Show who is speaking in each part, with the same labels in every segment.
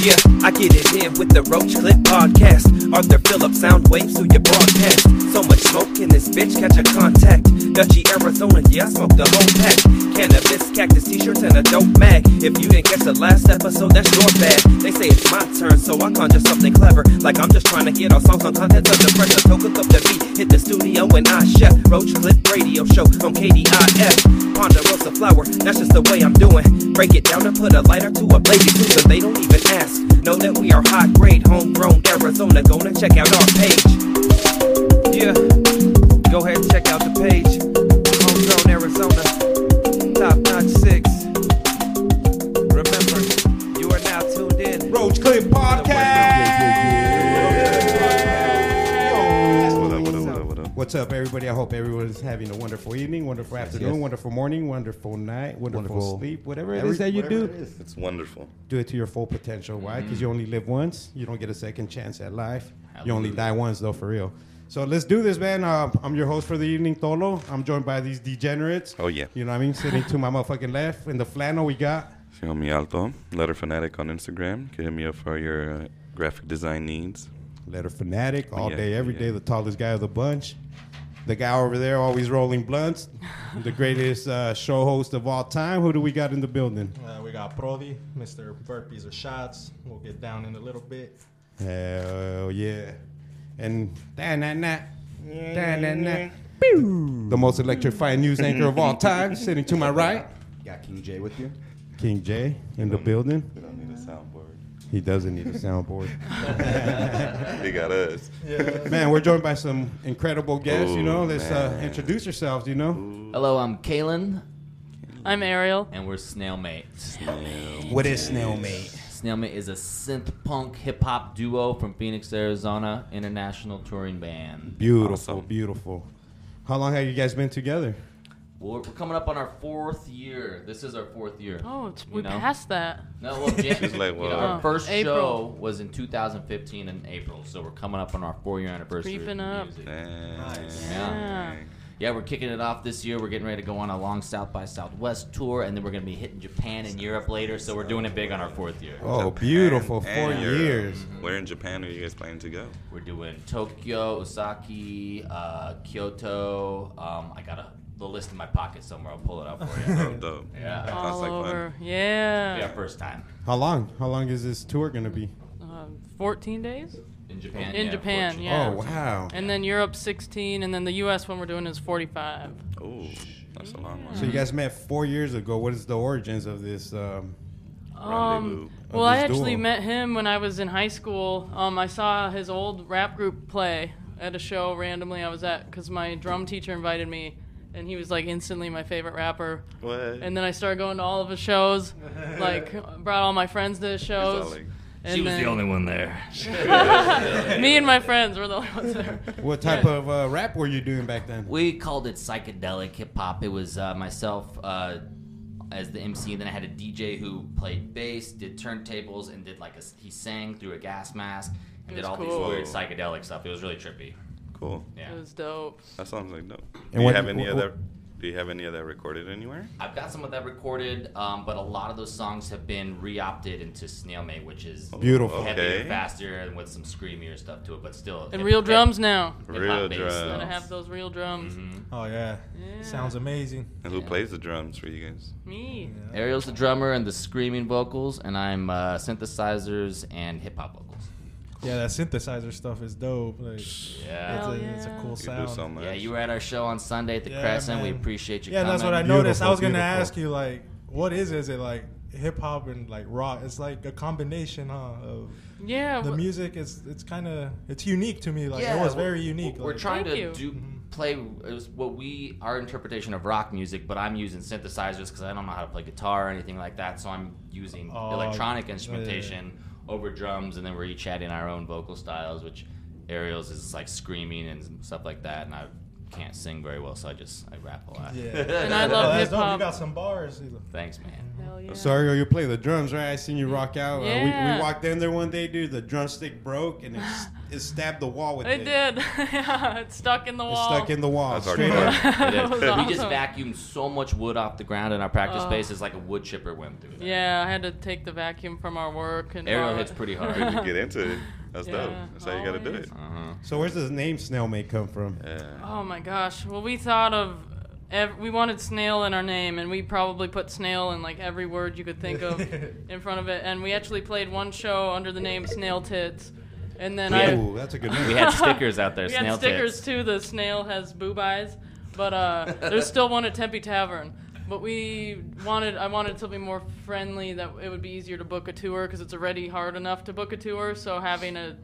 Speaker 1: Yeah, I get it in with the Roach Clip podcast. Arthur Phillips, sound waves through your broadcast. So much smoke in this bitch, catch a contact. Dutchy, Arizona, yeah, I smoke the whole pack. Cannabis, cactus, t-shirts, and a dope mag. If you didn't catch the last episode, that's your bad. They say it's my turn, so I conjure something clever. Like I'm just trying to get our songs on contents under pressure. So cook up the beat, hit the studio, and I chef. Roach Clip Radio Show on KDIF. Ponderosa Flower, that's just the way I'm doing. Break it down and put a lighter to a blazing too, so they don't even ask. Know that we are high grade, homegrown Arizona. Go and check out our page. Yeah, go ahead and check out the page. Homegrown Arizona, top notch six. Remember, you are now tuned in.
Speaker 2: Roach Clip Podcast.
Speaker 3: What up, what up, what up, what up?
Speaker 2: What's up, everybody? I hope everyone is having a wonderful evening, wonderful afternoon,
Speaker 4: yes.
Speaker 2: wonderful morning, wonderful night, wonderful,
Speaker 4: Wonderful-
Speaker 2: sleep, whatever it
Speaker 4: Every-
Speaker 2: is that you
Speaker 4: whatever
Speaker 2: do.
Speaker 4: it is. Mm.
Speaker 3: It's wonderful.
Speaker 2: Do it to your full potential. Why? Because you only live once. You don't get a second chance at life. You only die once, though, for real. So let's do this, man. Uh, I'm your host for the evening, Tolo. I'm joined by these degenerates.
Speaker 3: Oh, yeah.
Speaker 2: You know what I mean? Sitting to my motherfucking left in the flannel we got.
Speaker 3: If you want me alto, letter fanatic on Instagram. You can hit me up for your uh, graphic design needs.
Speaker 2: Letter fanatic all
Speaker 3: Yeah,
Speaker 2: day, every
Speaker 3: yeah.
Speaker 2: day. The tallest guy of the bunch. The guy over there always rolling blunts. the greatest uh, show host of all time. Who do we got in the building?
Speaker 5: Uh, we got Prodi, Mr. Burpees or Shots. We'll get down in a little bit.
Speaker 2: Hell yeah! And da na na, da na na. The most electrifying news anchor of all time, sitting to my right,
Speaker 4: Got King J with you.
Speaker 2: King J in the building.
Speaker 3: We don't need a soundboard.
Speaker 2: He doesn't need a soundboard.
Speaker 3: They got us.
Speaker 2: Man, we're joined by some incredible guests. you know,
Speaker 3: Oh,
Speaker 2: let's uh,
Speaker 3: man.
Speaker 2: introduce yourselves. You know,
Speaker 6: Hello, I'm Kalen,
Speaker 7: I'm Ariel.
Speaker 6: and we're Snail Mate.
Speaker 4: What is Snail Mate?
Speaker 6: Snail Mate is a synth punk hip hop duo from Phoenix, Arizona, international touring band.
Speaker 2: beautiful,
Speaker 3: Awesome.
Speaker 2: beautiful. How long have you guys been together?
Speaker 6: We're, we're coming up on our fourth year. This is our fourth year.
Speaker 7: Oh, it's,
Speaker 6: You
Speaker 7: we
Speaker 6: know?
Speaker 7: passed that.
Speaker 6: No, well, Jan-
Speaker 3: She's like,
Speaker 6: you know,
Speaker 3: "Whoa."
Speaker 6: our first
Speaker 7: April.
Speaker 6: show was in 2015 in April, so we're coming up on our four year anniversary. of
Speaker 7: Creeping up.
Speaker 6: music.
Speaker 3: Nice.
Speaker 7: Yeah.
Speaker 6: Yeah, we're kicking it off this year. We're getting ready to go on a long South by Southwest tour, and then we're going to be hitting Japan and Europe later, so we're doing it big on our fourth year.
Speaker 2: Oh, beautiful. Four years.
Speaker 3: Where in Japan are you guys planning to go?
Speaker 6: We're doing Tokyo, Osaki, uh, Kyoto. Um, I got a, the list in my pocket somewhere. I'll pull it out for you.
Speaker 3: Oh, dope.
Speaker 6: Yeah.
Speaker 3: That sounds
Speaker 7: All
Speaker 3: like
Speaker 7: over.
Speaker 3: fun.
Speaker 7: Yeah.
Speaker 6: Yeah, first time
Speaker 2: How long? How long is this tour gonna be?
Speaker 7: Um, 14 days?
Speaker 6: in Japan.
Speaker 7: In
Speaker 6: yeah,
Speaker 7: Japan,
Speaker 6: 14.
Speaker 7: yeah.
Speaker 2: Oh wow!
Speaker 7: And then Europe 16, and then the U.S. one we're doing is 45.
Speaker 3: Oh, that's a long one.
Speaker 2: So you guys met four years ago. What is the origins of this? Um,
Speaker 3: Rendezvous.
Speaker 7: Well, I
Speaker 2: this
Speaker 7: actually
Speaker 2: duo.
Speaker 7: met him when I was in high school. Um, I saw his old rap group play at a show randomly I was at because my drum teacher invited me, and he was like instantly my favorite rapper.
Speaker 3: What?
Speaker 7: And then I started going to all of his shows, like brought all my friends to his shows. and
Speaker 6: She was
Speaker 7: then-
Speaker 6: the only one there.
Speaker 7: Me and my friends were the only ones there.
Speaker 2: What type of uh, rap were you doing back then?
Speaker 6: We called it psychedelic hip hop. It was uh, myself uh, as the MC, and then I had a DJ who played bass, did turntables, and did like a s he sang through a gas mask and
Speaker 7: It
Speaker 6: did
Speaker 7: was
Speaker 6: all these
Speaker 7: cool.
Speaker 6: weird psychedelic stuff. It was really trippy.
Speaker 3: Cool.
Speaker 6: Yeah.
Speaker 7: It was dope.
Speaker 3: That sounds like dope.
Speaker 2: And
Speaker 3: do you
Speaker 2: what-
Speaker 3: have any
Speaker 2: what-
Speaker 3: of that? Do you have any of that recorded anywhere?
Speaker 6: I've got some of that recorded, um, but a lot of those songs have been re-opted into Snail Mate, which is
Speaker 2: Beautiful.
Speaker 6: heavier,
Speaker 3: Okay. faster,
Speaker 6: faster, and with some screamier stuff to it, but still.
Speaker 7: And real drums now.
Speaker 3: Real
Speaker 6: bass.
Speaker 7: Gotta
Speaker 3: drums.
Speaker 7: have those real drums.
Speaker 5: Oh, yeah.
Speaker 7: Yeah.
Speaker 5: Sounds amazing.
Speaker 3: And who plays the drums for you guys?
Speaker 7: Me.
Speaker 6: Ariel's the drummer and the screaming vocals, and I'm uh, synthesizers and hip hop vocals.
Speaker 5: Yeah, that synthesizer stuff is dope. Like, it's,
Speaker 6: Yeah.
Speaker 7: Hell
Speaker 5: a, it's a
Speaker 7: yeah.
Speaker 5: cool
Speaker 3: You do so
Speaker 5: sound.
Speaker 3: much.
Speaker 6: Yeah, you were at our show on Sunday at the
Speaker 5: Yeah,
Speaker 6: Crescent. We
Speaker 5: man.
Speaker 6: appreciate you
Speaker 5: Yeah,
Speaker 6: coming.
Speaker 5: that's what I noticed. I
Speaker 2: Beautiful,
Speaker 5: was going to
Speaker 2: beautiful.
Speaker 5: ask you, like, what is it? Is it like hip hop and like rock? It's like a combination, huh? Of
Speaker 7: Yeah.
Speaker 5: the
Speaker 7: wh-
Speaker 5: music is, it's kind of, it's unique to me. Like,
Speaker 6: Yeah,
Speaker 5: it was
Speaker 6: we're-
Speaker 5: very unique.
Speaker 6: We're
Speaker 5: like-
Speaker 6: trying
Speaker 7: Thank
Speaker 6: to
Speaker 7: you.
Speaker 6: do play it was what we our interpretation of rock music, but I'm using synthesizers because I don't know how to play guitar or anything like that. So I'm using
Speaker 5: Oh,
Speaker 6: electronic
Speaker 5: yeah.
Speaker 6: instrumentation over drums, and then we're each adding our own vocal styles, which Ariel's is like screaming and stuff like that, and I can't sing very well, so I just I rap a lot.
Speaker 5: Yeah.
Speaker 7: And I
Speaker 5: Oh,
Speaker 7: love
Speaker 5: that's dope.
Speaker 7: hip-hop.
Speaker 5: You got some bars.
Speaker 6: Thanks, man.
Speaker 7: Hell yeah.
Speaker 2: Sorry, you play the drums, right? I seen you rock out. Uh, we, we
Speaker 7: Yeah.
Speaker 2: walked in there one day, dude. The drumstick broke and it's it stabbed the wall with
Speaker 7: It
Speaker 2: it.
Speaker 7: did. yeah, it stuck in the
Speaker 2: It's
Speaker 7: wall.
Speaker 2: stuck in the wall.
Speaker 3: That's
Speaker 2: straight
Speaker 3: hardcore.
Speaker 2: up.
Speaker 6: It is.
Speaker 7: That was
Speaker 6: We just
Speaker 7: awesome. Oh.
Speaker 6: vacuumed so much wood off the ground in our practice space. It's like a wood chipper went through. that.
Speaker 7: Yeah, I had to take the vacuum from our work and
Speaker 6: Aerial
Speaker 7: all
Speaker 6: hits
Speaker 7: that.
Speaker 6: pretty
Speaker 3: How
Speaker 6: hard.
Speaker 3: you get into it. That's dope.
Speaker 7: Yeah,
Speaker 3: That's how you gotta do
Speaker 7: always.
Speaker 3: it.
Speaker 2: So where's the name snail mate come from?
Speaker 3: Yeah.
Speaker 7: Oh my gosh. Well, we thought of ev- we wanted snail in our name, and we probably put snail in like every word you could think of in front of it. And we actually played one show under the name Snail Tits, and then I
Speaker 2: Ooh, that's a good name.
Speaker 6: we had stickers out there.
Speaker 7: we
Speaker 6: snail
Speaker 7: had stickers
Speaker 6: tits.
Speaker 7: too. The snail has boob eyes, but uh, there's still one at Tempe Tavern. But we wanted, I wanted something more friendly that it would be easier to book a tour because it's already hard enough to book a tour. So having a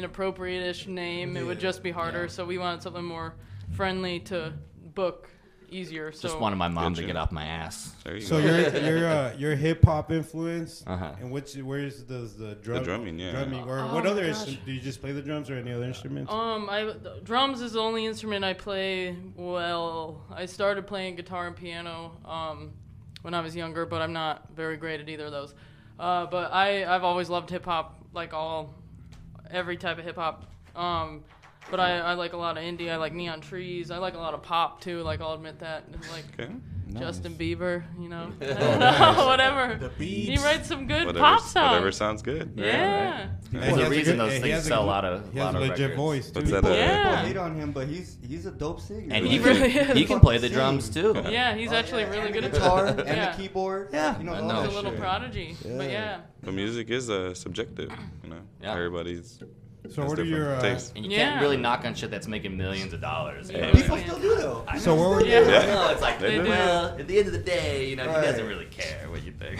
Speaker 7: inappropriate-ish name, it would just be harder. So we wanted something more friendly to book easier. So
Speaker 6: Just wanted my mom to
Speaker 3: Gotcha.
Speaker 6: get off my ass.
Speaker 3: There you
Speaker 2: So
Speaker 3: go.
Speaker 2: your your uh, your hip hop influence,
Speaker 6: Uh-huh.
Speaker 2: and which where's does the drum,
Speaker 3: drumming, yeah.
Speaker 2: drumming, or
Speaker 7: Oh
Speaker 2: what
Speaker 7: my
Speaker 2: other
Speaker 7: gosh.
Speaker 2: instrument? Do you just play the drums or any other instruments?
Speaker 6: Oh,
Speaker 7: Um, I the drums is the only instrument I play well. I started playing guitar and piano um, when I was younger, but I'm not very great at either of those. Uh, but I I've always loved hip hop, like all every type of hip hop. Um, but I, I like a lot of indie. I like Neon Trees. I like a lot of pop too. Like I'll admit that. And, like
Speaker 3: Okay.
Speaker 7: Justin Bieber, you know,
Speaker 4: Oh,
Speaker 7: I don't know,
Speaker 5: The
Speaker 7: whatever. He
Speaker 5: beats.
Speaker 7: writes some good
Speaker 3: Whatever,
Speaker 7: pop songs.
Speaker 3: whatever sounds good. right?
Speaker 7: yeah.
Speaker 2: And
Speaker 6: There's
Speaker 2: he
Speaker 6: a
Speaker 2: has
Speaker 6: reason
Speaker 2: good-
Speaker 6: those
Speaker 2: he
Speaker 6: things
Speaker 2: has a
Speaker 6: sell a
Speaker 2: good-
Speaker 6: lot of-
Speaker 2: He has
Speaker 6: lot
Speaker 2: a
Speaker 6: of
Speaker 2: legit
Speaker 6: records.
Speaker 2: voice.
Speaker 3: What's
Speaker 2: too.
Speaker 3: that? Uh,
Speaker 7: Yeah.
Speaker 4: Hate on him, but he's he's a dope singer.
Speaker 6: And
Speaker 4: Like,
Speaker 6: he,
Speaker 7: He really
Speaker 6: can,
Speaker 7: is.
Speaker 6: he can play the drums too.
Speaker 7: Yeah, he's actually really good at
Speaker 4: guitar Oh, and the
Speaker 7: Yeah.
Speaker 4: keyboard.
Speaker 6: Yeah.
Speaker 4: you know,
Speaker 6: I
Speaker 4: all
Speaker 6: know.
Speaker 4: that
Speaker 7: He's a
Speaker 2: Oh,
Speaker 7: little
Speaker 4: shit.
Speaker 7: prodigy. But yeah.
Speaker 3: But music is uh, subjective, you know.
Speaker 6: Yeah.
Speaker 3: Everybody's
Speaker 2: So what are
Speaker 3: has different
Speaker 2: your uh,
Speaker 3: tastes.
Speaker 6: And you
Speaker 7: Yeah.
Speaker 6: can't really knock on shit that's making millions of dollars. you know?
Speaker 4: People still do though.
Speaker 2: so where were
Speaker 7: Yeah.
Speaker 2: you
Speaker 6: You know, it's like,
Speaker 3: They do.
Speaker 6: well, at the end of the day, you know,
Speaker 4: Right.
Speaker 6: he doesn't really care what you think.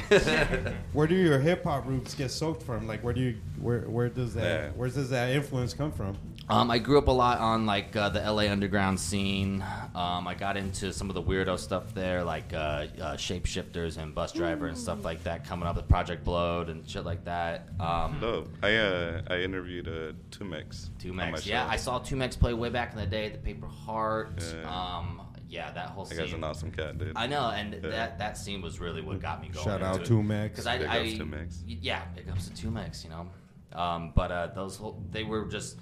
Speaker 2: where do your hip hop roots get soaked from? Like where do you where where does that
Speaker 3: Yeah.
Speaker 2: where does that influence come from?
Speaker 6: Um, I grew up a lot on like uh, the LA underground scene. Um, I got into some of the weirdo stuff there, like uh, uh, shapeshifters and bus driver and stuff like that. Coming up with Project Blowed and shit like that. Um,
Speaker 3: dope. I uh, I interviewed uh, Tumex.
Speaker 6: Two
Speaker 3: on my
Speaker 6: Max, yeah,
Speaker 3: show.
Speaker 6: I saw Two Max play way back in the day at the Paper Heart.
Speaker 3: Yeah.
Speaker 6: Um, yeah, that whole
Speaker 3: That
Speaker 6: scene.
Speaker 3: guy's an awesome cat, dude.
Speaker 6: I know, and that that scene was really what got me going.
Speaker 2: Shout out
Speaker 6: into it.
Speaker 2: to Max.
Speaker 6: Because I,
Speaker 3: Big
Speaker 6: I
Speaker 3: ups to Max.
Speaker 6: y- yeah, big ups to two Max, you know. Um, but uh, those whole they were just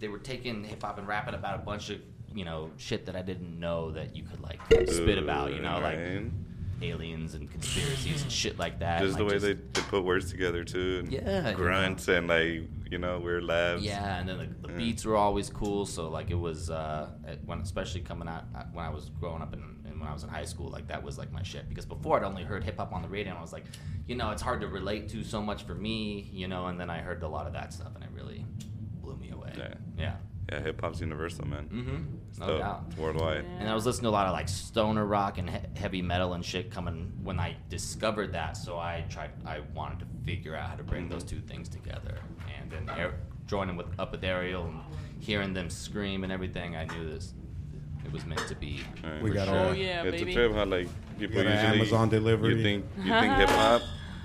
Speaker 6: they were taking hip hop and rapping about a bunch of you know shit that I didn't know that you could like spit about, you know, like
Speaker 3: Right.
Speaker 6: aliens and conspiracies and shit like that.
Speaker 3: just the
Speaker 6: and,
Speaker 3: way
Speaker 6: like,
Speaker 3: they, they put words together too, and
Speaker 6: Yeah, you
Speaker 3: grunts and like you know weird laughs.
Speaker 6: Yeah, and then the, the
Speaker 3: Yeah.
Speaker 6: beats were always cool. So like it was uh, at- when especially coming out uh, when I was growing up and, and when I was in high school, like that was like my shit. Because before I'd only heard hip hop on the radio, and I was like, you know, it's hard to relate to so much for me, you know. And then I heard a lot of that stuff, and it really blew me away.
Speaker 3: Yeah.
Speaker 6: Yeah.
Speaker 3: yeah. Hip hop's universal, man.
Speaker 6: Mm-hmm. No
Speaker 3: Dope.
Speaker 6: doubt.
Speaker 3: It's worldwide.
Speaker 6: And I was listening to a lot of like stoner rock and he- heavy metal and shit coming when I discovered that. So I tried, I wanted to figure out how to bring those two things together. And then air, joining with up with Ariel and hearing them scream and everything, I knew this. It was meant to be.
Speaker 3: Right.
Speaker 2: We
Speaker 3: For
Speaker 2: got
Speaker 3: sure.
Speaker 2: our-
Speaker 7: Oh yeah,
Speaker 3: it's
Speaker 7: baby.
Speaker 3: a trip how like people
Speaker 2: got our
Speaker 3: usually
Speaker 2: Amazon delivery.
Speaker 3: You think you think hip hop.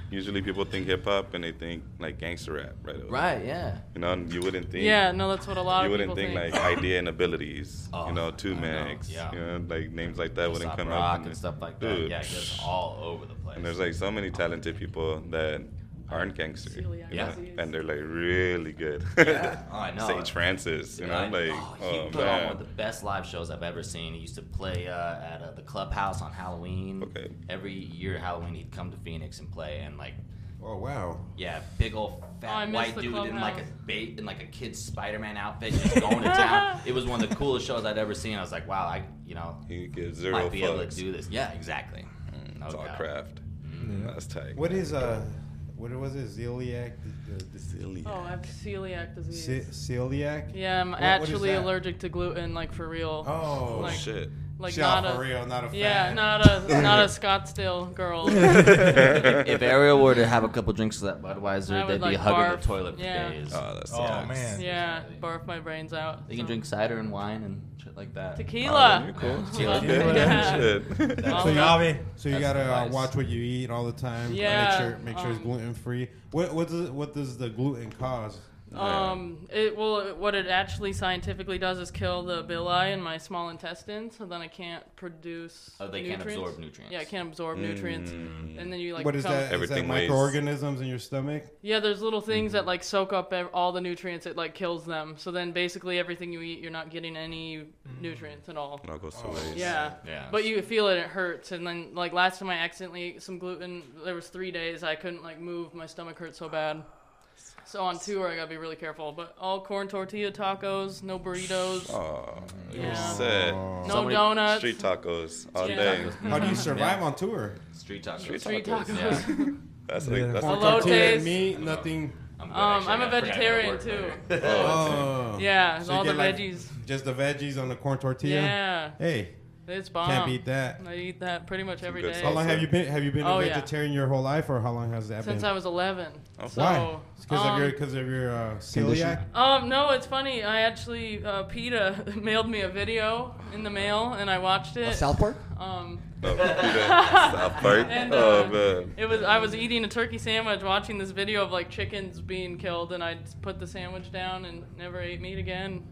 Speaker 3: Usually people think hip hop and they think like gangster rap right away.
Speaker 6: Right. Yeah.
Speaker 3: You know, and you wouldn't think.
Speaker 7: Yeah, no, that's what a lot
Speaker 3: you
Speaker 7: of people
Speaker 3: wouldn't think, like idea and abilities.
Speaker 6: Oh,
Speaker 3: you know,
Speaker 6: I
Speaker 3: two
Speaker 6: know,
Speaker 3: max.
Speaker 6: yeah.
Speaker 3: You know, like names like that wouldn't
Speaker 6: Stop
Speaker 3: come
Speaker 6: rock
Speaker 3: up.
Speaker 6: and stuff like that.
Speaker 3: Dude.
Speaker 6: Yeah, it goes all over the place.
Speaker 3: And there's like so many talented people that aren't gangster. you
Speaker 7: Celiac
Speaker 3: know,
Speaker 7: disease.
Speaker 3: And they're like really good.
Speaker 6: Yeah. Oh, I know.
Speaker 3: Sage Francis, you know,
Speaker 6: I-
Speaker 3: like
Speaker 6: oh, he
Speaker 3: oh,
Speaker 6: put on one
Speaker 3: man.
Speaker 6: of the best live shows I've ever seen. He used to play uh, at uh, the clubhouse on Halloween.
Speaker 3: Okay.
Speaker 6: Every year Halloween, he'd come to Phoenix and play, and like,
Speaker 2: Oh wow.
Speaker 6: yeah, big old
Speaker 7: Oh, I
Speaker 6: fat
Speaker 7: miss
Speaker 6: white
Speaker 7: the
Speaker 6: dude in like a
Speaker 7: Clubhouse.
Speaker 6: bait in like a kid's Spider-Man outfit, just going to town. It was one of the coolest shows I'd ever seen. I was like, wow, I you know
Speaker 3: He gives zero
Speaker 6: might be able to
Speaker 3: fucks. Mm,
Speaker 6: do this. Yeah, exactly. Oh, No
Speaker 3: it's all
Speaker 6: doubt.
Speaker 3: craft. That's tight.
Speaker 2: What is uh what was it celiac the,
Speaker 7: Oh, I have celiac disease.
Speaker 2: celiac?
Speaker 7: yeah, I'm
Speaker 2: What- what is
Speaker 7: actually
Speaker 2: that?
Speaker 7: allergic to gluten, like for real.
Speaker 2: Oh
Speaker 7: like,
Speaker 3: Shit.
Speaker 7: Like
Speaker 2: Shit,
Speaker 7: not
Speaker 2: for
Speaker 7: a
Speaker 2: real, not a
Speaker 7: yeah,
Speaker 2: fan.
Speaker 7: not a not a Scottsdale girl.
Speaker 6: If Ariel were to have a couple drinks of that Budweiser,
Speaker 7: I
Speaker 6: they'd
Speaker 7: would,
Speaker 6: be
Speaker 7: like,
Speaker 6: hugging
Speaker 7: barf.
Speaker 6: the toilet for
Speaker 7: Yeah.
Speaker 6: days.
Speaker 3: Oh, that's
Speaker 5: Oh, man.
Speaker 7: yeah, barf my brains out.
Speaker 6: They can
Speaker 7: so.
Speaker 6: drink cider and wine and shit like that.
Speaker 7: tequila.
Speaker 3: You're cool.
Speaker 7: Tequila.
Speaker 3: Okay,
Speaker 7: Yeah. Oh.
Speaker 3: Shit.
Speaker 7: All
Speaker 2: So you-
Speaker 7: that.
Speaker 5: Gabe.
Speaker 2: So you
Speaker 6: That's
Speaker 2: gotta uh,
Speaker 6: nice.
Speaker 2: watch what you eat all the time.
Speaker 7: Yeah,
Speaker 2: Make sure, make sure it's
Speaker 7: um,
Speaker 2: gluten free. What what does what does the gluten cause?
Speaker 3: Yeah.
Speaker 7: Um, it well, what it actually scientifically does is kill the villi in my small intestine, so then I can't produce.
Speaker 6: Oh, they can't
Speaker 7: nutrients.
Speaker 6: absorb nutrients. Mm.
Speaker 7: Yeah, I can't absorb nutrients, and then you like.
Speaker 2: what is
Speaker 7: become-
Speaker 2: that? Is that
Speaker 3: Everything weighs-
Speaker 2: microorganisms in your stomach?
Speaker 7: Yeah, there's little things
Speaker 6: Mm.
Speaker 7: that like soak up ev- all the nutrients. It like kills them. So then basically everything you eat, you're not getting any
Speaker 6: Mm.
Speaker 7: nutrients at all.
Speaker 3: It all goes to waste.
Speaker 7: Yeah.
Speaker 6: Yeah.
Speaker 7: But you feel it, it hurts. And then like last time I accidentally ate some gluten, there was three days I couldn't like move. My stomach hurt so bad. So on tour I gotta be really careful. But all corn tortilla tacos, no burritos,
Speaker 3: Aw,
Speaker 7: Yeah.
Speaker 3: Sad.
Speaker 7: no
Speaker 6: somebody-
Speaker 7: donuts.
Speaker 3: Street tacos all
Speaker 7: Yeah.
Speaker 3: day.
Speaker 2: How do you survive on tour?
Speaker 6: Street tacos.
Speaker 7: Street tacos.
Speaker 6: Yeah.
Speaker 3: That's like that's
Speaker 2: Corn
Speaker 7: Hello,
Speaker 2: tortilla and
Speaker 7: Taze.
Speaker 2: meat, nothing.
Speaker 6: I'm, glad
Speaker 7: Um,
Speaker 6: actually
Speaker 7: I'm a
Speaker 6: I forgot how to
Speaker 7: vegetarian
Speaker 6: work
Speaker 7: too.
Speaker 6: there.
Speaker 2: Oh,
Speaker 7: Yeah,
Speaker 2: So you
Speaker 7: all the
Speaker 2: get, like,
Speaker 7: veggies.
Speaker 2: Just the veggies on the corn tortilla.
Speaker 7: Yeah, Uh-huh.
Speaker 2: Hey,
Speaker 7: it's bomb.
Speaker 2: can't beat that.
Speaker 7: I eat that pretty much every
Speaker 3: good
Speaker 7: day.
Speaker 2: How long have you been? Have you been
Speaker 7: Oh,
Speaker 2: a
Speaker 7: yeah.
Speaker 2: vegetarian your whole life, or how long has that
Speaker 7: since
Speaker 2: been?
Speaker 7: I was 11. So,
Speaker 2: Why? Because
Speaker 7: um,
Speaker 2: of your because of your uh,
Speaker 4: Condition?
Speaker 2: celiac.
Speaker 7: Um, no, it's funny. I actually uh, PETA mailed me a video in the mail, and I watched it.
Speaker 8: South Park?
Speaker 7: Um,
Speaker 3: Oh, yeah. South Park.
Speaker 7: And,
Speaker 3: oh
Speaker 7: uh,
Speaker 3: man.
Speaker 7: it was I was eating a turkey sandwich, watching this video of like chickens being killed, and I put the sandwich down and never ate meat again.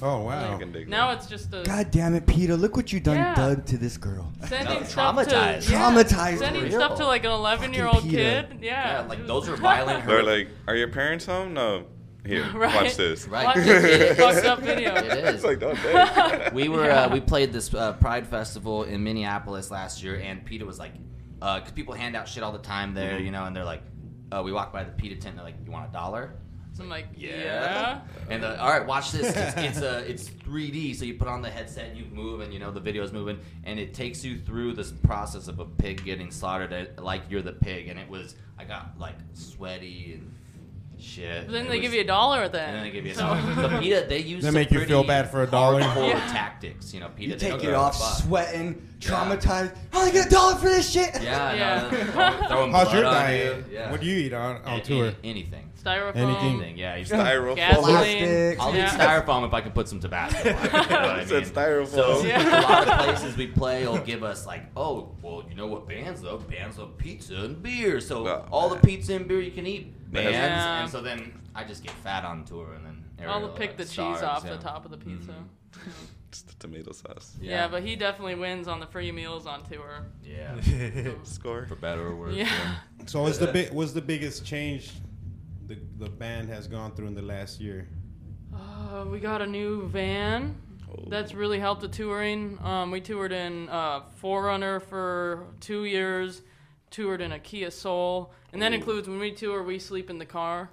Speaker 2: Oh
Speaker 3: I
Speaker 2: wow.
Speaker 3: can dig
Speaker 7: Now
Speaker 3: that.
Speaker 7: it's just a
Speaker 8: God damn it, Peter! Look what you done
Speaker 7: Yeah.
Speaker 8: done to this girl.
Speaker 7: sending
Speaker 6: No,
Speaker 7: stuff
Speaker 8: traumatized.
Speaker 7: to yeah,
Speaker 8: Traumatized
Speaker 7: sending
Speaker 8: real.
Speaker 7: stuff to like an 11 year old
Speaker 8: Fucking
Speaker 7: kid.
Speaker 8: PETA.
Speaker 7: Yeah,
Speaker 6: Yeah,
Speaker 7: it
Speaker 6: like
Speaker 7: was-
Speaker 6: those are violent.
Speaker 3: They're like, are your parents home? No. Here,
Speaker 7: Right.
Speaker 3: watch this.
Speaker 6: Right.
Speaker 7: Watch this fucked up video.
Speaker 6: It
Speaker 3: It's
Speaker 6: is.
Speaker 3: like, oh, dang.
Speaker 6: we were uh, we played this uh, Pride Festival in Minneapolis last year, and PETA was like, because people hand out shit all the time there, you know, and they're like, uh, we walk by the PETA tent, and they're like, you want a dollar?
Speaker 7: I'm like, yeah.
Speaker 6: And uh, all right, watch this. It's it's, uh, it's 3D, so you put on the headset, and you move, and you know the video's moving, and it takes you through this process of a pig getting slaughtered, uh, like you're the pig. And it was, I got like sweaty and shit.
Speaker 7: But then
Speaker 6: It
Speaker 7: they
Speaker 6: was-
Speaker 7: give you a dollar then.
Speaker 6: and then they give you a
Speaker 7: So-
Speaker 6: dollar. But PETA, they use
Speaker 2: They
Speaker 6: some
Speaker 2: make you
Speaker 6: pretty
Speaker 2: feel bad for a dollar.
Speaker 6: hardcore
Speaker 7: Yeah.
Speaker 6: tactics. You know, PETA.
Speaker 8: You
Speaker 6: they
Speaker 8: take
Speaker 6: don't
Speaker 8: it
Speaker 6: give a
Speaker 8: off,
Speaker 6: fuck.
Speaker 8: sweating, traumatized. How am I gonna get a dollar for this shit?
Speaker 6: Yeah, yeah.
Speaker 7: Yeah.
Speaker 6: No, throwing
Speaker 2: How's
Speaker 6: blood
Speaker 2: your
Speaker 6: on
Speaker 2: diet?
Speaker 6: You. uh, Yeah.
Speaker 2: What do you eat on, on
Speaker 6: Any-
Speaker 2: tour?
Speaker 6: anything.
Speaker 7: Styrofoam.
Speaker 2: Anything.
Speaker 6: Anything. Yeah. You just-
Speaker 3: Styrofoam.
Speaker 7: Gasoline.
Speaker 8: Plastic.
Speaker 6: I'll
Speaker 7: Yeah.
Speaker 6: eat styrofoam if I can put some Tabasco. on it, you know what I
Speaker 3: It said
Speaker 6: mean?
Speaker 3: styrofoam.
Speaker 6: So a
Speaker 7: Yeah.
Speaker 6: lot of places we play will give us like, oh, well, you know what bands love? Bands love pizza and beer. So
Speaker 3: Oh,
Speaker 6: all the
Speaker 3: man.
Speaker 6: pizza and beer you can eat,
Speaker 3: That has-
Speaker 6: bands.
Speaker 7: Yeah.
Speaker 6: And so then I just get fat on tour, and then
Speaker 7: I'll
Speaker 6: Ariel,
Speaker 7: pick the
Speaker 6: like,
Speaker 7: cheese
Speaker 6: starves,
Speaker 7: off
Speaker 6: yeah. Mm-hmm.
Speaker 7: the top of the pizza.
Speaker 3: It's the tomato sauce.
Speaker 7: Yeah. but he definitely wins on the free meals on tour.
Speaker 6: yeah,
Speaker 3: Score.
Speaker 6: for better or worse.
Speaker 7: Yeah.
Speaker 2: So what's the big what's the biggest change the the band has gone through in the last year?
Speaker 7: Uh, we got a new van.
Speaker 6: Oh.
Speaker 7: That's really helped the touring. Um, we toured in uh, Forerunner for two years, toured in a Kia Soul, and that includes when we tour, we sleep in the car.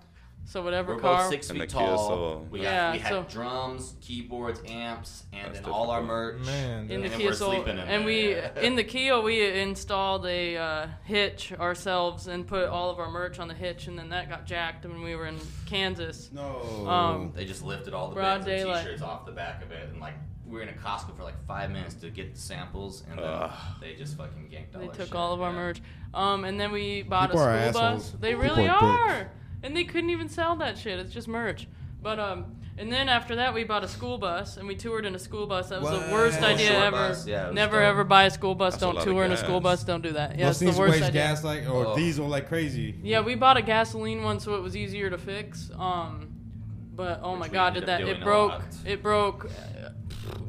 Speaker 7: So whatever
Speaker 6: We're
Speaker 7: car.
Speaker 6: both six
Speaker 3: And
Speaker 6: feet
Speaker 3: the Kia
Speaker 6: tall.
Speaker 3: Soul.
Speaker 6: We,
Speaker 7: Yeah,
Speaker 6: got, we had
Speaker 7: so-
Speaker 6: drums, keyboards, amps, and
Speaker 3: That's
Speaker 6: then all our
Speaker 3: difficult.
Speaker 6: merch.
Speaker 5: Man,
Speaker 7: in the
Speaker 6: And
Speaker 7: Kia
Speaker 6: we're
Speaker 7: Soul,
Speaker 6: sleeping in
Speaker 7: and
Speaker 6: it.
Speaker 7: we in the Kia we installed a uh, hitch ourselves and put all of our merch on the hitch, and then that got jacked when we were in Kansas.
Speaker 2: No.
Speaker 7: Um,
Speaker 6: They just lifted all the bins
Speaker 7: Broad daylight.
Speaker 6: and t-shirts off the back of it, and like we were in a Costco for like five minutes to get the samples, and then
Speaker 3: Ugh.
Speaker 6: they just fucking yanked all
Speaker 7: They
Speaker 6: our
Speaker 7: took
Speaker 6: shit,
Speaker 7: all of our
Speaker 6: yeah.
Speaker 7: merch. Um, and then we bought
Speaker 2: Oh, People are
Speaker 7: a school bus.
Speaker 2: assholes.
Speaker 7: They
Speaker 2: People
Speaker 7: really
Speaker 2: are
Speaker 7: are.
Speaker 2: dicks.
Speaker 7: And they couldn't even sell that shit. It's just merch. But um, and then after that, we bought a school bus and we toured in a school bus. That was the worst
Speaker 2: Wow.
Speaker 7: idea
Speaker 6: Short
Speaker 7: ever.
Speaker 6: bus, yeah, it was
Speaker 7: Never
Speaker 6: dumb.
Speaker 7: ever buy a school bus.
Speaker 3: That's a
Speaker 7: don't
Speaker 3: lot of
Speaker 7: tour in a school
Speaker 3: gas.
Speaker 7: bus. Don't do that. Yeah,
Speaker 2: Those
Speaker 7: it's the
Speaker 2: things
Speaker 7: worst
Speaker 2: waste
Speaker 7: idea.
Speaker 2: gas like or
Speaker 6: Oh.
Speaker 2: diesel like crazy.
Speaker 7: Yeah, we bought a gasoline one, so it was easier to fix. Um, but oh
Speaker 6: Which
Speaker 7: my
Speaker 6: we
Speaker 7: god,
Speaker 6: ended
Speaker 7: did
Speaker 6: up
Speaker 7: that it
Speaker 6: doing a
Speaker 7: broke?
Speaker 6: lot.
Speaker 7: It broke. uh,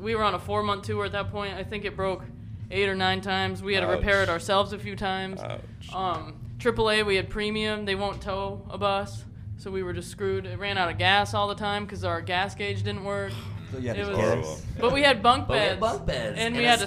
Speaker 7: We were on a four-month tour at that point. I think it broke eight or nine times. We had to repair it
Speaker 3: Ouch.
Speaker 7: ourselves a few times.
Speaker 3: Ouch.
Speaker 7: Um, AAA, we had premium. They won't tow a bus, so we were just screwed. It ran out of gas all the time because our gas gauge didn't work.
Speaker 8: So yeah,
Speaker 7: It was-
Speaker 3: Horrible.
Speaker 7: But we had bunk
Speaker 6: But we
Speaker 7: beds.
Speaker 6: had bunk beds
Speaker 7: And, we
Speaker 6: and a
Speaker 7: had a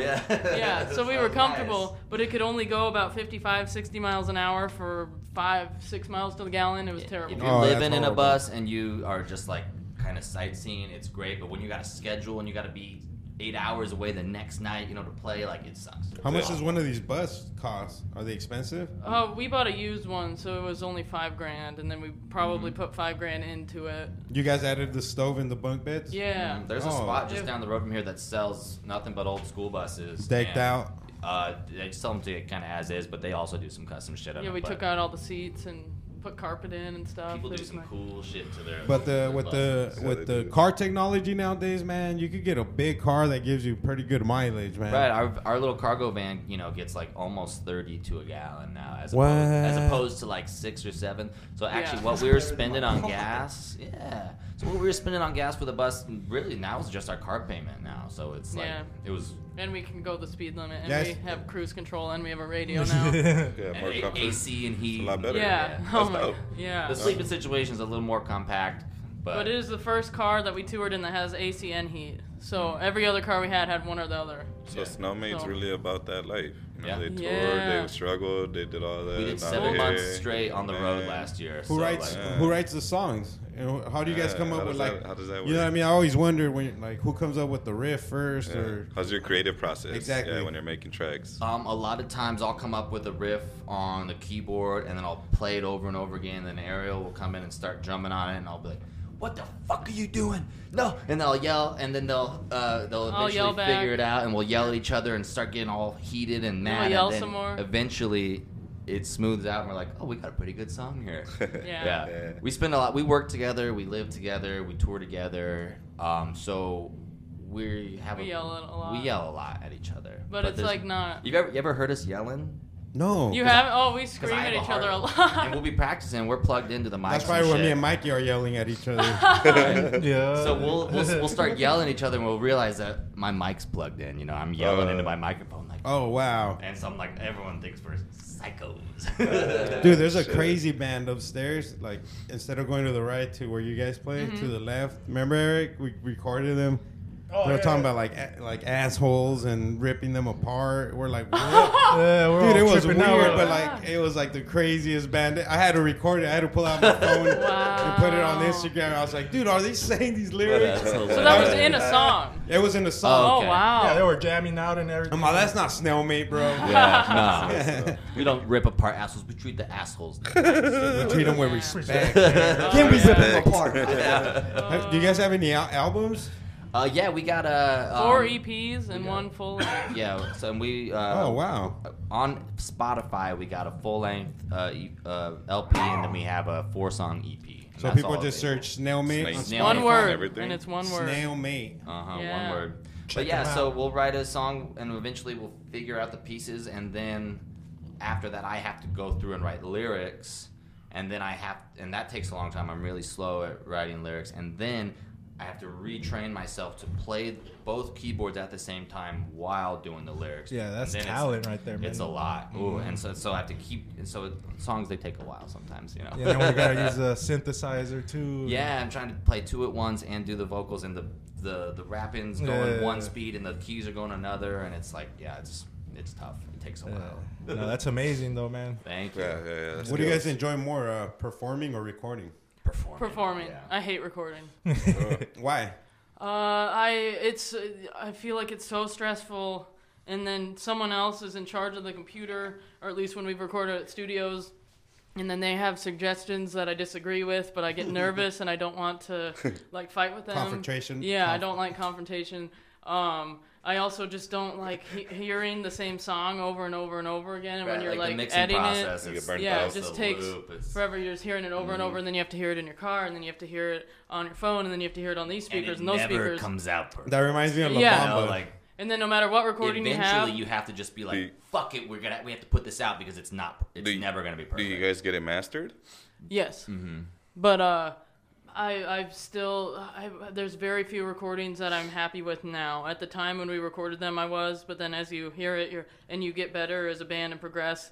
Speaker 6: stove, yeah.
Speaker 7: Yeah, so we
Speaker 6: That
Speaker 7: were
Speaker 6: was
Speaker 7: comfortable,
Speaker 6: nice.
Speaker 7: but it could only go about 55, 60 miles an hour for five, six miles to the gallon. It was
Speaker 6: If
Speaker 7: terrible.
Speaker 6: you're
Speaker 2: Oh, that's
Speaker 6: living in a
Speaker 2: horrible.
Speaker 6: bus and you are just like kind of sightseeing, it's great. But when you got a schedule and you got to be eight hours away the next night, you know, to play, like it sucks.
Speaker 2: How much does one of these bus cost? Are they expensive?
Speaker 7: Uh, we bought a used one, so it was only five grand, and then we probably
Speaker 6: Mm-hmm.
Speaker 7: put five grand into it.
Speaker 2: You guys added the stove and the bunk beds?
Speaker 7: Yeah.
Speaker 6: There's a
Speaker 2: Oh.
Speaker 6: spot just
Speaker 7: Yeah.
Speaker 6: down the road from here that sells nothing but old school buses.
Speaker 2: Staked
Speaker 6: and,
Speaker 2: out.
Speaker 6: Uh, they sell them to kind of as is, but they also do some custom shit. on
Speaker 7: Yeah,
Speaker 6: it,
Speaker 7: we
Speaker 6: but-
Speaker 7: took out all the seats and put carpet in and stuff.
Speaker 6: People
Speaker 7: It
Speaker 6: do
Speaker 7: was
Speaker 6: some
Speaker 7: nice.
Speaker 6: cool shit to their.
Speaker 2: But the
Speaker 6: their
Speaker 2: with
Speaker 6: buses.
Speaker 2: the with the car technology nowadays, man, you could get a big car that gives you pretty good mileage, man.
Speaker 6: Right, our, our little cargo van, you know, gets like almost thirty to a gallon now, as opposed, as
Speaker 2: What?
Speaker 6: opposed to like six or seven. So actually,
Speaker 7: Yeah.
Speaker 6: what we were spending on gas, yeah. So what we were spending on gas for the bus, really, now is just our car payment now. So it's like
Speaker 7: Yeah.
Speaker 6: it was
Speaker 7: And we can go the speed limit, and
Speaker 2: Yes.
Speaker 7: we have cruise control, and we have a radio now.
Speaker 3: Yeah,
Speaker 6: and
Speaker 3: more
Speaker 6: A-
Speaker 3: comfort.
Speaker 6: AC and heat.
Speaker 3: a lot better.
Speaker 7: yeah.
Speaker 6: Yeah.
Speaker 7: Oh
Speaker 3: That's
Speaker 7: my.
Speaker 3: dope.
Speaker 7: Yeah.
Speaker 6: The sleeping situation is a little more compact, but,
Speaker 7: But it is the first car that we toured in that has AC and heat. So
Speaker 6: Mm-hmm.
Speaker 7: every other car we had had one or the other.
Speaker 3: So
Speaker 6: Yeah.
Speaker 3: Snowmaid's
Speaker 7: So-
Speaker 3: really about that life. You know,
Speaker 6: Yeah.
Speaker 3: They toured,
Speaker 7: Yeah.
Speaker 3: they struggled, they did all that.
Speaker 6: we did
Speaker 3: now
Speaker 6: seven
Speaker 3: they're
Speaker 6: months
Speaker 3: here.
Speaker 6: straight on the road
Speaker 3: Man.
Speaker 6: last year.
Speaker 2: Who
Speaker 6: so
Speaker 2: writes
Speaker 6: like,
Speaker 3: Yeah.
Speaker 2: Who writes the songs? And how do you guys
Speaker 3: uh, Yeah,
Speaker 2: come
Speaker 3: how
Speaker 2: up with
Speaker 3: does
Speaker 2: like?
Speaker 3: that- how does that
Speaker 2: You know what I
Speaker 3: work?
Speaker 2: mean? I always wonder when like who comes up with the riff first
Speaker 3: Yeah.
Speaker 2: or
Speaker 3: How's your creative process?
Speaker 2: Exactly.
Speaker 3: Yeah, when you're making tracks.
Speaker 6: Um, a lot of times I'll come up with a riff on the keyboard and then I'll play it over and over again. Then Ariel will come in and start drumming on it, and I'll be like, "What the fuck are you doing? No!" And then I'll yell, and then they'll uh, they'll
Speaker 7: I'll yell
Speaker 6: eventually figure
Speaker 7: back.
Speaker 6: it out, and we'll yell at each other and start getting all heated and mad.
Speaker 7: yell
Speaker 6: and then
Speaker 7: some more.
Speaker 6: Eventually, it smooths out, and we're like, "Oh, we got a pretty good song here."
Speaker 7: Yeah.
Speaker 6: yeah.
Speaker 3: Yeah.
Speaker 6: We spend a lot. We work together. We live together. We tour together. Um, so we have
Speaker 7: We
Speaker 6: a,
Speaker 7: yell a lot.
Speaker 6: We yell a lot at each other.
Speaker 7: But it's,
Speaker 6: there's-
Speaker 7: like, not-
Speaker 6: You've ever you ever heard us yelling?
Speaker 2: no?
Speaker 7: You have oh we
Speaker 6: 'Cause
Speaker 7: scream
Speaker 6: I
Speaker 7: at
Speaker 6: have
Speaker 7: each other a
Speaker 6: heart- and we'll
Speaker 7: lot.
Speaker 6: be practicing. We're plugged into the mic.
Speaker 2: That's probably where me and Mikey are yelling at each other.
Speaker 5: yeah.
Speaker 6: So we'll, we'll we'll start yelling at each other, and we'll realize that my mic's plugged in. You know, I'm yelling
Speaker 3: Uh.
Speaker 6: into my microphone like,
Speaker 2: oh wow,
Speaker 6: and so I'm like, everyone thinks we're psychos.
Speaker 2: dude! There's a crazy band upstairs. Like instead of going to the right to where you guys play, to the left. Remember Eric? We recorded them.
Speaker 5: Mm-hmm. Oh,
Speaker 2: they were
Speaker 5: yeah,
Speaker 2: talking
Speaker 5: yeah.
Speaker 2: about like a- like assholes and ripping them apart. We're like, what?
Speaker 5: Yeah, we're
Speaker 2: Dude,
Speaker 5: all
Speaker 2: it was weird,
Speaker 5: tripping out.
Speaker 2: but like it was like the craziest band. I had to record it. I had to pull out my phone and put it on
Speaker 7: Wow.
Speaker 2: Instagram. I was like, dude, are they saying these lyrics?
Speaker 6: That's
Speaker 7: so that was
Speaker 6: hilarious.
Speaker 7: in a song.
Speaker 2: It was in the song.
Speaker 7: Oh
Speaker 6: Okay.
Speaker 7: wow.
Speaker 5: yeah, they were jamming out and
Speaker 6: Oh.
Speaker 5: everything.
Speaker 2: I'm like, that's not snail mate, bro.
Speaker 6: Yeah, no. we don't rip apart assholes. We treat the assholes.
Speaker 2: We treat them with
Speaker 7: Yeah.
Speaker 2: respect.
Speaker 8: Can we
Speaker 7: yeah.
Speaker 8: rip him apart?
Speaker 2: Have- Do you guys have any al- albums?
Speaker 6: Uh, yeah, we got a um,
Speaker 7: Four EPs and one full. length.
Speaker 6: Yeah, so and we uh,
Speaker 2: Oh wow,
Speaker 6: on Spotify we got a full length uh, E- uh, LP and then we have a four song EP. and
Speaker 2: so
Speaker 6: that's
Speaker 2: people
Speaker 6: all
Speaker 2: just
Speaker 6: available.
Speaker 2: search snail mate.
Speaker 3: Snail-
Speaker 2: on
Speaker 6: Snail
Speaker 7: one
Speaker 6: mate.
Speaker 7: word
Speaker 3: everything.
Speaker 7: and it's one word.
Speaker 2: Snail mate.
Speaker 6: Uh-huh,
Speaker 7: Yeah.
Speaker 6: one word.
Speaker 5: Check
Speaker 6: but yeah,
Speaker 5: them
Speaker 6: so
Speaker 5: out.
Speaker 6: we'll write a song and eventually we'll figure out the pieces and then after that I have to go through and write lyrics and then I have and that takes a long time. I'm really slow at writing lyrics and then I have to retrain myself to play both keyboards at the same time while doing the lyrics.
Speaker 5: Yeah, that's
Speaker 6: And then it's-
Speaker 5: talent right there, man.
Speaker 6: It's a lot. Ooh,
Speaker 5: Mm-hmm.
Speaker 6: and so so I have to keep and so songs they take a while sometimes, you know.
Speaker 5: Yeah, then we gotta use a synthesizer too.
Speaker 6: Yeah, I'm trying to play two at once and do the vocals and the the the rapping's going
Speaker 5: Yeah.
Speaker 6: one speed and the keys are going another and it's like yeah, it's it's tough. It takes a
Speaker 5: Yeah.
Speaker 6: while.
Speaker 5: No, that's amazing though, man.
Speaker 6: Thank you.
Speaker 3: Yeah, yeah, yeah. that's
Speaker 2: What do you
Speaker 3: dope.
Speaker 2: guys enjoy more, uh, performing or recording?
Speaker 6: Performing.
Speaker 7: Performing.
Speaker 6: Yeah.
Speaker 7: I hate recording.
Speaker 2: Why?
Speaker 7: Uh, I it's I feel like it's so stressful, and then someone else is in charge of the computer, or at least when we've recorded at studios, and then they have suggestions that I disagree with, but I get nervous and I don't want to like fight with them.
Speaker 2: Confrontation.
Speaker 7: Yeah, I
Speaker 2: Conf-
Speaker 7: don't like confrontation. Um, I also just don't like he- hearing the same song over and over and over again. And when you're like, editing it,
Speaker 3: You
Speaker 6: is-
Speaker 3: get burnt
Speaker 7: yeah,
Speaker 3: out.
Speaker 7: it
Speaker 3: It's
Speaker 7: just
Speaker 6: the
Speaker 7: takes
Speaker 6: loop, Mm-hmm. it's-
Speaker 7: forever. You're just hearing it over and over, and then you have to hear it in your car, and then you have to hear it on your phone, and then you have to hear it on these
Speaker 6: and
Speaker 7: speakers
Speaker 6: it
Speaker 7: and, those
Speaker 6: never
Speaker 7: speakers.
Speaker 6: comes out perfect.
Speaker 2: That reminds me of La
Speaker 7: Yeah.
Speaker 6: You know,
Speaker 2: Bamba.
Speaker 6: like
Speaker 7: and then no matter what recording
Speaker 6: eventually
Speaker 7: you have,
Speaker 6: to just be
Speaker 3: Do you-
Speaker 6: like, fuck it, we're gonna we have to put this out because it's not it's
Speaker 3: Do you-
Speaker 6: never gonna be perfect.
Speaker 3: Do you guys get it mastered?
Speaker 7: yes,
Speaker 6: Mm-hmm.
Speaker 7: but uh, I I've still I, there's very few recordings that I'm happy with now. At the time when we recorded them, I was, but then as you hear it, you're and you get better as a band and progress.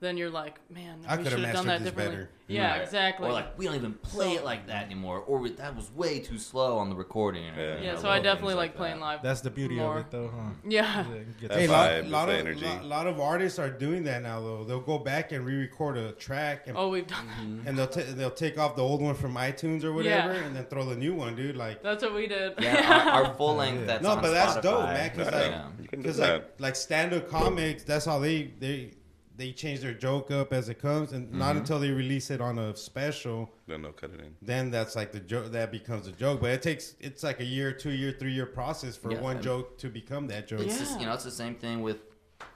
Speaker 7: Then you're like, man,
Speaker 2: I
Speaker 7: we
Speaker 2: coulda
Speaker 7: should have done
Speaker 2: mastered
Speaker 7: that
Speaker 2: this
Speaker 7: differently.
Speaker 2: better.
Speaker 7: Yeah,
Speaker 6: Right.
Speaker 7: exactly.
Speaker 6: Or like we don't even play it like that anymore, or we, that was way too slow on the recording. or,
Speaker 3: Yeah.
Speaker 6: you
Speaker 7: yeah,
Speaker 6: know,
Speaker 7: so I
Speaker 6: little
Speaker 7: definitely
Speaker 6: things
Speaker 7: like
Speaker 6: that.
Speaker 7: playing live.
Speaker 5: That's the beauty
Speaker 7: more.
Speaker 5: of it though, huh?
Speaker 7: Yeah.
Speaker 5: Yeah, get
Speaker 3: Hey,
Speaker 5: that-
Speaker 2: lot,
Speaker 3: Lo- vibe,
Speaker 2: lot
Speaker 3: it's
Speaker 2: of
Speaker 3: the energy.
Speaker 2: Lot, lot of artists are doing that now though. They'll go back and re-record a track and,
Speaker 7: Oh, we've done that.
Speaker 2: and they'll t- they'll take off the old one from iTunes or whatever
Speaker 7: Yeah.
Speaker 2: and then throw the new one, dude. Like
Speaker 7: That's what we did.
Speaker 6: Yeah, our, our full length. That's
Speaker 2: no,
Speaker 6: on
Speaker 2: but that's dope,
Speaker 6: Spotify.
Speaker 2: man. Because
Speaker 3: Yeah.
Speaker 2: like,
Speaker 3: You can do
Speaker 2: 'cause,
Speaker 3: that.
Speaker 2: like, like stand-up comics, that's how they they they change their joke up as it comes, and not until they release it on a special,
Speaker 3: Then they'll cut it in.
Speaker 2: then that's like the joke that becomes a joke. But it takes it's like a year, two year, three year process for
Speaker 6: Yeah,
Speaker 2: one
Speaker 6: and-
Speaker 2: joke to become that joke.
Speaker 6: It's just, you know, it's the same thing with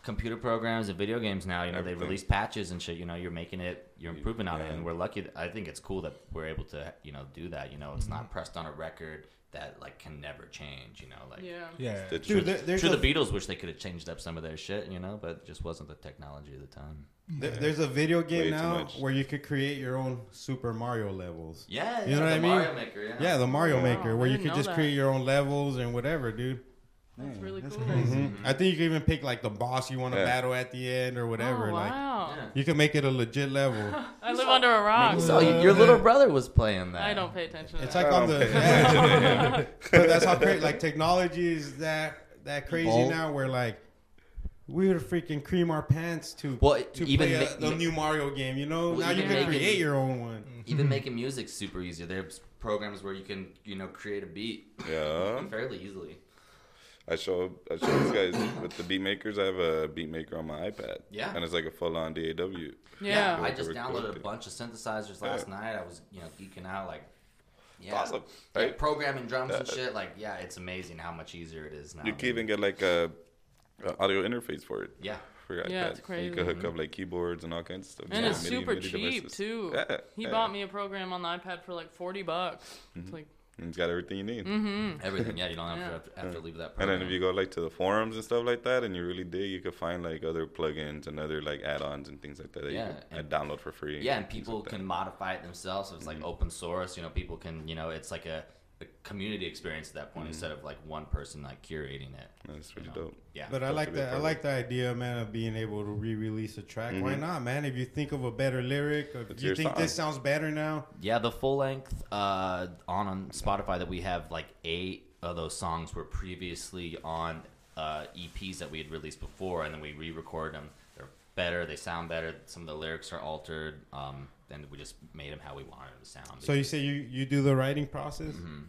Speaker 6: computer programs and video games now. You know, they
Speaker 3: Everything.
Speaker 6: release patches and shit. You know, you're making it, you're improving on it,
Speaker 3: yeah.
Speaker 6: and we're lucky. That, I think it's cool that we're able to, you know, do that. You know, it's not pressed on a record that like can never change. You know, like
Speaker 7: Yeah.
Speaker 5: Yeah.
Speaker 3: The
Speaker 2: Dude,
Speaker 3: truth-
Speaker 2: there- there's
Speaker 6: Sure,
Speaker 2: a-
Speaker 6: the Beatles wish they could have changed up some of their shit, you know, but it just wasn't the technology of the time.
Speaker 2: There- There's a video game
Speaker 3: Way too
Speaker 2: now
Speaker 3: much.
Speaker 2: where you could create your own Super Mario levels.
Speaker 6: Yeah,
Speaker 2: You know what I mean?
Speaker 6: Mario Maker, yeah.
Speaker 2: Yeah, the Mario Maker, where
Speaker 7: I
Speaker 2: you
Speaker 7: didn't
Speaker 2: could
Speaker 7: know
Speaker 2: just
Speaker 7: that.
Speaker 2: create your own levels and whatever, dude.
Speaker 7: That's really cool.
Speaker 2: Mhm. I think you can even pick like the boss you want to
Speaker 3: Yeah.
Speaker 2: battle at the end or whatever.
Speaker 7: Oh,
Speaker 2: Like
Speaker 7: wow.
Speaker 6: Yeah.
Speaker 2: you can make it a legit level.
Speaker 7: I live under a rock.
Speaker 6: So y- your little brother was playing that.
Speaker 7: I don't pay attention to
Speaker 2: It's
Speaker 7: that.
Speaker 2: like
Speaker 3: Oh,
Speaker 2: on the. Yeah. but that's how crazy. Like technology is that that crazy
Speaker 8: Evolve.
Speaker 2: now. Where like we would freaking cream our pants to
Speaker 6: Well,
Speaker 2: to
Speaker 6: even
Speaker 2: play
Speaker 6: ma-
Speaker 2: a, the
Speaker 6: ma-
Speaker 2: new Mario game. You know,
Speaker 6: Well,
Speaker 2: now you
Speaker 6: even
Speaker 2: can
Speaker 6: making- Mm.
Speaker 2: create your own one.
Speaker 6: Even making music's super easy. There's programs where you can, you know, create a beat
Speaker 3: yeah.
Speaker 6: fairly easily.
Speaker 3: I show I show these guys with the beat makers. I have a beat maker on my iPad.
Speaker 6: Yeah.
Speaker 3: And it's like a full on DAW.
Speaker 7: Yeah.
Speaker 6: I just
Speaker 3: Yeah.
Speaker 6: downloaded a bunch of synthesizers last night. I was, you know, geeking out like yeah.
Speaker 3: Awesome,
Speaker 6: Yeah,
Speaker 3: right?
Speaker 6: programming drums and shit. Like, yeah, it's amazing how much easier it is now.
Speaker 3: You can even get like a, a audio interface for it.
Speaker 6: Yeah.
Speaker 3: For your
Speaker 7: Yeah,
Speaker 3: iPad.
Speaker 7: it's
Speaker 3: And You
Speaker 7: crazy.
Speaker 3: can hook up like keyboards and all kinds of stuff.
Speaker 7: And
Speaker 3: Yeah,
Speaker 7: it's
Speaker 3: MIDI-
Speaker 7: super
Speaker 3: MIDI
Speaker 7: cheap
Speaker 3: devices.
Speaker 7: too.
Speaker 3: Yeah,
Speaker 7: he
Speaker 3: yeah. Mm-hmm.
Speaker 7: bought me a program on the iPad for like forty bucks. It's like
Speaker 3: And it's got everything you need.
Speaker 7: Mm-hmm.
Speaker 6: everything. Yeah, you don't have,
Speaker 7: Yeah.
Speaker 6: to, have, to, have to leave that
Speaker 3: And
Speaker 6: program.
Speaker 3: then if you go like to the forums and stuff like that, and you really dig, you could find like other plugins and other like add-ons and things like that that
Speaker 6: Yeah,
Speaker 3: you could
Speaker 6: and-
Speaker 3: uh, download for free.
Speaker 6: Yeah, and
Speaker 3: things
Speaker 6: people
Speaker 3: like that. Mm-hmm.
Speaker 6: can modify it themselves. It's like open source. You know, people can, you know, it's like a, a community experience at that point instead of like one person like curating it.
Speaker 3: Mm-hmm. That's
Speaker 6: you
Speaker 3: pretty
Speaker 6: know?
Speaker 3: dope.
Speaker 6: Uh-huh. Yeah.
Speaker 2: But uh, I
Speaker 3: That's
Speaker 2: like
Speaker 3: a big
Speaker 2: that. I
Speaker 3: part of
Speaker 2: like the idea, man, of being able to re-release a track. Why
Speaker 6: Mm-hmm.
Speaker 2: not, man? If you think of a better lyric, or if
Speaker 3: It's
Speaker 2: you
Speaker 3: your
Speaker 2: think this
Speaker 3: song.
Speaker 2: sounds better now,
Speaker 6: yeah, the full length uh, on on Spotify that we have like eight of those songs were previously on uh, EPs that we had released before, and then we re-recorded them. They're better. They sound better. Some of the lyrics are altered. Um, and we just made them how we wanted them to sound.
Speaker 2: so you say you you do the writing process.
Speaker 6: Mm-hmm.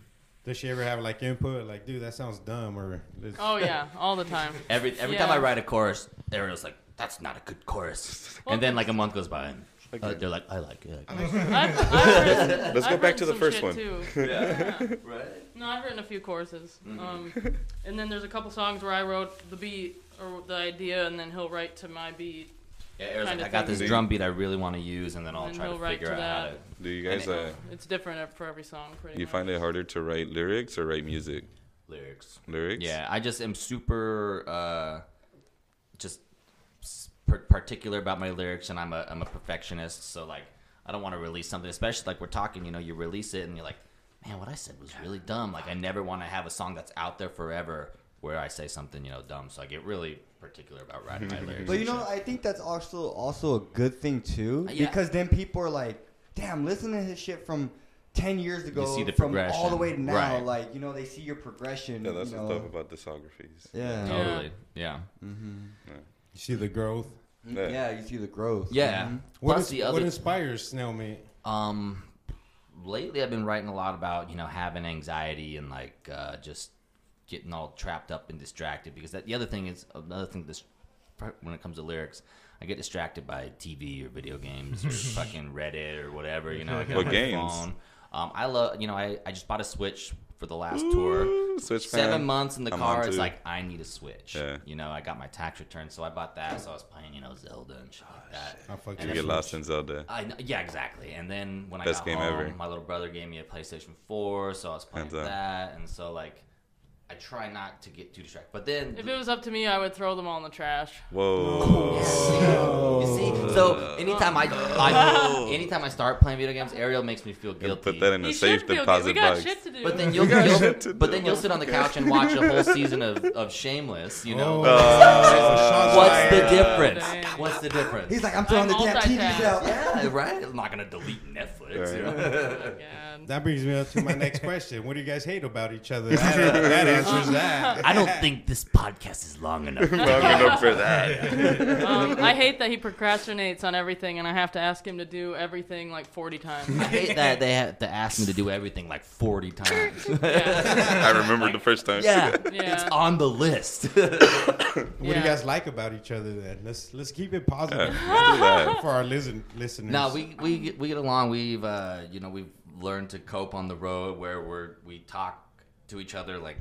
Speaker 2: Does she ever have like input? Like, dude, that sounds dumb, or let's-
Speaker 7: oh yeah, all the time.
Speaker 6: Every every
Speaker 7: Yeah.
Speaker 6: time I write a chorus, Ariel's like, "That's not a good chorus," and then like a month goes by, and uh, they're like, "I like it."
Speaker 7: I've, I've written,
Speaker 3: Let's go
Speaker 7: I've
Speaker 3: back to the
Speaker 7: written some
Speaker 3: first
Speaker 7: shit,
Speaker 3: one. Mm-hmm.
Speaker 7: Too.
Speaker 6: right?
Speaker 7: No, I've written a few choruses. Um, and then there's a couple songs where I wrote the beat or the idea, and then he'll write to my beat.
Speaker 6: Yeah, Ariel's
Speaker 7: Kinda
Speaker 6: like, "I got
Speaker 7: thing.
Speaker 6: this drum beat I really want to use," and then I'll
Speaker 7: And
Speaker 6: try to
Speaker 7: he'll write
Speaker 6: figure out
Speaker 7: to
Speaker 6: how
Speaker 7: that.
Speaker 6: to.
Speaker 3: Do you guys? Uh,
Speaker 7: It's different ev- for every song, pretty
Speaker 3: you
Speaker 7: much.
Speaker 3: find it harder to write lyrics or write music?
Speaker 6: lyrics.
Speaker 3: Lyrics.
Speaker 6: Yeah, I just am super uh, just s- par- particular about my lyrics, and I'm a I'm a perfectionist, so like I don't want to release something, especially like we're talking. You know, you release it, and you're like, man, what I said was really dumb. Like I never want to have a song that's out there forever where I say something you know dumb. So I get really particular about writing my lyrics.
Speaker 8: But
Speaker 6: and
Speaker 8: you know,
Speaker 6: shit.
Speaker 8: I think that's also also a good thing too,
Speaker 6: Uh, Yeah.
Speaker 8: because then people are like, "Damn, listen to his shit from ten years ago,
Speaker 6: see the
Speaker 8: from all the way to
Speaker 6: progression.
Speaker 8: now."
Speaker 6: Right.
Speaker 8: Like, you know, they see your progression.
Speaker 3: Yeah, that's
Speaker 8: you
Speaker 3: the
Speaker 8: know.
Speaker 3: stuff about discographies.
Speaker 8: yeah.
Speaker 7: Yeah.
Speaker 6: totally, yeah,
Speaker 2: you see the growth.
Speaker 3: Yeah.
Speaker 8: Yeah, you see the growth. Mm-hmm.
Speaker 6: yeah.
Speaker 2: What,
Speaker 6: Plus
Speaker 2: is-
Speaker 6: the
Speaker 2: what
Speaker 6: other
Speaker 2: inspires Snail Meat?
Speaker 6: Um, lately I've been writing a lot about you know having anxiety and like uh, just getting all trapped up and distracted because that the other thing is another thing this when it comes to lyrics. I get distracted by TV or video games or fucking Reddit or whatever, you know. I get
Speaker 3: What
Speaker 6: on my
Speaker 3: games?
Speaker 6: phone. Um, I love, you know, I, I just bought a Switch for the last tour
Speaker 3: Switch
Speaker 6: seven
Speaker 3: fan.
Speaker 6: months in the
Speaker 3: I'm
Speaker 6: car,
Speaker 3: on
Speaker 6: it's
Speaker 3: to-
Speaker 6: like I need a Switch.
Speaker 3: Yeah.
Speaker 6: You know, I got my tax return, so I bought that. So I was playing, you know, Zelda and shit like
Speaker 3: Oh,
Speaker 6: that.
Speaker 2: I fuck
Speaker 6: And
Speaker 3: You
Speaker 6: then-
Speaker 3: get lost in Zelda.
Speaker 6: I kn- yeah, exactly. And then when I
Speaker 3: Best
Speaker 6: got
Speaker 3: game
Speaker 6: home,
Speaker 3: ever.
Speaker 6: my little brother gave me a PlayStation Four, so I was playing
Speaker 3: Hands up.
Speaker 6: that, and so like, I try not to get too distracted. But then,
Speaker 7: If it was up to me, I would throw them all in the trash.
Speaker 3: Whoa.
Speaker 6: you see, so anytime I, I anytime I start playing video games, Ariel makes me feel guilty.
Speaker 3: Put that in a
Speaker 7: He
Speaker 3: safe
Speaker 7: should feel good. We
Speaker 3: deposit
Speaker 7: got
Speaker 3: box.
Speaker 7: shit to do.
Speaker 6: But then you'll, you'll but then you'll sit on the couch and watch a whole season of, of Shameless. You know,
Speaker 3: Oh.
Speaker 2: Shots
Speaker 6: what's
Speaker 2: fired.
Speaker 6: the difference?
Speaker 7: Dang.
Speaker 6: What's the difference?
Speaker 8: He's like, I'm throwing
Speaker 7: I'm
Speaker 8: the damn
Speaker 7: multitask.
Speaker 8: TVs out.
Speaker 6: yeah, right. I'm not gonna delete Netflix. you know?
Speaker 7: God.
Speaker 2: That brings me up to my next question. What do you guys hate about each other? That, that answers that.
Speaker 6: I don't think this podcast is long enough.
Speaker 3: Long enough for that.
Speaker 7: Um, I hate that he procrastinates on everything, and I have to ask him to do everything like 40 times.
Speaker 6: I hate that they have to ask me to do everything like 40 times.
Speaker 7: Yeah.
Speaker 3: I remember the first time.
Speaker 6: yeah,
Speaker 7: Yeah.
Speaker 6: it's on the list.
Speaker 2: What do
Speaker 7: Yeah.
Speaker 2: you guys like about each other then? Let's let's keep it positive
Speaker 3: Yeah.
Speaker 2: for our listen, listeners.
Speaker 6: no, we, we get- we get along. We've uh, you know we've learned to cope on the road where we're we talk to each other like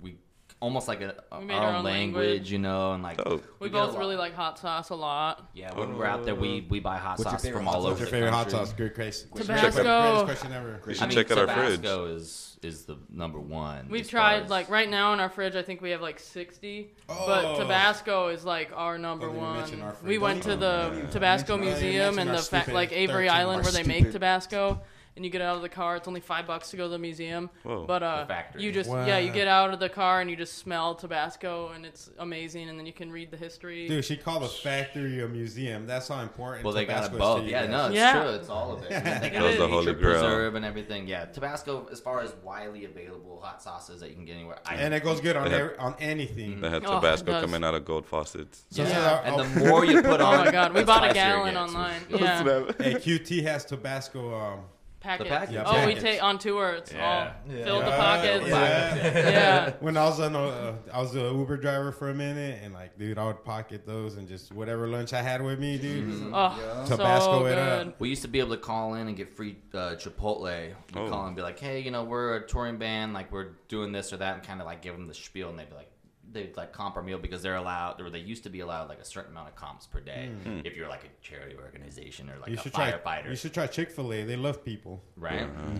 Speaker 6: we almost like a, our,
Speaker 7: We
Speaker 6: own
Speaker 7: made our own
Speaker 6: language,
Speaker 7: language.
Speaker 6: you know, and like
Speaker 3: Oh.
Speaker 7: We
Speaker 6: get a
Speaker 7: both
Speaker 6: lot-
Speaker 7: really like hot sauce a lot.
Speaker 6: Yeah, when we're out there, we we buy hot
Speaker 8: What's your
Speaker 6: sauce
Speaker 8: favorite
Speaker 6: from
Speaker 8: hot
Speaker 6: all
Speaker 8: sauce?
Speaker 2: What's
Speaker 6: over
Speaker 2: your
Speaker 6: the
Speaker 2: favorite hot
Speaker 6: country.
Speaker 2: sauce? Great question.
Speaker 7: Tabasco.
Speaker 2: Greatest question ever.
Speaker 3: should check out our fridge.
Speaker 6: Tabasco is is the number one.
Speaker 7: We've
Speaker 6: as far
Speaker 7: tried
Speaker 6: as-
Speaker 7: like right now in our fridge. I think we have like sixty, but
Speaker 2: Oh.
Speaker 7: Tabasco is like our number
Speaker 2: Don't even
Speaker 7: one.
Speaker 2: mention our
Speaker 7: we
Speaker 2: fridge.
Speaker 7: went to
Speaker 2: Don't
Speaker 7: the Tabasco
Speaker 2: mention- don't even
Speaker 7: Museum
Speaker 2: mention
Speaker 7: and
Speaker 2: our
Speaker 7: the fa-
Speaker 2: stupid
Speaker 7: like Avery
Speaker 2: 13
Speaker 7: Island
Speaker 8: our
Speaker 7: where they make
Speaker 8: stupid-
Speaker 7: Tabasco, and you get out of the car. It's only five bucks to go to the museum,
Speaker 3: Whoa.
Speaker 7: but uh,
Speaker 6: The factory.
Speaker 7: you just yeah, you
Speaker 2: Wow.
Speaker 7: get out of the car and you just smell Tabasco and it's amazing, and then you can read the history.
Speaker 2: Dude, she called a factory a museum. That's how important.
Speaker 6: Well, they got
Speaker 2: Tabasco
Speaker 6: it
Speaker 2: is
Speaker 6: both.
Speaker 2: to you
Speaker 6: Yeah,
Speaker 2: guys.
Speaker 6: no, it's
Speaker 7: Yeah.
Speaker 6: true. It's all of it. They
Speaker 3: That was
Speaker 6: got
Speaker 3: the
Speaker 6: the
Speaker 3: holy
Speaker 6: nature
Speaker 3: grail.
Speaker 6: preserve and everything. Yeah, Tabasco, as far as widely available hot sauces that you can get anywhere. I,
Speaker 2: And it goes good on
Speaker 3: They have-
Speaker 2: every, on anything.
Speaker 3: They had
Speaker 7: Oh, it
Speaker 3: Tabasco
Speaker 7: does.
Speaker 3: coming out of gold faucets.
Speaker 2: So
Speaker 6: yeah.
Speaker 2: this is our-
Speaker 6: and the more you put on,
Speaker 7: oh my god, we
Speaker 6: the
Speaker 7: bought
Speaker 6: spicier
Speaker 7: a
Speaker 6: it
Speaker 7: gallon
Speaker 6: gets.
Speaker 7: online. Yeah,
Speaker 2: hey, QT has Tabasco. Um,
Speaker 7: packets.
Speaker 6: packets.
Speaker 2: Yeah,
Speaker 7: oh, we
Speaker 2: packets.
Speaker 7: take on tour. It's
Speaker 6: Yeah.
Speaker 7: all
Speaker 5: Yeah.
Speaker 7: filled the
Speaker 5: Yeah.
Speaker 7: pockets.
Speaker 2: yeah.
Speaker 7: yeah.
Speaker 2: When I was on, a, uh, I was an Uber driver for a minute, and like, dude, I would pocket those and just whatever lunch I had with me, dude.
Speaker 6: Mm-hmm.
Speaker 7: Oh,
Speaker 2: Tabasco
Speaker 7: so
Speaker 2: it up.
Speaker 7: good.
Speaker 6: We used to be able to call in and get free uh, Chipotle. We'd
Speaker 3: Oh.
Speaker 6: call and be like, "Hey, you know, we're a touring band. Like, we're doing this or that," and kind of like give them the spiel, and they'd be like, they'd like comp our meal because they're allowed, or they used to be allowed like a certain amount of comps per day if you're like a charity organization or like
Speaker 2: Hmm. You
Speaker 6: a
Speaker 2: should
Speaker 6: firefighter,
Speaker 2: try. You should try Chick Fil A. They love people.
Speaker 6: right?
Speaker 3: Uh-huh.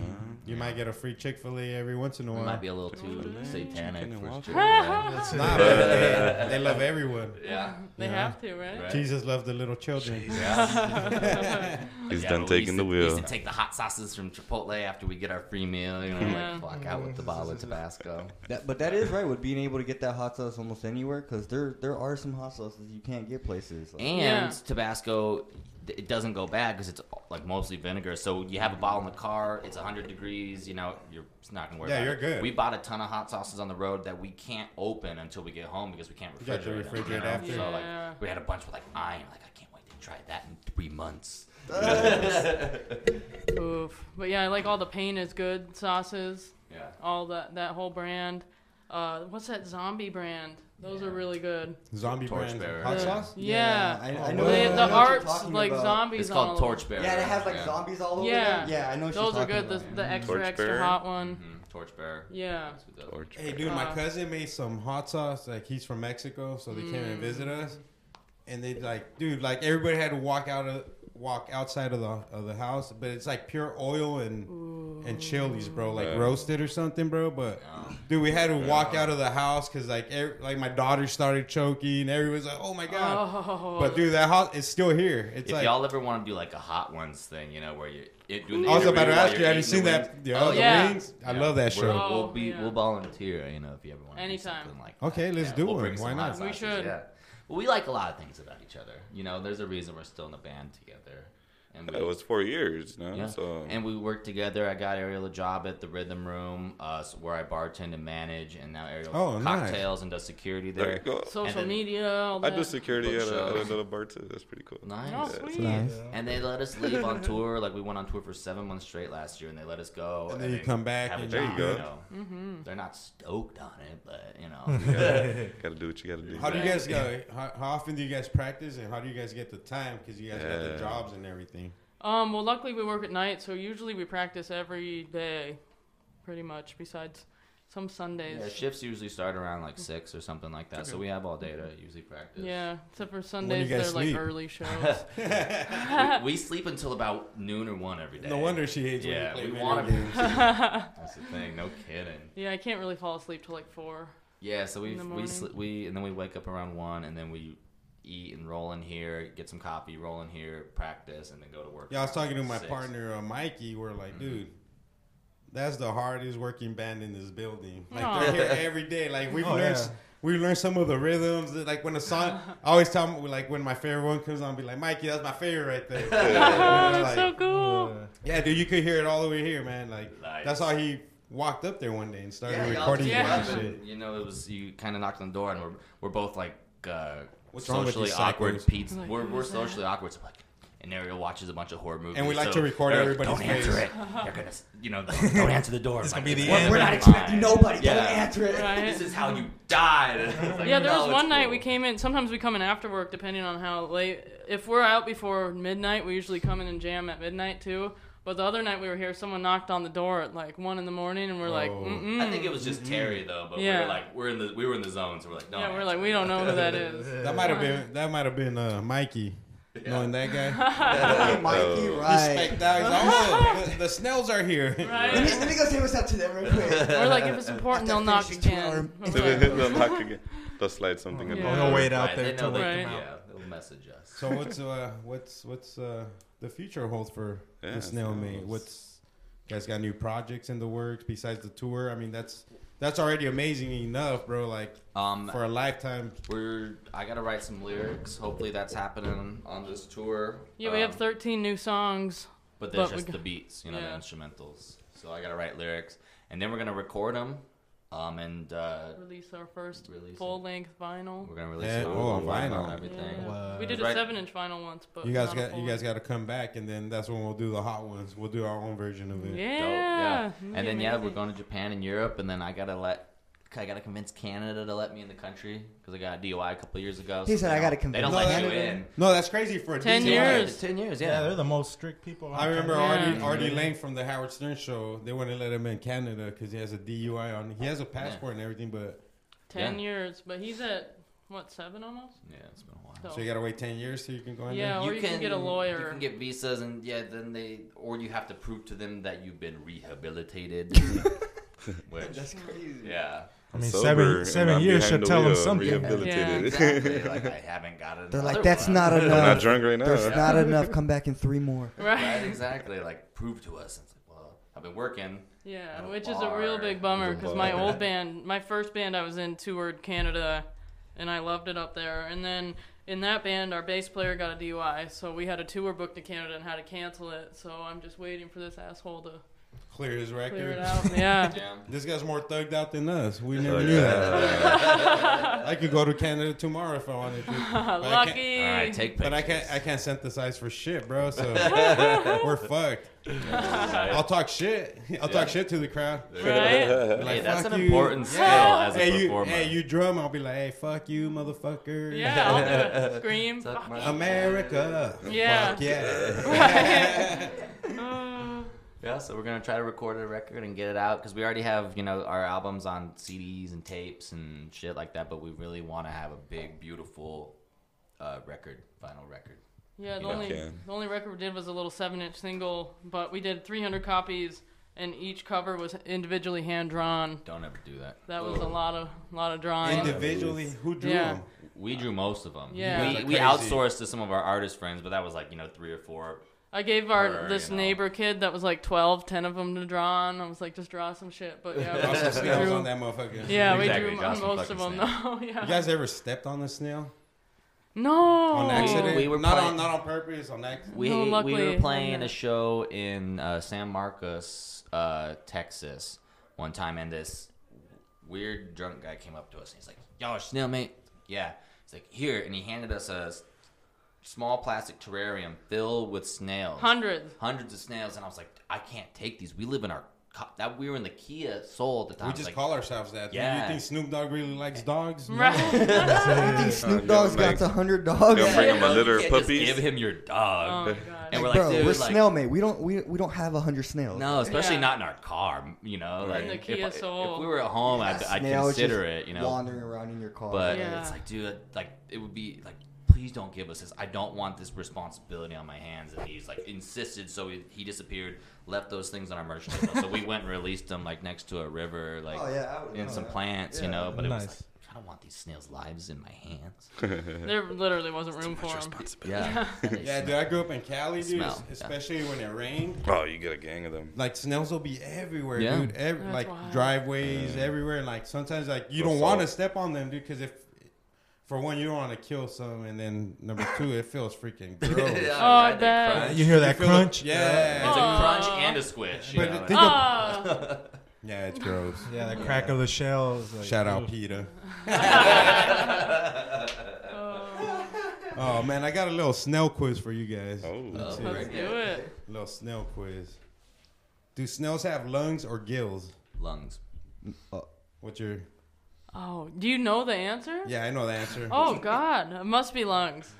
Speaker 2: You might get a free Chick Fil A every once in a
Speaker 6: We
Speaker 2: while.
Speaker 6: might be a little too satanic.
Speaker 3: chicken and
Speaker 6: for
Speaker 3: waffles.
Speaker 6: Chipotle.
Speaker 2: Nah, but they, they love everyone.
Speaker 6: yeah.
Speaker 7: They have to, right?
Speaker 6: Right.
Speaker 2: Jesus loved the little children.
Speaker 3: He's
Speaker 6: Yeah,
Speaker 3: done
Speaker 6: but we
Speaker 3: taking
Speaker 6: used
Speaker 3: the
Speaker 6: to- We
Speaker 3: wheel.
Speaker 6: used to take the hot sauces from Chipotle after we get our free meal, you know,
Speaker 7: Yeah.
Speaker 6: like clock out with the bottle of Tabasco.
Speaker 8: That, but that is right with being able to get that hot sauce almost anywhere because there there are some hot sauces you can't get places. Like,
Speaker 6: And
Speaker 7: Yeah.
Speaker 6: Tabasco, th- it doesn't go bad because it's like mostly vinegar. So you have a bottle in the car. It's 100 degrees. You know, you're it's not gonna worry.
Speaker 2: Yeah,
Speaker 6: about
Speaker 2: you're
Speaker 6: it.
Speaker 2: good.
Speaker 6: We bought a ton of hot sauces on the road that we can't open until we get home because we can't refrigerate.
Speaker 2: got to
Speaker 6: them, you
Speaker 2: refrigerate
Speaker 6: know?
Speaker 2: after.
Speaker 6: So
Speaker 7: Yeah.
Speaker 6: like, we had a bunch with like iron. Like I can't wait to try that in three months.
Speaker 7: Oof. But yeah, I like all the pain is good sauces,
Speaker 6: Yeah.
Speaker 7: all that that whole brand. Uh, what's that zombie brand? Those are really good.
Speaker 2: Zombie brands.
Speaker 6: Torchbearer.
Speaker 2: Hot
Speaker 6: Yeah.
Speaker 2: sauce?
Speaker 7: Yeah.
Speaker 8: I, I
Speaker 2: Oh,
Speaker 8: know
Speaker 7: They-
Speaker 2: yeah,
Speaker 8: I
Speaker 7: the
Speaker 8: know what you're
Speaker 7: arts
Speaker 8: talking
Speaker 7: like
Speaker 8: about.
Speaker 7: zombies.
Speaker 6: It's
Speaker 7: on
Speaker 6: called
Speaker 7: a little-
Speaker 6: Torchbearer.
Speaker 8: Yeah, it has like zombies all over.
Speaker 7: Yeah.
Speaker 8: there. yeah, I know.
Speaker 7: Those
Speaker 8: What you're
Speaker 7: are
Speaker 8: talking
Speaker 7: good. The,
Speaker 8: About.
Speaker 7: the
Speaker 6: Mm-hmm.
Speaker 7: extra extra
Speaker 3: Torchbearer?
Speaker 7: hot one.
Speaker 6: Mhm, Torchbearer.
Speaker 7: Yeah.
Speaker 6: That's what those-
Speaker 3: Torch.
Speaker 2: Hey, dude, my
Speaker 7: Uh,
Speaker 2: cousin made some hot sauce. Like, he's from Mexico, so they came and visit
Speaker 7: Mm.
Speaker 2: us. And they like, dude, like everybody had to walk out of walk outside of the of the house, but it's like pure oil and and chilies, bro, like
Speaker 3: Yeah.
Speaker 2: roasted or something, bro. But dude, we had to walk out of the house because like ev- like my daughter started choking. Everyone's like, oh my god.
Speaker 7: Oh.
Speaker 2: But dude, that hot is still here. It's
Speaker 6: If
Speaker 2: like
Speaker 6: y'all ever want to do like a hot ones thing, you know, where you it, doing the
Speaker 2: I was about to
Speaker 6: interview while
Speaker 2: ask you,
Speaker 6: you're
Speaker 2: have you
Speaker 6: eating
Speaker 2: seen
Speaker 6: the
Speaker 2: that?
Speaker 6: wings.
Speaker 2: Yeah,
Speaker 6: Oh,
Speaker 2: the
Speaker 7: yeah.
Speaker 2: wings. I love that
Speaker 6: We're-
Speaker 2: show.
Speaker 7: Oh,
Speaker 6: we'll be
Speaker 7: yeah.
Speaker 6: we'll volunteer, you know, if you ever want.
Speaker 7: Anytime.
Speaker 6: Do something like
Speaker 2: Okay,
Speaker 6: that.
Speaker 2: let's do
Speaker 6: we'll
Speaker 2: it.
Speaker 6: bring some
Speaker 2: Why
Speaker 6: hot
Speaker 2: not?
Speaker 7: We
Speaker 6: sauces,
Speaker 7: should.
Speaker 6: Yeah. Well, we like a lot of things about each other. You know, there's a reason we're still in a band together. And we,
Speaker 3: It was four years, you know?
Speaker 6: yeah.
Speaker 3: So
Speaker 6: and we work together. I got Ariel a job at the Rhythm Room, uh, s- where I bartend and manage, and now Ariel
Speaker 2: Oh, nice.
Speaker 6: cocktails and does security there.
Speaker 3: there you go.
Speaker 7: Social
Speaker 6: then-
Speaker 7: media. All
Speaker 3: I
Speaker 7: that.
Speaker 3: do security at, a,
Speaker 6: Bookshelf.
Speaker 3: at another bar too. That's pretty cool.
Speaker 7: Oh,
Speaker 6: Nice.
Speaker 7: sweet.
Speaker 6: And they let us leave on tour. Like we went on tour for seven months straight last year, and they let us go.
Speaker 2: And then you come back
Speaker 6: have a
Speaker 2: and-
Speaker 3: There you
Speaker 6: job,
Speaker 3: go.
Speaker 6: know.
Speaker 7: Mm-hmm.
Speaker 6: They're not stoked on it, but you know.
Speaker 3: Gotta do what you gotta do.
Speaker 2: How do you guys go? How, how often do you guys practice, and how do you guys get the time? Because you guys got the
Speaker 3: Yeah.
Speaker 2: jobs and everything.
Speaker 7: Um. Well, luckily we work at night, so usually we practice every day, pretty much. Besides some Sundays.
Speaker 6: Yeah, shifts usually start around like six or something like that. So we have all day to usually practice.
Speaker 7: Yeah, except for
Speaker 2: you
Speaker 7: Sundays, they're
Speaker 2: guys
Speaker 7: like
Speaker 2: sleep?
Speaker 7: early shows.
Speaker 6: We, we sleep until about noon or one every day.
Speaker 2: No wonder she hates. when you
Speaker 6: Yeah,
Speaker 2: play
Speaker 6: we
Speaker 2: video
Speaker 6: want to be.
Speaker 2: games.
Speaker 6: That's the thing. No kidding.
Speaker 7: yeah, I can't really fall asleep till like four.
Speaker 6: Yeah, so we
Speaker 7: the
Speaker 6: we
Speaker 7: morning.
Speaker 6: sli we and then we wake up around one, and then we eat and roll in here, get some coffee, roll in here, practice, and then go to work.
Speaker 2: Yeah, I was talking to my
Speaker 6: Six. Mm-hmm.
Speaker 2: partner uh, Mikey. We're like, dude, that's the hardest working band in this building. Like
Speaker 7: Aw.
Speaker 2: they're here every day. Like we've
Speaker 5: Oh,
Speaker 2: learned.
Speaker 5: yeah.
Speaker 2: We learned some of the rhythms. that, Like when a song, I always tell them, like when my favorite one comes on, I'll be like, Mikey, that's my favorite right there. And it's
Speaker 7: That's so
Speaker 2: like,
Speaker 7: cool.
Speaker 5: uh,
Speaker 2: yeah, dude, you could hear it all the way here, man. Like
Speaker 6: Nice.
Speaker 2: that's how he walked up there one day and started
Speaker 6: Yeah, y'all
Speaker 2: recording
Speaker 6: just
Speaker 2: you and
Speaker 6: happened.
Speaker 2: shit.
Speaker 6: You know, it was you kind of knocked on the door, and we're we're both like uh,
Speaker 2: What's wrong with you
Speaker 6: socially awkward.
Speaker 2: psychos?
Speaker 6: Pete's,
Speaker 7: Like,
Speaker 6: we're
Speaker 7: who
Speaker 6: we're
Speaker 7: is that?
Speaker 6: socially awkward. So like, and Ariel watches a bunch of horror movies,
Speaker 2: And we like
Speaker 6: so
Speaker 2: to record
Speaker 6: Ariel's like,
Speaker 2: everybody's
Speaker 6: Don't
Speaker 2: face."
Speaker 6: answer it. They're gonna, s- you know, don't don't answer the door. It's
Speaker 5: gonna
Speaker 6: like,
Speaker 5: be the
Speaker 6: we're-
Speaker 5: end.
Speaker 6: We're not
Speaker 5: Fine.
Speaker 6: expecting
Speaker 8: Nobody.
Speaker 6: Yeah.
Speaker 8: Don't answer it.
Speaker 7: Right.
Speaker 6: This is how you died. It's like,
Speaker 7: Yeah, there
Speaker 6: no,
Speaker 7: was
Speaker 6: it's
Speaker 7: one night
Speaker 6: cool.
Speaker 7: we came in. Sometimes we come in after work, depending on how late. If we're out before midnight, we usually come in and jam at midnight too. But the other night we were here, someone knocked on the door at like one in the morning, and we're like,
Speaker 2: Oh.
Speaker 7: Mm-mm.
Speaker 6: I think it was just Terry though, but we
Speaker 7: Mm-hmm. Yeah.
Speaker 6: were like we're in the we were in the zone, so we're like no.
Speaker 7: yeah, we're like, we don't know who that is.
Speaker 2: That might have been that might have been uh, Mikey. Knowing that guy,
Speaker 8: Hey, Mikey,
Speaker 2: he's
Speaker 8: right.
Speaker 2: specked out. He's like, oh, the, the snails are here.
Speaker 8: Let me,
Speaker 7: Right?
Speaker 8: let me go say what's up to them real quick.
Speaker 7: We're like, if it's important, they'll knock again.
Speaker 3: They'll knock again. They'll slide
Speaker 6: Oh,
Speaker 3: something
Speaker 7: Yeah.
Speaker 3: above.
Speaker 5: They'll Oh, wait out
Speaker 6: Right,
Speaker 5: there
Speaker 6: they
Speaker 5: till
Speaker 6: know
Speaker 5: they
Speaker 6: they
Speaker 7: Right.
Speaker 5: come
Speaker 6: can-
Speaker 5: out.
Speaker 6: yeah, they'll message us.
Speaker 2: So what's uh, what's what's uh, the future holds for
Speaker 3: Yeah,
Speaker 2: the snail mate?
Speaker 3: snails.
Speaker 2: What's you guys got new projects in the works besides the tour? I mean, that's that's already amazing enough, bro. Like
Speaker 6: Um,
Speaker 2: for a lifetime.
Speaker 6: we're I gotta write some lyrics. Hopefully that's happening on this tour.
Speaker 7: Yeah, we have
Speaker 6: Um,
Speaker 7: 13 new songs.
Speaker 6: But there's
Speaker 7: But we
Speaker 6: just
Speaker 7: g-
Speaker 6: the beats, you know,
Speaker 7: yeah.
Speaker 6: the instrumentals. So I gotta write lyrics, and then we're gonna record them, um, and uh,
Speaker 7: Release our first
Speaker 6: Release it.
Speaker 7: full-length vinyl.
Speaker 6: we're gonna release
Speaker 2: Yeah,
Speaker 6: it.
Speaker 2: oh,
Speaker 6: We're working
Speaker 2: vinyl.
Speaker 6: on everything.
Speaker 7: Yeah.
Speaker 5: Wow.
Speaker 7: We did a
Speaker 6: Right.
Speaker 7: seven-inch vinyl once, but
Speaker 2: You guys
Speaker 7: not a
Speaker 2: got you
Speaker 7: full
Speaker 2: guys got to come back, and then that's when we'll do the hot ones. We'll do our own version of
Speaker 7: one.
Speaker 2: it.
Speaker 7: Yeah.
Speaker 6: Dope, yeah.
Speaker 7: That'd
Speaker 6: And
Speaker 7: be
Speaker 6: then yeah, we're
Speaker 7: amazing.
Speaker 6: going to Japan and Europe, and then I gotta let. I gotta convince Canada to let me in the country because I got a DUI a couple years ago.
Speaker 8: He
Speaker 6: so
Speaker 8: said,
Speaker 6: they
Speaker 8: "I gotta
Speaker 6: don't- They
Speaker 8: convince
Speaker 6: don't let you
Speaker 8: Canada."
Speaker 6: in.
Speaker 2: No, that's crazy for a
Speaker 7: 10
Speaker 2: DUI.
Speaker 7: years.
Speaker 6: It's ten years.
Speaker 5: Yeah,
Speaker 6: Yeah.
Speaker 5: they're the most strict people. on
Speaker 2: I remember
Speaker 5: campus.
Speaker 2: Artie,
Speaker 7: Yeah.
Speaker 2: Artie Lang from the Howard Stern show. They wouldn't let him in Canada because he has a DUI on. He has a passport and everything, but
Speaker 7: Ten
Speaker 6: Yeah.
Speaker 7: years, but he's at what seven almost.
Speaker 6: Yeah, it's been a while.
Speaker 7: So,
Speaker 2: so you gotta wait ten years so you can go in.
Speaker 7: Yeah,
Speaker 2: there?
Speaker 7: or you can get a lawyer.
Speaker 6: You can get visas, and yeah, then they or you have to prove to them that you've been rehabilitated. which,
Speaker 8: That's crazy.
Speaker 6: yeah,
Speaker 5: I mean,
Speaker 3: Sober
Speaker 5: seven
Speaker 3: and
Speaker 5: seven
Speaker 3: I'm
Speaker 5: years
Speaker 3: behind
Speaker 5: should
Speaker 3: the
Speaker 5: tell them
Speaker 3: wheel,
Speaker 5: something.
Speaker 7: Yeah,
Speaker 3: Rehabilitated.
Speaker 6: exactly. like I haven't got it.
Speaker 8: They're like, that's not enough.
Speaker 3: I'm
Speaker 5: uh,
Speaker 3: not drunk right now.
Speaker 8: There's not enough. Come back in three more.
Speaker 6: Right,
Speaker 7: right.
Speaker 6: exactly. Like prove to us. It's like, well, I've been working.
Speaker 7: Yeah,
Speaker 6: At a
Speaker 7: which is a real
Speaker 6: bar.
Speaker 7: big bummer
Speaker 6: At a
Speaker 7: because my
Speaker 6: bar.
Speaker 7: old band, my first band I was in, toured Canada, and I loved it up there. And then in that band, our bass player got a DUI, so we had a tour booked to Canada and had to cancel it. So I'm just waiting for this asshole to
Speaker 2: clear his record.
Speaker 7: clear it out. Yeah.
Speaker 6: Yeah.
Speaker 2: This guy's more thugged out than us.
Speaker 6: Oh,
Speaker 2: We never
Speaker 3: Like,
Speaker 2: knew that.
Speaker 3: uh,
Speaker 2: I could go to Canada tomorrow if I wanted to. But I can't-
Speaker 7: Lucky.
Speaker 6: All right, take pictures.
Speaker 2: But I can't. I can't synthesize for shit, bro. So we're fucked. I'll talk shit. I'll talk shit to the crowd.
Speaker 7: Right?
Speaker 2: Be like,
Speaker 6: Hey, that's
Speaker 2: "Fuck
Speaker 6: an
Speaker 2: you."
Speaker 6: important skill as a
Speaker 2: Hey you,
Speaker 6: performer.
Speaker 2: hey, you drum. I'll be like, hey, fuck you, motherfucker.
Speaker 7: Yeah, I'll do it. Scream.
Speaker 6: Suck my-
Speaker 2: America.
Speaker 7: Yeah.
Speaker 2: Fuck yeah.
Speaker 7: Uh,
Speaker 6: Yeah, so we're gonna try to record a record and get it out because we already have you know our albums on CDs and tapes and shit like that, but we really want to have a big, beautiful uh, record, vinyl record.
Speaker 7: Yeah, the
Speaker 6: Yeah.
Speaker 7: only
Speaker 3: Okay.
Speaker 7: the only record we did was a little seven inch single, but we did 300 copies, and each cover was individually hand drawn.
Speaker 6: Don't ever do that.
Speaker 7: That was a
Speaker 6: Ugh.
Speaker 7: lot of lot of drawing.
Speaker 2: Individually, who drew
Speaker 7: Yeah.
Speaker 2: them?
Speaker 6: We drew most of them.
Speaker 7: Yeah. You
Speaker 6: we,
Speaker 7: guys
Speaker 2: are
Speaker 6: we
Speaker 2: crazy.
Speaker 6: outsourced to some of our artist friends, but that was like you know three or four.
Speaker 7: I gave our
Speaker 6: Or,
Speaker 7: this
Speaker 6: you know.
Speaker 7: neighbor kid that was like 12, 10 of them to draw, and I was like, just draw some shit. But yeah,
Speaker 2: Drop some
Speaker 7: we
Speaker 2: snails
Speaker 7: drew-
Speaker 2: on that motherfucker.
Speaker 7: yeah,
Speaker 6: Exactly,
Speaker 7: we drew
Speaker 6: draw
Speaker 7: m-
Speaker 6: some
Speaker 7: most of
Speaker 6: fucking
Speaker 7: them
Speaker 6: snails.
Speaker 7: though. Yeah.
Speaker 2: You guys ever stepped on a snail
Speaker 7: no.
Speaker 2: on accident?
Speaker 6: We were
Speaker 2: not
Speaker 6: playing-
Speaker 2: on not on purpose. On accident.
Speaker 6: We
Speaker 7: No,
Speaker 6: we
Speaker 7: luckily,
Speaker 6: were playing
Speaker 7: yeah.
Speaker 6: a show in uh, San Marcos, uh, Texas, one time, and this weird drunk guy came up to us and he's like, "Yo, snail mate, yeah." He's like, "Here," and he handed us a s- small plastic terrarium filled with snails,
Speaker 7: Hundreds.
Speaker 6: hundreds of snails, and I was like, "I can't take these. We live in our co- that we were in the Kia Soul at the time.
Speaker 2: We
Speaker 6: It's
Speaker 2: just
Speaker 6: like,
Speaker 2: call ourselves that.
Speaker 6: Yeah.
Speaker 2: You think Snoop Dogg really likes dogs? No.
Speaker 7: Right.
Speaker 8: Dude, Snoop
Speaker 3: yeah,
Speaker 8: Dogg's
Speaker 3: like-
Speaker 8: got a hundred dogs.
Speaker 3: They'll bring
Speaker 6: "You
Speaker 3: him
Speaker 6: know,
Speaker 3: a
Speaker 6: you
Speaker 3: litter of
Speaker 6: can't just
Speaker 3: puppies.
Speaker 6: Give him your dog."
Speaker 7: oh my
Speaker 6: And
Speaker 7: god.
Speaker 6: we're like,
Speaker 8: Bro,
Speaker 6: dude,
Speaker 8: we're
Speaker 6: like,
Speaker 8: snail mate. We don't we, we don't have a hundred snails.
Speaker 6: No, especially
Speaker 7: Um, Yeah.
Speaker 6: not in our car. You know,
Speaker 7: In the
Speaker 6: like
Speaker 7: Kia
Speaker 6: if,
Speaker 7: Soul.
Speaker 6: if we were at home, I'd,
Speaker 8: A
Speaker 6: I'd
Speaker 8: snail is
Speaker 6: consider it.
Speaker 8: just
Speaker 6: You know,
Speaker 8: wandering around in your car.
Speaker 6: but
Speaker 7: Yeah.
Speaker 6: it's like, dude, like it would be like, please don't give us this. I don't want this responsibility on my hands. And he's like insisted, so he, he disappeared, left those things on our merchant table. so we went and released them like next to a river, like
Speaker 8: Oh, yeah, I would
Speaker 6: in
Speaker 8: know
Speaker 6: some
Speaker 8: that.
Speaker 6: plants, you
Speaker 8: Yeah.
Speaker 6: know. But it was
Speaker 5: Nice.
Speaker 6: like, I don't want these snails' lives in my hands.
Speaker 7: There literally wasn't room for them.
Speaker 6: Yeah,
Speaker 2: Yeah, dude, I grew up in Cali, dude.
Speaker 6: Smell, yeah.
Speaker 2: Especially when it rained.
Speaker 3: Oh, you get a gang of them.
Speaker 2: Like snails will be everywhere,
Speaker 6: Yeah.
Speaker 2: dude. Ev-
Speaker 7: That's
Speaker 2: like
Speaker 7: wild.
Speaker 2: driveways, everywhere. And like sometimes, like you
Speaker 3: Go
Speaker 2: don't want to
Speaker 3: salt.
Speaker 2: step on them, dude, because if for one you don't want to kill some, and then number two, it feels freaking gross.
Speaker 6: Yeah,
Speaker 7: Oh, I
Speaker 6: right, they
Speaker 7: bet.
Speaker 6: crunch.
Speaker 5: Uh, You hear that
Speaker 2: feel like-
Speaker 5: crunch?
Speaker 2: yeah.
Speaker 6: It's a
Speaker 7: Aw.
Speaker 6: crunch and a squish. You
Speaker 2: But
Speaker 6: know,
Speaker 2: think of-
Speaker 6: like-
Speaker 7: Ah.
Speaker 2: yeah, it's gross.
Speaker 5: Yeah, the crack of the shell. Is like,
Speaker 2: Shout
Speaker 5: ooh.
Speaker 2: out Peter. oh man, I got a little snail quiz for you guys.
Speaker 3: Oh.
Speaker 6: Uh,
Speaker 2: Let's see.
Speaker 7: Let's do it.
Speaker 2: little snail quiz. Do snails have lungs or gills?
Speaker 6: lungs.
Speaker 2: What's your?
Speaker 7: Oh, do you know the answer?
Speaker 2: Yeah, I know the answer.
Speaker 7: Oh god, it must be lungs.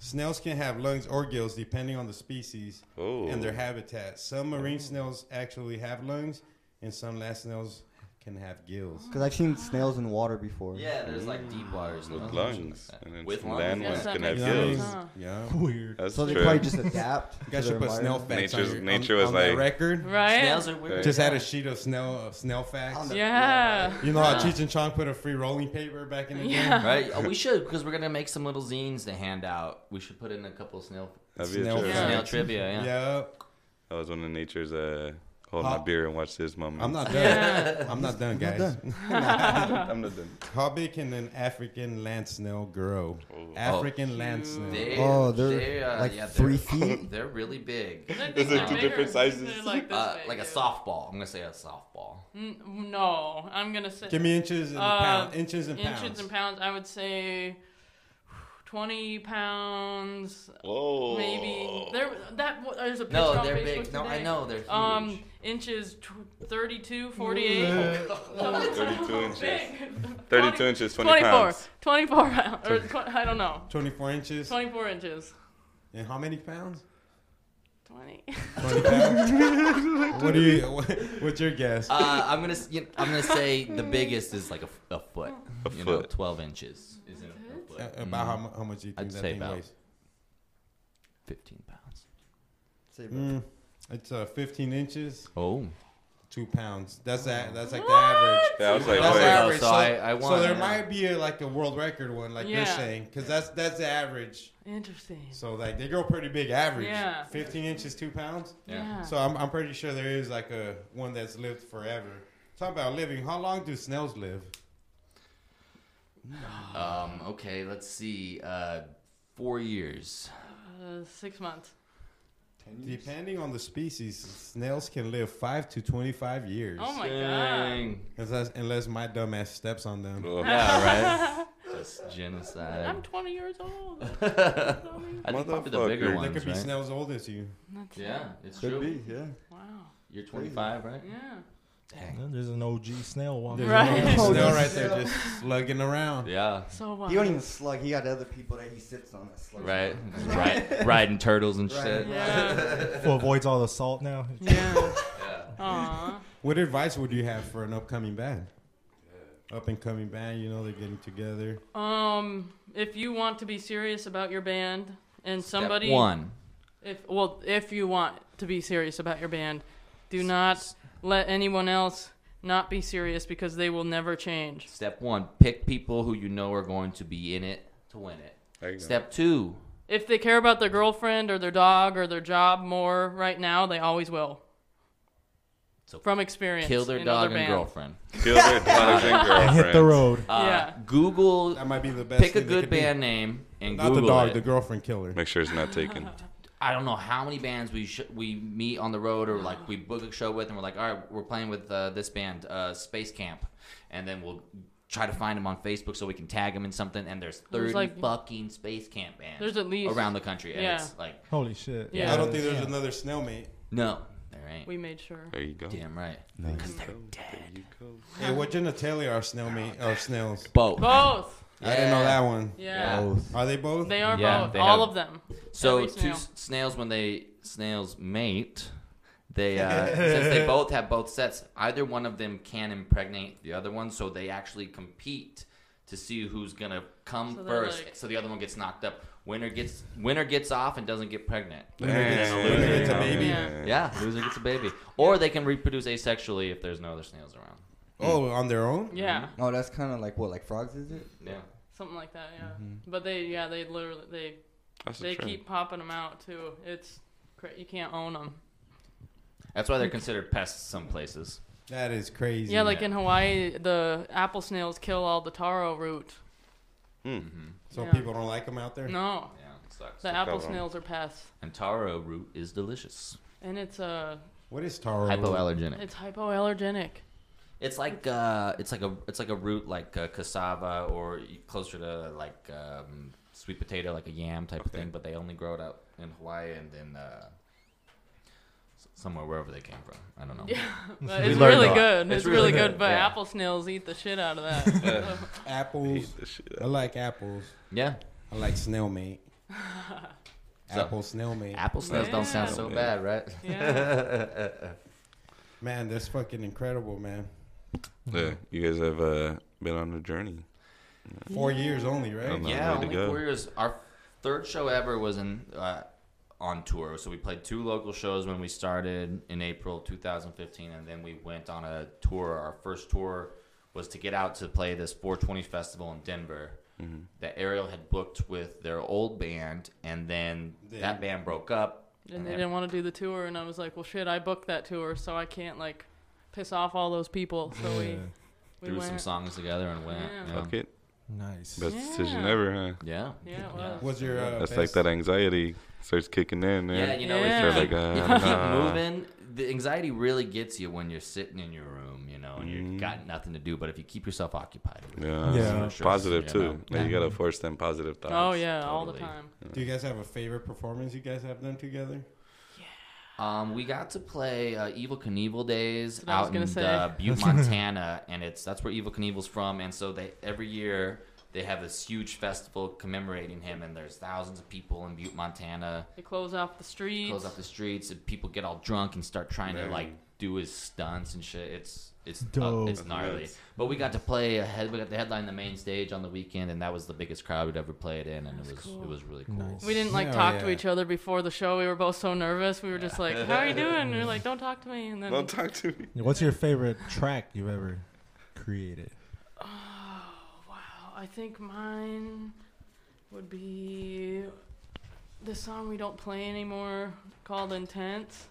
Speaker 2: Snails can have lungs or gills depending on the species
Speaker 3: Oh.
Speaker 2: and their habitat. Some marine snails actually have lungs, and some land snails can have gills.
Speaker 8: Because I've seen snails in water before.
Speaker 6: Yeah, there's like deep waters
Speaker 3: With
Speaker 6: and
Speaker 3: lungs. And then
Speaker 6: With
Speaker 3: some
Speaker 6: lungs,
Speaker 3: land
Speaker 6: yeah.
Speaker 3: ones
Speaker 7: Yes, that
Speaker 3: can have
Speaker 7: makes
Speaker 2: You know what I
Speaker 3: gills.
Speaker 7: sense.
Speaker 2: mean? Yeah.
Speaker 5: Weird.
Speaker 3: That's
Speaker 8: So they
Speaker 3: true.
Speaker 8: probably just adapt.
Speaker 2: You guys
Speaker 8: to their
Speaker 2: should put snail
Speaker 8: environment.
Speaker 2: facts
Speaker 3: Nature's-
Speaker 2: on, your,
Speaker 3: nature
Speaker 2: on,
Speaker 3: was
Speaker 2: on the
Speaker 3: like-
Speaker 2: record.
Speaker 7: Right?
Speaker 6: Snails are weird.
Speaker 2: Just add a sheet of snail of snail facts.
Speaker 7: yeah.
Speaker 2: You know how Cheech and Chong put a free rolling paper back in the
Speaker 7: Yeah.
Speaker 6: Right? Oh, we should, because we're going to make some little zines to hand out. We should put in a couple snail,
Speaker 3: That'd be a
Speaker 2: Snail
Speaker 3: trip.
Speaker 7: Yeah.
Speaker 6: snail trivia.
Speaker 2: day?
Speaker 6: Yeah.
Speaker 2: Yeah.
Speaker 3: I was one of nature's. Uh, hold my
Speaker 2: Huh?
Speaker 3: beer and watch this, mama.
Speaker 2: I'm not
Speaker 7: Yeah.
Speaker 2: done. I'm not done, guys.
Speaker 3: I'm not done.
Speaker 2: How big can an African land snail grow?
Speaker 6: Oh.
Speaker 2: African land snail.
Speaker 6: They,
Speaker 8: Oh, they're
Speaker 6: uh,
Speaker 8: like
Speaker 6: yeah,
Speaker 8: three
Speaker 6: they're-
Speaker 8: feet?
Speaker 6: They're really big.
Speaker 7: I think
Speaker 3: Those are
Speaker 7: they're
Speaker 3: two
Speaker 7: bigger.
Speaker 3: different sizes.
Speaker 7: They're Like, this
Speaker 6: Uh,
Speaker 7: big,
Speaker 6: like a
Speaker 7: dude.
Speaker 6: softball. I'm going to say a softball.
Speaker 7: N- No, I'm gonna say
Speaker 2: Give me inches and
Speaker 7: Uh,
Speaker 2: pounds. Inches and pounds.
Speaker 7: inches and pounds. I would say twenty pounds,
Speaker 3: Whoa.
Speaker 7: maybe. There, that wa- there's a picture
Speaker 6: Oh. No,
Speaker 7: on
Speaker 6: they're
Speaker 7: Facebook
Speaker 6: big. No, I
Speaker 7: today.
Speaker 6: know. They're huge.
Speaker 7: Um, inches tw- 32, 48.
Speaker 3: 32 inches.
Speaker 7: Big.
Speaker 3: 32
Speaker 7: 20
Speaker 3: inches, 20
Speaker 7: 24,
Speaker 3: pounds.
Speaker 7: 24 pounds. Or, tw- I don't know.
Speaker 2: 24 inches.
Speaker 7: 24 inches.
Speaker 2: And how many pounds?
Speaker 7: 20.
Speaker 2: 20 pounds. what do you? What, what's your guess?
Speaker 6: Uh, I'm gonna, s- you know, I'm gonna say the biggest is like a, f- a foot,
Speaker 7: Oh.
Speaker 3: A
Speaker 6: you know,
Speaker 3: foot.
Speaker 6: 12 inches is in a
Speaker 2: Uh,
Speaker 6: foot,
Speaker 2: about how, mu- how much do you think
Speaker 6: I'd
Speaker 2: that
Speaker 6: say
Speaker 2: thing
Speaker 6: about-
Speaker 2: weighs?
Speaker 6: 15 pounds.
Speaker 8: Say about-
Speaker 2: Mm, it's uh, 15 inches,
Speaker 6: Oh,
Speaker 2: two pounds. That's that. That's like the average.
Speaker 3: Yeah, I was like,
Speaker 2: That's
Speaker 6: Oh,
Speaker 2: the
Speaker 6: yeah.
Speaker 3: wait.
Speaker 2: average.
Speaker 6: So I- I won,
Speaker 2: so there
Speaker 6: yeah.
Speaker 2: might be a, like a world record one, like you're
Speaker 7: Yeah.
Speaker 2: saying, because that's that's the average.
Speaker 7: Interesting.
Speaker 2: So like they grow pretty big average.
Speaker 7: Yeah.
Speaker 2: 15 inches, two pounds.
Speaker 7: Yeah.
Speaker 2: So I'm, I'm pretty sure there is like a one that's lived forever. Talk about living. How long do snails live?
Speaker 6: Um, okay, let's see. Uh, four years.
Speaker 7: Uh, six months.
Speaker 2: Depending on the species, snails can live five to 25 years.
Speaker 7: Oh my god.
Speaker 6: Dang.
Speaker 2: Unless, unless my dumb ass steps on them.
Speaker 3: Oh,
Speaker 6: Yeah, right. Just genocide.
Speaker 7: I'm 20 years old.
Speaker 6: I think probably the bigger
Speaker 3: Motherfucker.
Speaker 2: They
Speaker 6: ones,
Speaker 2: could be
Speaker 6: right?
Speaker 2: snails old as you.
Speaker 7: That's
Speaker 6: Yeah, it's
Speaker 8: Could
Speaker 6: true.
Speaker 8: be, yeah.
Speaker 7: Wow.
Speaker 6: You're 25, right?
Speaker 7: Yeah.
Speaker 5: And there's an OG snail walking.
Speaker 2: There's
Speaker 7: Right.
Speaker 2: an old
Speaker 8: Oh,
Speaker 2: snail
Speaker 8: just-
Speaker 2: right there just slugging around.
Speaker 6: Yeah.
Speaker 7: So wow.
Speaker 8: He don't even slug. He got other people that he sits on that slug.
Speaker 6: Right. right. Riding turtles and shit.
Speaker 7: Yeah.
Speaker 5: Who avoids all the salt now?
Speaker 7: yeah.
Speaker 6: Yeah.
Speaker 7: Aw.
Speaker 2: What advice would you have for an upcoming band? Up and coming band, you know, they're getting together.
Speaker 7: Um, if you want to be serious about your band and somebody
Speaker 6: Step one.
Speaker 7: if well, if you want to be serious about your band, do not let anyone else not be serious because they will never change.
Speaker 6: Step one. Pick people who you know are going to be in it to win it.
Speaker 3: There you go.
Speaker 6: Step two.
Speaker 7: If they care about their girlfriend or their dog or their job more right now, they always will.
Speaker 6: So
Speaker 7: From experience,
Speaker 6: Kill their
Speaker 7: in
Speaker 6: dog
Speaker 7: other
Speaker 6: and
Speaker 7: bands.
Speaker 6: girlfriend.
Speaker 3: Kill their daughters and
Speaker 5: And
Speaker 3: girlfriends.
Speaker 5: hit the road.
Speaker 6: Uh,
Speaker 7: Yeah.
Speaker 6: Google.
Speaker 2: That might be the best.
Speaker 6: Pick a
Speaker 2: thing they
Speaker 6: good
Speaker 2: could do.
Speaker 6: band name and
Speaker 2: Not
Speaker 6: Google
Speaker 2: the dog,
Speaker 6: it.
Speaker 2: the girlfriend killer.
Speaker 3: Make sure it's not taken.
Speaker 6: I don't know how many bands we sh- we meet on the road or like we book a show with, and we're like, all right, we're playing with uh, this band, uh, Space Camp, and then we'll try to find them on Facebook so we can tag them in something. And there's thirty
Speaker 7: There's, like-
Speaker 6: fucking Space Camp bands.
Speaker 7: There's at least-
Speaker 6: around the country, and
Speaker 7: yeah.
Speaker 6: it's like,
Speaker 5: Holy shit.
Speaker 7: Yeah.
Speaker 2: I don't think there's
Speaker 5: Yeah.
Speaker 2: another snail mate.
Speaker 6: no, there ain't.
Speaker 7: We made sure.
Speaker 3: There you go.
Speaker 6: Damn right.
Speaker 2: Hey, what genitalia are snail mate or snails?
Speaker 6: Both.
Speaker 7: Both.
Speaker 2: I didn't know that one.
Speaker 7: Yeah.
Speaker 2: Are they both?
Speaker 7: They are
Speaker 6: Yeah,
Speaker 7: both.
Speaker 6: they
Speaker 7: All
Speaker 6: have-
Speaker 7: of them.
Speaker 6: So
Speaker 7: Every
Speaker 6: two
Speaker 7: snail.
Speaker 6: s- snails when they snails mate, they uh, since they both have both sets, either one of them can impregnate the other one, so they actually compete to see who's gonna come
Speaker 7: So they're
Speaker 6: first.
Speaker 7: like-
Speaker 6: so the other one gets knocked up. Winner gets winner gets off and doesn't get pregnant.
Speaker 3: Damn.
Speaker 2: Look at the baby.
Speaker 7: Yeah.
Speaker 6: Yeah, loser gets a baby. Or they can reproduce asexually if there's no other snails around.
Speaker 2: Oh, on their own?
Speaker 7: Yeah.
Speaker 6: Mm-hmm.
Speaker 8: Oh, that's kind of like what, like frogs, is it?
Speaker 6: Yeah.
Speaker 7: Something like that, yeah.
Speaker 6: Mm-hmm.
Speaker 7: But they, yeah, they literally, they
Speaker 3: That's
Speaker 7: They
Speaker 3: a trip.
Speaker 7: keep popping them out too. It's cra- you can't own them.
Speaker 6: That's why they're considered pests some places.
Speaker 2: That is crazy.
Speaker 7: Yeah, like in Hawaii, the apple snails kill all the taro root.
Speaker 2: so
Speaker 7: yeah.
Speaker 2: people don't like them out there.
Speaker 7: No,
Speaker 6: Yeah, it sucks.
Speaker 7: the apple
Speaker 3: that one.
Speaker 7: snails are pests,
Speaker 6: and taro root is delicious.
Speaker 7: and it's uh,
Speaker 2: What is taro?
Speaker 6: Hypoallergenic.
Speaker 7: it's hypoallergenic.
Speaker 6: It's like uh, it's like a it's like a root like uh, cassava or closer to like um, sweet potato, like a yam type of thing. But they only grow it out in Hawaii and then uh, s- somewhere wherever they came from. I don't know.
Speaker 7: But it's
Speaker 6: learned
Speaker 7: really
Speaker 6: a lot.
Speaker 7: good. It's, really good. But
Speaker 6: Yeah.
Speaker 7: apple snails eat the shit out of that.
Speaker 2: Apples.
Speaker 3: Hate this shit.
Speaker 2: I like apples.
Speaker 6: Yeah.
Speaker 2: I like snail mate.
Speaker 6: So-
Speaker 2: Apple snail mail.
Speaker 6: Apple snails don't sound
Speaker 7: Yeah.
Speaker 6: so bad, right?
Speaker 2: Man, that's fucking incredible, man.
Speaker 3: Yeah, you guys have uh, been on a journey.
Speaker 2: Four years only, right?
Speaker 3: Um, Long
Speaker 6: yeah,
Speaker 3: way to
Speaker 6: only
Speaker 3: go.
Speaker 6: four years. Our third show ever was in uh, on tour, so we played two local shows when we started in April 2015, and then we went on a tour. Our first tour was to get out to play this 420 festival in Denver
Speaker 3: Mm-hmm.
Speaker 6: that Ariel had booked with their old band, and then that band broke up.
Speaker 7: And they didn't want to do the tour, and I was like, well, shit, I booked that tour, so I can't like piss off all those people. So we we
Speaker 6: threw
Speaker 7: went.
Speaker 6: some songs together and went.
Speaker 7: Yeah.
Speaker 6: you know.
Speaker 3: Fuck it.
Speaker 5: Nice.
Speaker 3: Best decision
Speaker 7: Oh. Yeah.
Speaker 3: ever, huh?
Speaker 6: Yeah.
Speaker 7: Yeah, it was.
Speaker 2: What's your uh,
Speaker 3: That's
Speaker 2: best-
Speaker 3: like that anxiety starts kicking in, man.
Speaker 6: Yeah, you know,
Speaker 7: Yeah.
Speaker 6: if you
Speaker 7: They're
Speaker 3: like,
Speaker 6: keep, if
Speaker 3: uh,
Speaker 6: you keep
Speaker 3: nah.
Speaker 6: moving, the anxiety really gets you when you're sitting in your room, you know, and you've got nothing to do. But if you keep yourself occupied, it
Speaker 3: Mm-hmm. Yeah.
Speaker 5: Yeah. For
Speaker 6: sure.
Speaker 3: Positive
Speaker 6: Yeah.
Speaker 3: too.
Speaker 6: Yeah.
Speaker 3: Like, you gotta force them positive thoughts.
Speaker 7: Oh yeah, all the
Speaker 6: totally.
Speaker 7: time.
Speaker 2: Do you guys have a favorite performance you guys have done together?
Speaker 6: Um, we got to play uh, Evil Knievel Days
Speaker 7: what I was
Speaker 6: out in
Speaker 7: gonna say.
Speaker 6: uh, Butte, Montana, and it's that's where Evil Knievel's from. And so they every year they have this huge festival commemorating him, and there's thousands of people in Butte, Montana.
Speaker 7: They close off the streets.
Speaker 6: Close up the streets, and people get all drunk and start trying to like do his stunts and shit. It's it's uh,
Speaker 5: Dope.
Speaker 6: it's gnarly. But we got to play ahead. We got to headline the main stage on the weekend, and that was the biggest crowd we'd ever played in, and it was it was really cool.
Speaker 5: Nice.
Speaker 7: We didn't like
Speaker 2: Oh,
Speaker 7: talk to
Speaker 2: yeah.
Speaker 7: each other before the show. We were both so nervous. We were just like, "How are you doing?" And we were like, "Don't talk to me." And then
Speaker 3: Don't talk to me.
Speaker 5: What's your favorite track you've ever created?
Speaker 7: wow, I think mine would be the song we don't play anymore called "Intense."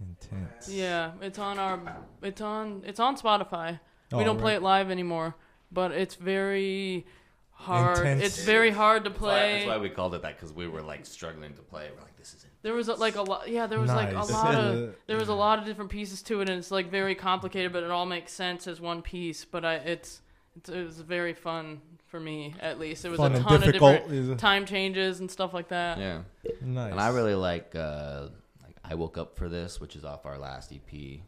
Speaker 5: Intense.
Speaker 7: Yeah, it's on our, it's on, it's on Spotify.
Speaker 5: Oh,
Speaker 7: we don't play
Speaker 5: right.
Speaker 7: it live anymore, but it's very hard.
Speaker 5: Intense.
Speaker 7: It's very hard to
Speaker 6: That's why,
Speaker 7: play.
Speaker 6: that's why we called it that because we were like struggling to play. We're like, this is
Speaker 7: There was like a lot. Yeah, there was like
Speaker 5: Nice.
Speaker 7: a lot of there was a lot of different pieces to it, and it's like very complicated, but it all makes sense as one piece. But I, it's, it's it was very fun for me at least. It was
Speaker 5: Fun
Speaker 7: a
Speaker 5: and
Speaker 7: ton of
Speaker 5: difficult
Speaker 7: different
Speaker 5: is a-
Speaker 7: time changes and stuff like that.
Speaker 6: yeah.
Speaker 5: Nice.
Speaker 6: And I really like uh, like I woke up for this, which is off our last EP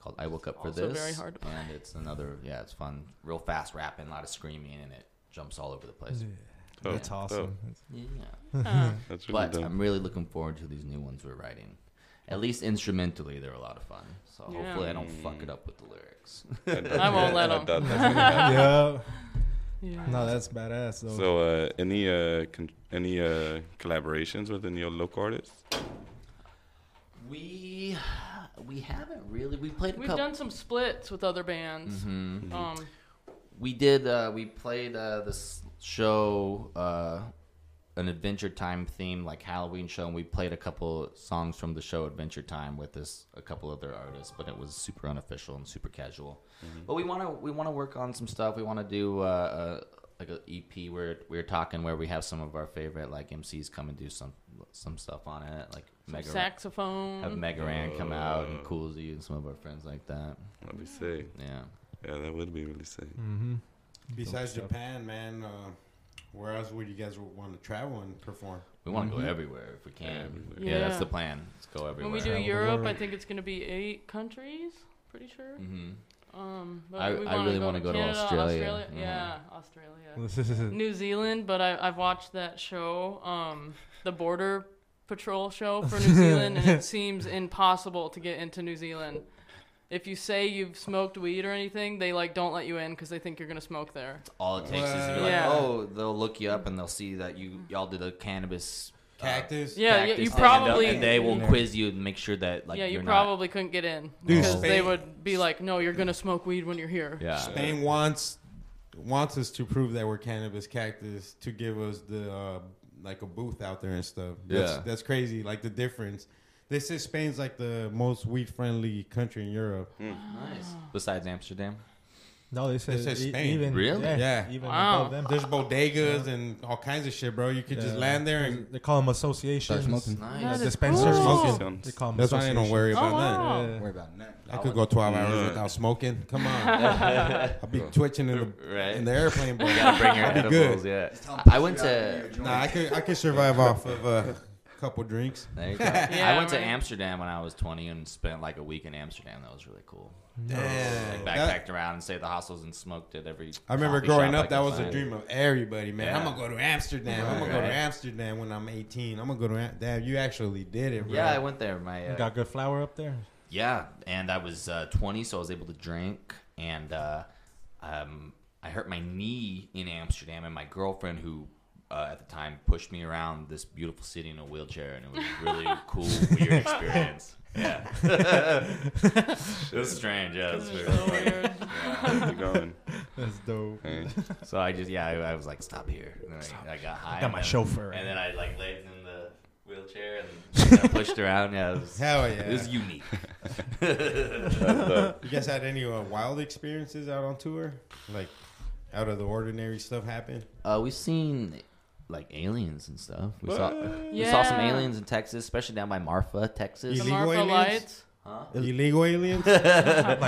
Speaker 6: called I woke up for
Speaker 7: Also
Speaker 6: this.
Speaker 7: very hard to
Speaker 6: and it's another yeah, it's fun, real fast rapping, a lot of screaming, and it jumps all over the place.
Speaker 3: Oh,
Speaker 5: That's awesome.
Speaker 6: Yeah.
Speaker 7: Uh,
Speaker 5: Mm-hmm.
Speaker 3: That's really
Speaker 6: But
Speaker 3: dope.
Speaker 7: um,
Speaker 6: I'm really looking forward to these new ones we're writing. At least instrumentally, they're a lot of fun. So
Speaker 7: Yeah.
Speaker 6: hopefully, I don't fuck it up with the lyrics.
Speaker 7: I won't let
Speaker 3: I
Speaker 7: him.
Speaker 3: doubt that's gonna happen.
Speaker 5: yeah.
Speaker 7: Yeah.
Speaker 5: No, that's badass though.
Speaker 3: So, uh, any uh, con- any uh, collaborations with any of local artists?
Speaker 6: We we haven't really we played a
Speaker 7: We've
Speaker 6: couple.
Speaker 7: done some splits with other bands.
Speaker 6: Mm-hmm.
Speaker 7: Um,
Speaker 6: we did uh, we played uh, this show uh, an adventure time theme like halloween show and we played a couple songs from the show adventure time with this a couple other artists but it was super unofficial and super casual but we want to we want to work on some stuff we want to do uh, uh, like an ep where we're talking where we have some of our favorite like mcs come and do some some stuff on it like mega
Speaker 7: saxophone.
Speaker 6: have Megaran come out and Coolsy and some of our friends like that.
Speaker 3: That'd be sick.
Speaker 6: Yeah.
Speaker 3: Yeah, that would be really sick.
Speaker 5: Mm-hmm.
Speaker 2: Besides Japan, man, uh, where else would you guys want to travel and perform?
Speaker 6: We want to
Speaker 2: Mm-hmm.
Speaker 6: go everywhere if we can. Yeah.
Speaker 7: Yeah.
Speaker 6: that's the plan. Let's go everywhere.
Speaker 7: when we do
Speaker 5: Travel the
Speaker 7: Europe, I
Speaker 5: world.
Speaker 7: think it's going to be eight countries. Pretty sure.
Speaker 6: hmm
Speaker 7: Um, but
Speaker 6: I-
Speaker 7: we
Speaker 6: I
Speaker 7: wanna
Speaker 6: really wanna go to
Speaker 7: Canada,
Speaker 6: Australia.
Speaker 7: Australia.
Speaker 6: Mhm.
Speaker 7: Yeah, Australia. New Zealand, but I, I've watched that show, um, the Border Patrol show for New Zealand, and it seems impossible to get into New Zealand. If you say you've smoked weed or anything, they like don't let you in because they think you're gonna smoke there.
Speaker 6: All it takes is to be like,
Speaker 7: Yeah.
Speaker 6: oh, they'll look you up and they'll see that you y'all did a cannabis uh,
Speaker 2: Cactus?
Speaker 7: Yeah,
Speaker 6: practice
Speaker 7: you, you
Speaker 6: thing, and they'll-
Speaker 7: probably
Speaker 6: and they will quiz you and make sure that like
Speaker 7: yeah you
Speaker 6: you're
Speaker 7: probably couldn't get in
Speaker 2: Dude,
Speaker 7: because they
Speaker 2: Spain-
Speaker 7: would be like, no, you're gonna smoke weed when you're here.
Speaker 6: not. Yeah.
Speaker 2: Spain wants wants us to prove that we're cannabis cactus to give us the uh, like a booth out there and stuff. That's,
Speaker 6: Yeah.
Speaker 2: that's crazy. Like the difference. They say Spain's like the most weed friendly country in Europe.
Speaker 6: Nice. Besides Amsterdam.
Speaker 5: no, they said,
Speaker 2: They said
Speaker 5: e-
Speaker 2: Spain.
Speaker 5: even
Speaker 6: Really?
Speaker 5: Yeah.
Speaker 2: Yeah.
Speaker 5: Even
Speaker 7: Wow.
Speaker 5: above them.
Speaker 2: There's bodegas and all kinds of shit, bro. You could just
Speaker 5: Yeah.
Speaker 2: land there and
Speaker 5: They call them associations.
Speaker 8: smoking.
Speaker 6: Nice.
Speaker 5: Yeah,
Speaker 7: That is
Speaker 5: dispensers.
Speaker 7: cool.
Speaker 3: Sounds-
Speaker 5: They call them
Speaker 2: that's why I don't worry about
Speaker 7: Oh wow!
Speaker 5: Yeah.
Speaker 8: Worry about that.
Speaker 2: that. I could go 12 hours without smoking. Come on, I'll be twitching in the
Speaker 6: Right.
Speaker 2: in the airplane. Boy.
Speaker 6: Bring your
Speaker 2: good.
Speaker 6: edibles. Yeah. I went to
Speaker 2: Nah, I could I could survive off of uh, couple drinks.
Speaker 6: There you go.
Speaker 7: Yeah,
Speaker 6: I went
Speaker 7: right.
Speaker 6: to Amsterdam when I was 20 and spent like a week in Amsterdam. That was really cool.
Speaker 2: Damn.
Speaker 6: Like
Speaker 2: That-
Speaker 6: backpacked around and stayed at the hostels and smoked at every.
Speaker 2: I remember
Speaker 6: coffee
Speaker 2: growing
Speaker 6: shop I
Speaker 2: up, that
Speaker 6: could
Speaker 2: was a
Speaker 6: find.
Speaker 2: dream of everybody, man.
Speaker 6: Yeah.
Speaker 2: I'm gonna go to Amsterdam. I'm gonna go
Speaker 6: Right.
Speaker 2: to Amsterdam when I'm 18. I'm gonna go to Am- damn. You actually did it, bro.
Speaker 6: Yeah, I went there. My uh,
Speaker 5: Got good flour up there.
Speaker 6: Yeah, and I was uh, 20, so I was able to drink, and uh, um, I hurt my knee in Amsterdam, and my girlfriend, who uh, at the time pushed me around this beautiful city in a wheelchair, and it was a really cool, weird experience. Yeah, it was strange. Yeah, it was
Speaker 7: This
Speaker 6: very
Speaker 7: is so
Speaker 6: funny.
Speaker 7: weird.
Speaker 3: How's it going?
Speaker 5: That's dope.
Speaker 3: Hey.
Speaker 6: So I just yeah, I, I was like, stop here. And then I, I got high.
Speaker 5: Got my
Speaker 6: and then-
Speaker 5: chauffeur.
Speaker 6: And then I like laid in the wheelchair and got pushed around. Yeah, it was,
Speaker 2: Hell
Speaker 6: it was
Speaker 2: yeah.
Speaker 6: unique.
Speaker 2: You guys had any uh, wild experiences out on tour? Like, out of the ordinary stuff happen?
Speaker 6: Uh, we've seen like aliens and stuff. We saw we saw some
Speaker 7: Yeah.
Speaker 6: aliens in Texas, especially down by Marfa, Texas.
Speaker 7: The
Speaker 2: Illegal
Speaker 7: Marfa
Speaker 2: aliens?
Speaker 7: lights.
Speaker 2: Illegal aliens?
Speaker 5: Like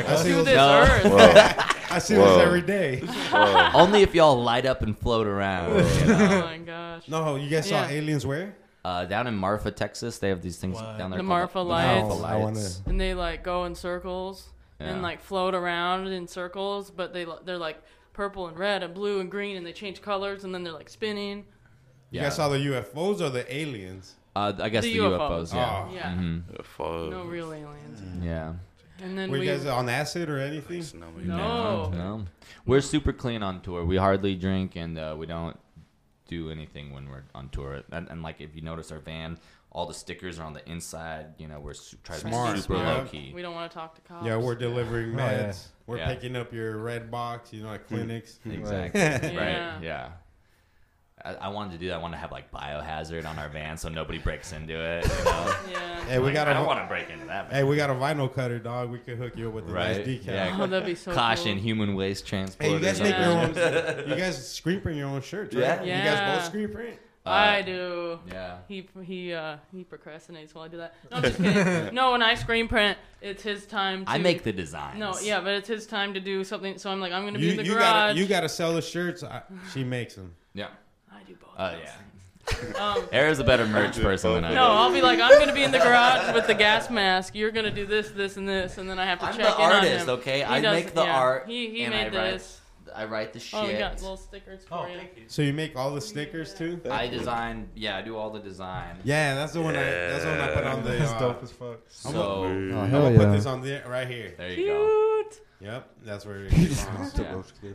Speaker 2: I
Speaker 5: us.
Speaker 2: see
Speaker 7: To
Speaker 2: those,
Speaker 7: this
Speaker 6: No.
Speaker 7: earth.
Speaker 3: Whoa.
Speaker 2: I see
Speaker 3: Whoa.
Speaker 2: those every day.
Speaker 6: Only if y'all light up and float around. you know?
Speaker 7: Oh my gosh.
Speaker 2: No, you guys
Speaker 7: Yeah.
Speaker 2: saw aliens where?
Speaker 6: uh, down in Marfa, Texas, they have these things
Speaker 5: What?
Speaker 6: down there.
Speaker 7: The
Speaker 6: called
Speaker 7: Marfa
Speaker 6: the
Speaker 7: lights.
Speaker 6: Marfa
Speaker 2: No, I wanna-
Speaker 6: lights.
Speaker 7: And they like go in circles
Speaker 6: Yeah.
Speaker 7: and like float around in circles, but they they're like purple and red and blue and green, and they change colors, and then they're like spinning.
Speaker 2: You
Speaker 6: Yeah.
Speaker 2: guys saw the UFOs or the aliens?
Speaker 6: Uh, I guess
Speaker 7: The
Speaker 6: the,
Speaker 7: UFOs.
Speaker 6: UFOs. yeah.
Speaker 2: Oh.
Speaker 7: Yeah.
Speaker 3: Fuck.
Speaker 7: No real aliens.
Speaker 6: Yeah.
Speaker 7: And then
Speaker 2: Were
Speaker 7: we
Speaker 2: Mm-hmm. you guys on acid or anything?
Speaker 3: No, we-
Speaker 7: no.
Speaker 6: No. We're super clean on tour. We hardly drink and uh, we don't do anything when we're on tour. And, and like if you notice our van, all the stickers are on the inside. You know, we're su- trying to
Speaker 2: Smart,
Speaker 6: be super
Speaker 2: yeah.
Speaker 6: low key.
Speaker 7: We don't want to talk to cops.
Speaker 2: Yeah, we're delivering
Speaker 5: Oh,
Speaker 2: meds.
Speaker 5: yeah.
Speaker 2: We're
Speaker 6: Yeah. Hmm.
Speaker 2: picking up your red box, you know, at clinics.
Speaker 6: Exactly.
Speaker 7: Yeah.
Speaker 6: Right. Yeah. I, I wanted to do that. I wanted to have like biohazard on our van so nobody breaks into it. You know?
Speaker 7: Yeah.
Speaker 2: Hey, we
Speaker 6: Like,
Speaker 2: got
Speaker 6: I don't
Speaker 2: a
Speaker 6: want to break into that.
Speaker 2: hey,
Speaker 6: Van.
Speaker 2: we got a vinyl cutter, dog. We could hook you up with a
Speaker 6: Right.
Speaker 2: nice decal.
Speaker 6: Yeah.
Speaker 7: Oh, that'd be so
Speaker 6: Caution:
Speaker 7: cool.
Speaker 6: human waste transport.
Speaker 2: Hey, you guys
Speaker 7: Yeah.
Speaker 2: make your own. You guys screen print your own shirts, right?
Speaker 6: Yeah.
Speaker 2: You guys
Speaker 7: Yeah.
Speaker 2: both screen print.
Speaker 7: I do.
Speaker 6: Uh, Yeah.
Speaker 7: He he uh he procrastinates while I do that. No, I'm just kidding. no, when I screen print, it's his time. To,
Speaker 6: I make the designs.
Speaker 7: No, yeah, but it's his time to do something. So I'm like, I'm gonna be
Speaker 2: You,
Speaker 7: in the
Speaker 2: you
Speaker 7: garage.
Speaker 2: gotta you gotta sell the shirts. I, she makes them.
Speaker 6: Yeah.
Speaker 7: I do both.
Speaker 6: Oh
Speaker 7: those.
Speaker 6: yeah.
Speaker 7: Um,
Speaker 6: Era's a better merch person than I.
Speaker 7: no,
Speaker 6: am.
Speaker 7: I'll be like, I'm gonna be in the garage with the gas mask. You're gonna do this, this, and this, and then I have to
Speaker 6: I'm
Speaker 7: check
Speaker 6: the
Speaker 7: in
Speaker 6: artist,
Speaker 7: on him.
Speaker 6: okay?
Speaker 7: He
Speaker 6: I
Speaker 7: does-
Speaker 6: make the
Speaker 7: yeah.
Speaker 6: art
Speaker 7: He he
Speaker 6: and
Speaker 7: made
Speaker 6: I write-
Speaker 7: this.
Speaker 6: I write the shit.
Speaker 7: Oh, we got little stickers
Speaker 2: Oh,
Speaker 7: for you.
Speaker 2: So you make all the stickers too.
Speaker 6: I design. Yeah, I do all the design.
Speaker 2: Yeah, that's the one. I, that's the one I put on the.
Speaker 5: That's
Speaker 2: Uh,
Speaker 5: dope as fuck.
Speaker 6: So
Speaker 2: I'm gonna put this on there right here.
Speaker 6: there you go.
Speaker 7: Cute.
Speaker 2: Yep, that's where it belongs.
Speaker 6: Yeah.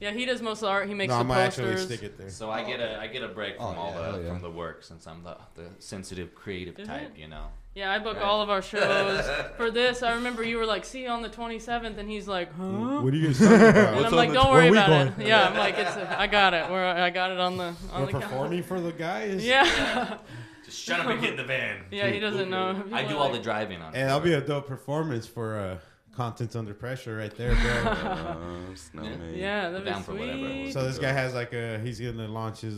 Speaker 7: Yeah, he does most of the art. He makes
Speaker 2: no,
Speaker 7: the
Speaker 2: I'm gonna actually
Speaker 7: posters.
Speaker 2: stick it there.
Speaker 6: So I get a I get a break from all
Speaker 8: yeah,
Speaker 6: the
Speaker 8: oh, yeah.
Speaker 6: from the work since I'm the, the sensitive creative
Speaker 7: Is
Speaker 6: type,
Speaker 7: it?
Speaker 6: you know.
Speaker 7: Yeah, I book all of our shows. For this, I remember you were like, "See you on the 27th," and he's like, "Huh?"
Speaker 2: What are you guys talking
Speaker 7: And
Speaker 2: about?
Speaker 7: I'm like, "Don't worry
Speaker 5: where we
Speaker 7: about it." Yeah, I'm like, "It's I got it. We're, I got it on the on
Speaker 2: We're
Speaker 7: the calendar."
Speaker 2: performing for the guys.
Speaker 7: Yeah,
Speaker 6: Just shut up and get in the van.
Speaker 7: yeah, he doesn't know.
Speaker 6: I do all the driving on.
Speaker 2: Hey, that'll be a dope performance for uh, contents under pressure right there, bro.
Speaker 3: Uh, snowman.
Speaker 7: Yeah, that'd
Speaker 6: Down
Speaker 7: be
Speaker 6: for whatever it
Speaker 7: sweet.
Speaker 6: was.
Speaker 2: so this guy has like a he's gonna launch his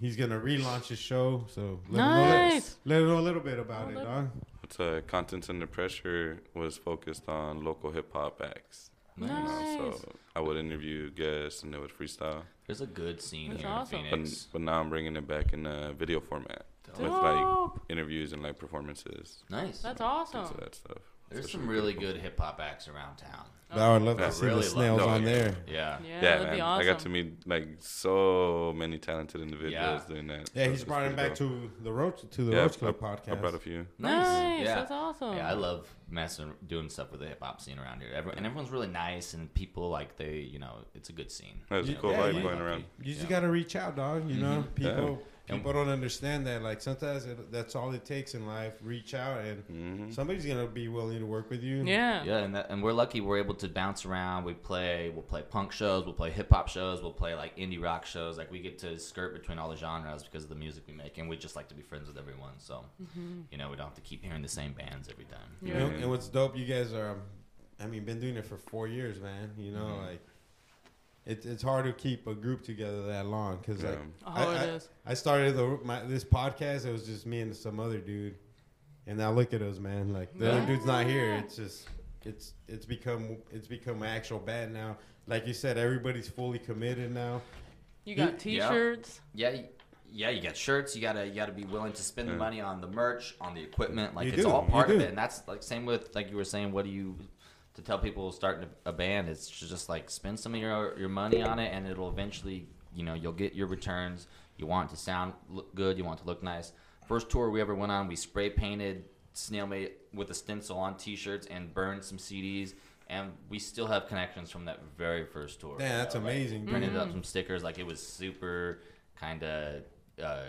Speaker 2: he's gonna relaunch his show. So let
Speaker 7: Nice.
Speaker 2: him know, let him know a little bit about it,
Speaker 7: let-
Speaker 2: dog.
Speaker 3: It's uh, Contents Under Pressure was focused on local hip hop acts. you know,
Speaker 7: Nice.
Speaker 3: so I would interview guests and they would freestyle.
Speaker 6: There's a good scene
Speaker 7: That's
Speaker 6: here
Speaker 7: awesome.
Speaker 6: in
Speaker 3: But,
Speaker 6: Phoenix.
Speaker 3: but now I'm bringing it back in a video format with like
Speaker 7: Dope.
Speaker 3: interviews and like performances.
Speaker 6: Nice.
Speaker 7: That's
Speaker 3: Things of
Speaker 7: awesome.
Speaker 3: that stuff.
Speaker 6: There's
Speaker 3: So
Speaker 6: some
Speaker 3: should be
Speaker 6: really
Speaker 3: pretty
Speaker 6: good hip hop acts around town.
Speaker 2: But I would love
Speaker 3: I
Speaker 2: to see
Speaker 6: really
Speaker 2: the
Speaker 6: love
Speaker 2: snails
Speaker 3: dog.
Speaker 2: on there.
Speaker 6: Yeah.
Speaker 7: Yeah,
Speaker 3: cool.
Speaker 7: that'd
Speaker 3: man.
Speaker 7: be awesome.
Speaker 3: I got to meet like so many talented individuals doing that.
Speaker 2: Yeah,
Speaker 3: So
Speaker 2: he's
Speaker 3: it's
Speaker 2: brought him
Speaker 3: pretty
Speaker 2: back
Speaker 3: dope.
Speaker 2: to the roach to the
Speaker 3: Yeah,
Speaker 2: Roach Club
Speaker 3: I,
Speaker 2: podcast.
Speaker 3: I brought a few.
Speaker 7: Nice.
Speaker 6: Yeah.
Speaker 7: That's awesome.
Speaker 6: Yeah, I love messing, doing stuff with the hip hop scene around here. Every, and everyone's really nice, and people like they, you know, it's a good scene.
Speaker 3: That's a
Speaker 6: Yeah,
Speaker 3: cool
Speaker 2: yeah,
Speaker 3: vibe
Speaker 2: you-
Speaker 3: going around.
Speaker 2: You just
Speaker 6: Yeah.
Speaker 2: gotta reach out, dog. You know, people
Speaker 6: And-
Speaker 2: people don't understand that. Like sometimes it, that's all it takes in life. Reach out, and somebody's gonna be willing to work with you.
Speaker 7: Yeah.
Speaker 6: Yeah, and, that, and we're lucky we're able to bounce around. We play, we'll play punk shows, we'll play hip hop shows, we'll play like indie rock shows. Like we get to skirt between all the genres because of the music we make, and we just like to be friends with everyone. So,
Speaker 7: Mm-hmm.
Speaker 6: you know, we don't have to keep hearing the same bands every time.
Speaker 2: You know, and what's dope, you guys are. um, I mean, been doing it for four years, man. You know, like it's it's hard to keep a group together that long because like
Speaker 7: Oh,
Speaker 2: I,
Speaker 7: it
Speaker 2: I-
Speaker 7: is.
Speaker 2: I started the my, this podcast. It was just me and some other dude, and now look at us, man. Like the other dude's not here. It's just it's it's become it's become an actual band now. Like you said, everybody's fully committed now.
Speaker 7: You got
Speaker 6: Yeah.
Speaker 7: T-shirts.
Speaker 6: Yeah, y- yeah, you got shirts. You gotta you gotta be willing to spend the
Speaker 3: Yeah.
Speaker 6: money on the merch, on the equipment. Like
Speaker 2: You
Speaker 6: it's
Speaker 2: do,
Speaker 6: all
Speaker 2: you
Speaker 6: part of
Speaker 2: do.
Speaker 6: it, and that's like same with like you were saying. What do you to tell people starting a band? It's just like spend some of your your money on it, and it'll eventually you know you'll get your returns. You want it to sound look good. You want it to look nice. First tour we ever went on, we spray painted snail made with a stencil on T-shirts and burned some CDs, and we still have connections from that very first tour.
Speaker 2: Damn, that's
Speaker 6: You know, like,
Speaker 2: amazing, dude.
Speaker 6: printed
Speaker 7: Mm-hmm.
Speaker 6: up some stickers. Like it was super kind of uh,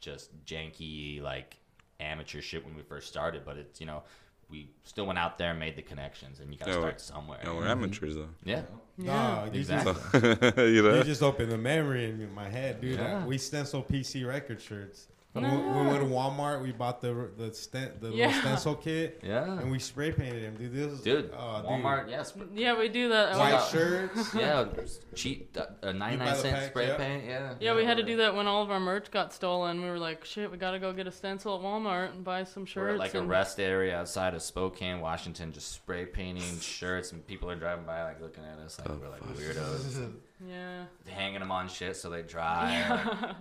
Speaker 6: just janky, like amateur shit when we first started. But it's you know we still went out there and made the connections, and you got to
Speaker 2: Oh,
Speaker 3: Yeah,
Speaker 6: start
Speaker 3: we-
Speaker 6: somewhere.
Speaker 3: No, we're amateurs though.
Speaker 6: yeah,
Speaker 2: Nah, you
Speaker 6: Exactly.
Speaker 2: just
Speaker 3: you know?
Speaker 2: you just opened the memory in my head, dude.
Speaker 6: Yeah.
Speaker 2: we stencil PC record shirts. We, we went to Walmart. We bought the the stent, the
Speaker 7: Yeah.
Speaker 2: little stencil kit,
Speaker 6: yeah,
Speaker 2: and we spray painted them, dude. This was
Speaker 6: dude.
Speaker 2: oh,
Speaker 6: Walmart, yes. but-
Speaker 7: Yeah, we do that.
Speaker 2: White
Speaker 6: Yeah.
Speaker 2: shirts.
Speaker 6: Yeah, it was cheap, uh, uh, ninety nine
Speaker 2: buy the
Speaker 6: cent
Speaker 2: pack,
Speaker 6: spray
Speaker 2: yeah.
Speaker 6: paint. Yeah,
Speaker 7: Yeah, we had to do that when all of our merch got stolen. We were like, shit, we gotta go get a stencil at Walmart and buy some
Speaker 6: We're
Speaker 7: shirts.
Speaker 6: at like a
Speaker 7: and-
Speaker 6: rest area outside of Spokane, Washington, just spray painting shirts, and people are driving by, like looking at us, like
Speaker 2: Oh,
Speaker 6: we're like weirdos,
Speaker 7: Yeah.
Speaker 6: hanging them on shit so they dry. like,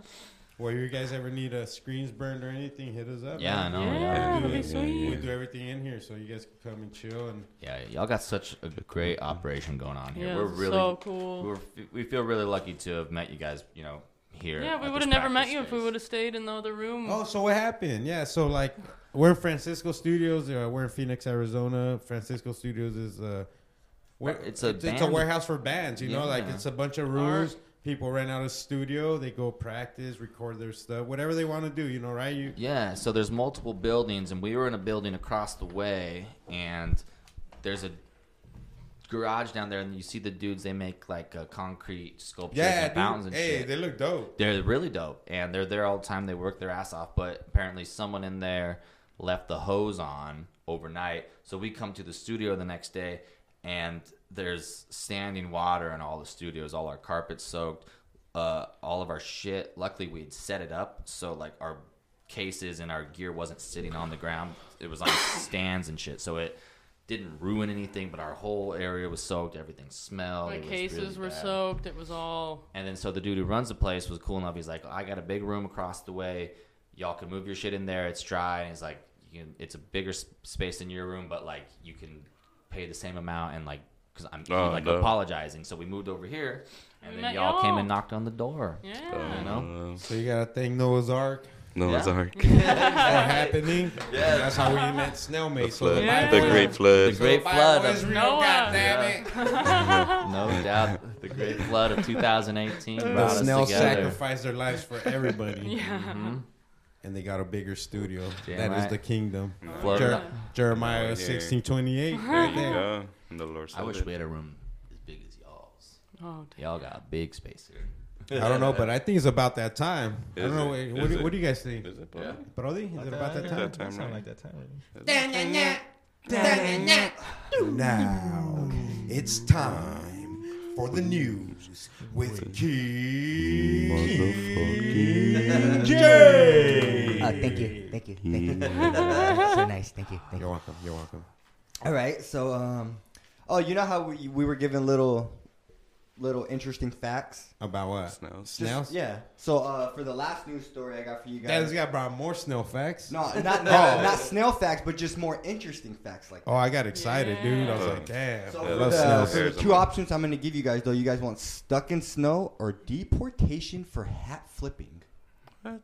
Speaker 2: Well, you guys ever need a screens burned or anything, hit us up.
Speaker 6: yeah, I
Speaker 2: man.
Speaker 6: know. Oh, yeah.
Speaker 7: Yeah, that'd be
Speaker 2: Yeah,
Speaker 7: sweet.
Speaker 2: We do everything in here, so you guys can come and chill and
Speaker 6: Yeah, y'all got such a great operation going on here.
Speaker 7: Yeah,
Speaker 6: we're
Speaker 7: it's
Speaker 6: really
Speaker 7: so cool.
Speaker 6: we're, we feel really lucky to have met you guys. You know, here.
Speaker 7: yeah, we would have never met you if we would have stayed in the other room.
Speaker 2: Oh, so what happened? Yeah, so like we're in Francisco Studios. Uh, we're in Phoenix, Arizona. Francisco Studios is uh, where-
Speaker 6: It's a
Speaker 2: it's, a
Speaker 6: band-
Speaker 2: warehouse for bands. You know, like
Speaker 6: Yeah.
Speaker 2: it's a bunch of rooms. People rent out a studio. They go practice, record their stuff, whatever they want to do. You know, right? You
Speaker 6: Yeah, so there's multiple buildings, and we were in a building across the way, and there's a garage down there, and you see the dudes. They make like uh, concrete sculptures
Speaker 2: yeah,
Speaker 6: and fountains
Speaker 2: dude.
Speaker 6: and
Speaker 2: Hey,
Speaker 6: shit.
Speaker 2: they look dope.
Speaker 6: They're really dope, and they're there all the time. They work their ass off, but apparently someone in there left the hose on overnight. So we come to the studio the next day, and there's standing water in all the studios. All our carpets soaked, uh, all of our shit. Luckily, we had set it up so like our cases and our gear wasn't sitting on the ground. It was on stands and shit, so it didn't ruin anything. But our whole area was soaked. Everything smelled.
Speaker 7: My
Speaker 6: it was
Speaker 7: cases
Speaker 6: really
Speaker 7: were
Speaker 6: bad.
Speaker 7: soaked. It was all.
Speaker 6: And then so the dude who runs the place was cool enough. He's like, I got a big room across the way. Y'all can move your shit in there. It's dry. And he's like, you can, it's a bigger s- space than your room, but like you can pay the same amount and like, cause I'm
Speaker 3: Oh,
Speaker 6: like
Speaker 3: dope.
Speaker 6: apologizing. So we moved over here, and then
Speaker 7: We met
Speaker 6: y'all, came
Speaker 7: y'all.
Speaker 6: and knocked on the door.
Speaker 7: Yeah.
Speaker 6: You know?
Speaker 2: So you got to thank Noah's Ark
Speaker 3: no, it's
Speaker 6: Yeah.
Speaker 3: Uh, Ark.
Speaker 2: for happening. Yeah, that's how we met Snail Mate. So
Speaker 3: Flood.
Speaker 7: Yeah.
Speaker 3: The Great Flood.
Speaker 6: The great flood
Speaker 2: was
Speaker 6: of
Speaker 2: real.
Speaker 7: Noah.
Speaker 2: Goddamn it!
Speaker 6: no doubt, the great flood of 2018 brought
Speaker 2: The
Speaker 6: us
Speaker 2: Snail
Speaker 6: together.
Speaker 2: sacrificed their lives for everybody.
Speaker 7: Yeah.
Speaker 6: Mm-hmm.
Speaker 2: and they got a bigger studio. That is
Speaker 6: Damn right.
Speaker 2: the kingdom.
Speaker 6: Flood.
Speaker 2: Jer-
Speaker 7: Yeah.
Speaker 2: Jeremiah
Speaker 3: Yeah.
Speaker 2: 1628.
Speaker 3: There
Speaker 2: right
Speaker 3: you
Speaker 2: there.
Speaker 3: go. And the Lord
Speaker 6: I
Speaker 3: said
Speaker 6: wish
Speaker 3: it.
Speaker 6: we had a room as big as y'all's.
Speaker 7: Oh, damn.
Speaker 6: Y'all got a big space here.
Speaker 2: I don't know, but I think it's about that time. I
Speaker 3: Is
Speaker 2: don't know.
Speaker 3: it?
Speaker 2: What,
Speaker 3: Is
Speaker 2: do,
Speaker 3: it?
Speaker 2: what do you guys think?
Speaker 3: Is it possible?
Speaker 2: Brody, is it about that time?
Speaker 3: That time, right?
Speaker 5: Sound like that time. Really.
Speaker 2: Now it's time for the news with
Speaker 3: Motherfucking-
Speaker 2: J.
Speaker 8: Uh, thank you, thank you, thank you. so nice, thank you, thank you.
Speaker 2: You're welcome. You're welcome.
Speaker 8: All right, so um, oh, you know how we, we were given little, little interesting facts.
Speaker 2: About what?
Speaker 3: Snails.
Speaker 8: Just-
Speaker 2: Snails?
Speaker 8: Yeah. So uh, for the last news story I got for you guys.
Speaker 2: Dad's got brought more snail facts.
Speaker 8: no, not not, not snail facts, but just more interesting facts like.
Speaker 2: Oh, I got excited, dude. I was
Speaker 3: Yeah.
Speaker 2: like, damn.
Speaker 8: So
Speaker 3: Yeah,
Speaker 8: for
Speaker 3: those
Speaker 8: the,
Speaker 3: snails
Speaker 8: for the
Speaker 3: hairs are
Speaker 8: two
Speaker 3: mine.
Speaker 8: options I'm going to give you guys, though, you guys want stuck in snow or deportation for hat flipping.
Speaker 3: What?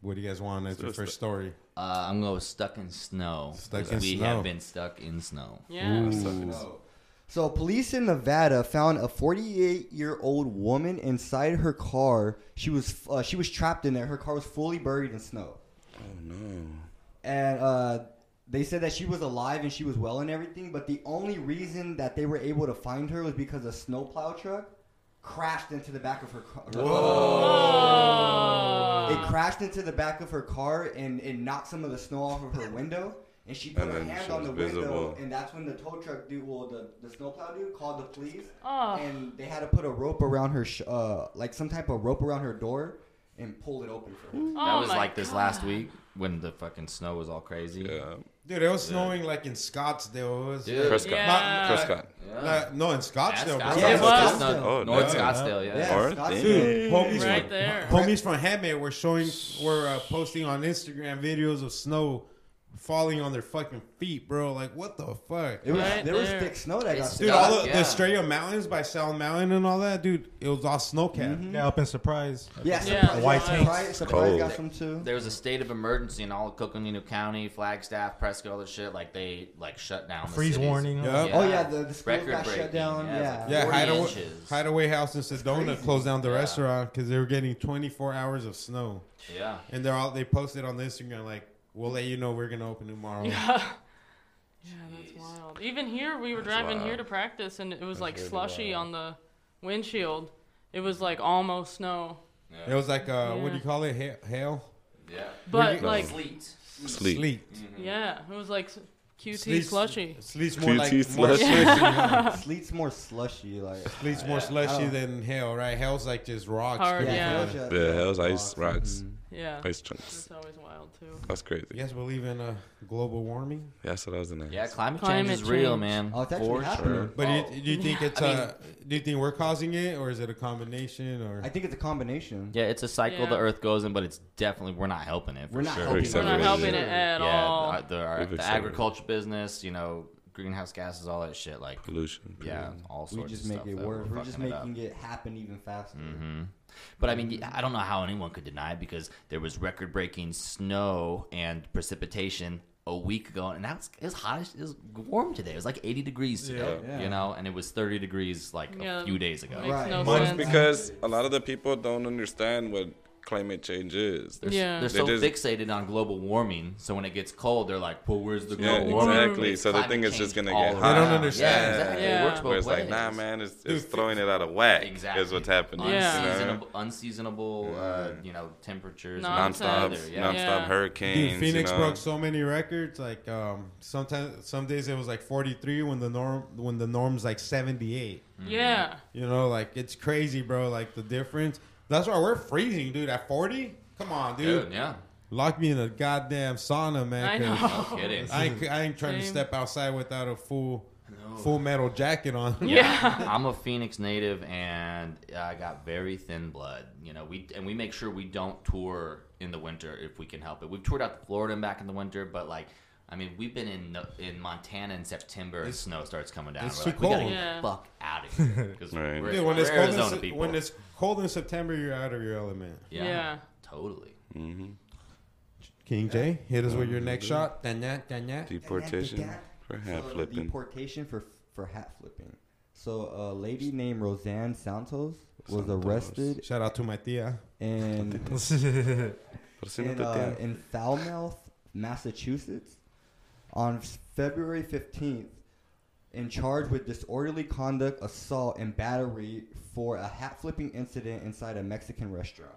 Speaker 2: What do you guys want as your
Speaker 3: it's the-
Speaker 2: first story?
Speaker 6: Uh, I'm going with stuck in snow.
Speaker 2: Stuck
Speaker 6: 'cause
Speaker 2: in
Speaker 6: we
Speaker 2: snow.
Speaker 6: have been stuck in snow.
Speaker 7: Yeah.
Speaker 8: So police in Nevada found a 48-year-old woman inside her car. She was uh, she was trapped in there. Her car was fully buried in snow,
Speaker 3: Oh no.
Speaker 8: and uh, they said that she was alive and she was well and everything. But the only reason that they were able to find her was because a snowplow truck crashed into the back of her car.
Speaker 7: Oh.
Speaker 8: It
Speaker 3: Um,
Speaker 8: crashed into the back of her car and it knocked some of the snow off of her window. And she put
Speaker 3: And
Speaker 8: her
Speaker 3: then
Speaker 8: hand
Speaker 3: she
Speaker 8: on
Speaker 3: was
Speaker 8: the
Speaker 3: visible.
Speaker 8: window, and that's when the tow truck dude, well, the, the snowplow dude, called the police,
Speaker 3: Oh.
Speaker 7: Ah.
Speaker 8: and they had to put a rope around her, sh- uh, like some type of rope around her door, and pull it open for her.
Speaker 6: That
Speaker 7: Oh
Speaker 6: was
Speaker 7: my
Speaker 6: like this last week when the fucking snow was all crazy.
Speaker 3: Yeah.
Speaker 2: Dude, it was snowing like in Scottsdale. It was
Speaker 6: Dude.
Speaker 3: Prescott.
Speaker 7: Yeah.
Speaker 3: Prescott.
Speaker 6: Yeah.
Speaker 2: Nah, no, in Scottsdale, bro.
Speaker 6: Scottsdale.
Speaker 8: Yeah,
Speaker 6: Yeah,
Speaker 8: it's
Speaker 6: Scottsdale.
Speaker 8: Scottsdale.
Speaker 3: Oh,
Speaker 6: North
Speaker 3: no.
Speaker 6: Scottsdale, yeah.
Speaker 8: Yeah.
Speaker 3: Or
Speaker 8: Scottsdale.
Speaker 3: thing.
Speaker 2: Homies,
Speaker 7: Right there.
Speaker 2: homies from Handmade were showing, were uh, posting on Instagram videos of snow falling on their fucking feet, bro. Like, what the fuck?
Speaker 8: It was,
Speaker 7: Right
Speaker 8: there was
Speaker 7: there.
Speaker 8: thick snow that
Speaker 6: It's
Speaker 8: got
Speaker 2: Dude,
Speaker 8: there.
Speaker 6: Scott-
Speaker 2: all the,
Speaker 6: yeah.
Speaker 2: the Australia mountains by Sal Mountain and all that, dude, it was all snow capped.
Speaker 8: Mm-hmm.
Speaker 5: Yeah, up in surprise.
Speaker 8: Yeah,
Speaker 7: Yeah.
Speaker 8: surprise,
Speaker 5: White
Speaker 8: surprise,
Speaker 5: tanks.
Speaker 8: surprise
Speaker 3: Cold.
Speaker 8: got some too.
Speaker 6: There was a state of emergency in all of Coconino County, Flagstaff, Prescott, all this shit. Like they like shut down. The
Speaker 5: Freeze
Speaker 6: cities.
Speaker 5: warning.
Speaker 2: Yeah.
Speaker 8: Oh, yeah, the- the schools
Speaker 6: Record
Speaker 8: got shut
Speaker 6: breaking,
Speaker 8: down,
Speaker 6: it was,
Speaker 8: yeah.
Speaker 6: like,
Speaker 2: Yeah,
Speaker 6: 40
Speaker 2: hideaway,
Speaker 6: inches.
Speaker 2: hideaway House in Sedona
Speaker 8: crazy.
Speaker 2: closed down the
Speaker 6: Yeah.
Speaker 2: restaurant because they were getting 24 hours of snow,
Speaker 6: Yeah.
Speaker 2: and they're all they posted on Instagram like, "We'll let you know we're gonna open tomorrow."
Speaker 7: Yeah. Yeah, that's wild. Even here, we were driving
Speaker 3: wild.
Speaker 7: here to practice, and it was like slushy on the windshield. It was like almost snow,
Speaker 2: It was like, uh, what
Speaker 7: Yeah.
Speaker 2: do you call it? Ha- hail,
Speaker 6: Yeah.
Speaker 7: but
Speaker 3: you-
Speaker 7: like,
Speaker 6: Sleet.
Speaker 3: Sleep.
Speaker 2: sleet.
Speaker 7: yeah, it was like s- QT
Speaker 2: Sleet's-
Speaker 7: slushy.
Speaker 2: Sleet's more like
Speaker 3: QT
Speaker 2: more
Speaker 3: slushy.
Speaker 2: slushy. yeah.
Speaker 8: Sleet's more slushy, like
Speaker 2: Sleet's more slushy
Speaker 8: Oh.
Speaker 2: than hail, right? Hail's like just rocks.
Speaker 7: Hard,
Speaker 2: dude.
Speaker 7: yeah.
Speaker 8: Georgia-
Speaker 3: Yeah, that was ice
Speaker 8: awesome.
Speaker 3: rocks,
Speaker 7: Yeah,
Speaker 3: ice chunks.
Speaker 7: it's always wild too.
Speaker 3: That's crazy.
Speaker 2: You guys believe in uh, global warming?
Speaker 3: Yeah, that's what I was gonna
Speaker 6: Yeah,
Speaker 3: ask.
Speaker 6: climate,
Speaker 7: Climate
Speaker 6: change is real,
Speaker 7: change.
Speaker 6: man.
Speaker 8: Oh, it's actually
Speaker 6: For
Speaker 8: happening.
Speaker 6: sure.
Speaker 2: But
Speaker 6: Oh.
Speaker 2: do, you, do you think it's
Speaker 6: I mean-
Speaker 2: uh, do you think we're causing it, or is it a combination, or
Speaker 8: I think it's a combination.
Speaker 6: Yeah, it's a cycle
Speaker 7: Yeah.
Speaker 6: the Earth goes in, but it's definitely we're not helping it. For
Speaker 8: We're not
Speaker 6: sure.
Speaker 8: helping
Speaker 3: We're
Speaker 8: it.
Speaker 7: We're not
Speaker 3: Accelerated.
Speaker 7: helping it at
Speaker 6: yeah, uh,
Speaker 7: all.
Speaker 6: the, the, our-
Speaker 3: We've
Speaker 6: the
Speaker 3: accelerated.
Speaker 6: agriculture business, you know, greenhouse gases, all that shit. Like,
Speaker 3: pollution?
Speaker 6: yeah,
Speaker 3: period.
Speaker 6: all sorts
Speaker 8: we
Speaker 6: of
Speaker 8: just
Speaker 6: stuff.
Speaker 8: make it
Speaker 6: that
Speaker 8: worse. We're,
Speaker 6: fucking
Speaker 8: just
Speaker 6: it up. Mm-hmm.
Speaker 8: making it happen even faster.
Speaker 6: But I mean, I don't know how anyone could deny it because there was record-breaking snow and precipitation a week ago, and that was it was hot. as- It was warm today. It was like 80 degrees today,
Speaker 8: Yeah.
Speaker 6: you know, and it was 30 degrees like
Speaker 7: Yeah,
Speaker 6: a few days ago.
Speaker 7: Makes
Speaker 8: Right.
Speaker 7: no
Speaker 5: Mine's
Speaker 7: sense.
Speaker 3: Because a lot of the people don't understand what climate change is.
Speaker 6: They're,
Speaker 7: Yeah.
Speaker 6: yeah. they're
Speaker 3: They
Speaker 6: so
Speaker 3: just-
Speaker 6: fixated on global warming, so when it gets cold, they're like, "Well, where's the
Speaker 3: Yeah,
Speaker 6: global warming?"
Speaker 3: exactly.
Speaker 6: It's
Speaker 3: So they
Speaker 6: climate
Speaker 3: think it's just
Speaker 6: change
Speaker 3: gonna get
Speaker 6: all
Speaker 3: hot.
Speaker 2: They don't
Speaker 6: around.
Speaker 2: understand.
Speaker 6: Yeah, exactly.
Speaker 7: Yeah.
Speaker 6: It works both
Speaker 3: Where it's like,
Speaker 6: ways.
Speaker 3: nah, man, it's, it's throwing it out of whack.
Speaker 6: Exactly
Speaker 3: Is what's happening.
Speaker 7: Yeah.
Speaker 3: you know?
Speaker 6: Unseasonable, unseasonable uh, you know, temperatures. and
Speaker 3: Nonstop,
Speaker 7: Nonsense.
Speaker 6: Yeah.
Speaker 3: nonstop
Speaker 7: Yeah.
Speaker 3: hurricanes.
Speaker 2: Dude, Phoenix
Speaker 3: you know?
Speaker 2: broke so many records. Like um, sometimes, some days it was like 43 when the norm when the norm's like 78.
Speaker 7: Yeah,
Speaker 2: You know, like it's crazy, bro. Like the difference. That's why we're freezing, dude. At 40, come on, dude.
Speaker 6: Dude, yeah.
Speaker 2: Lock me in a goddamn sauna,
Speaker 7: I
Speaker 2: man. 'cause
Speaker 7: know.
Speaker 6: No kidding.
Speaker 2: I ain't, I ain't trying to
Speaker 7: Same.
Speaker 2: step outside without a full full metal jacket on.
Speaker 7: Yeah.
Speaker 6: I'm a Phoenix native, and I got very thin blood. You know, we and we make sure we don't tour in the winter if we can help it. We've toured out to Florida and back in the winter, but like. I mean, we've been in the- in Montana in September and snow starts coming down.
Speaker 2: it's
Speaker 6: We're
Speaker 2: too
Speaker 6: like, we
Speaker 2: cold.
Speaker 6: gotta get
Speaker 7: Yeah.
Speaker 6: the fuck out of here. 'cause
Speaker 3: Right.
Speaker 6: we're,
Speaker 2: Dude, when it's
Speaker 6: we're
Speaker 2: cold, in,
Speaker 6: Arizona
Speaker 2: Se-
Speaker 6: people.
Speaker 2: when it's cold in September, you're out of your element.
Speaker 6: yeah,
Speaker 7: Yeah.
Speaker 6: totally.
Speaker 3: Mm-hmm.
Speaker 2: King J, hit us with your next shot. Dun, dun, dun, dun.
Speaker 3: Deportation for half
Speaker 8: So,
Speaker 3: flipping.
Speaker 8: Deportation for for hat flipping. So a lady named Roseanne Santos was
Speaker 3: Santos.
Speaker 8: arrested
Speaker 2: Shout out to my tia.
Speaker 8: and
Speaker 3: Pero si no
Speaker 8: in,
Speaker 3: te
Speaker 8: uh,
Speaker 3: tiene-
Speaker 8: in Falmouth, Massachusetts, on February 15th, in charge with disorderly conduct, assault, and battery for a hat flipping incident inside a Mexican restaurant.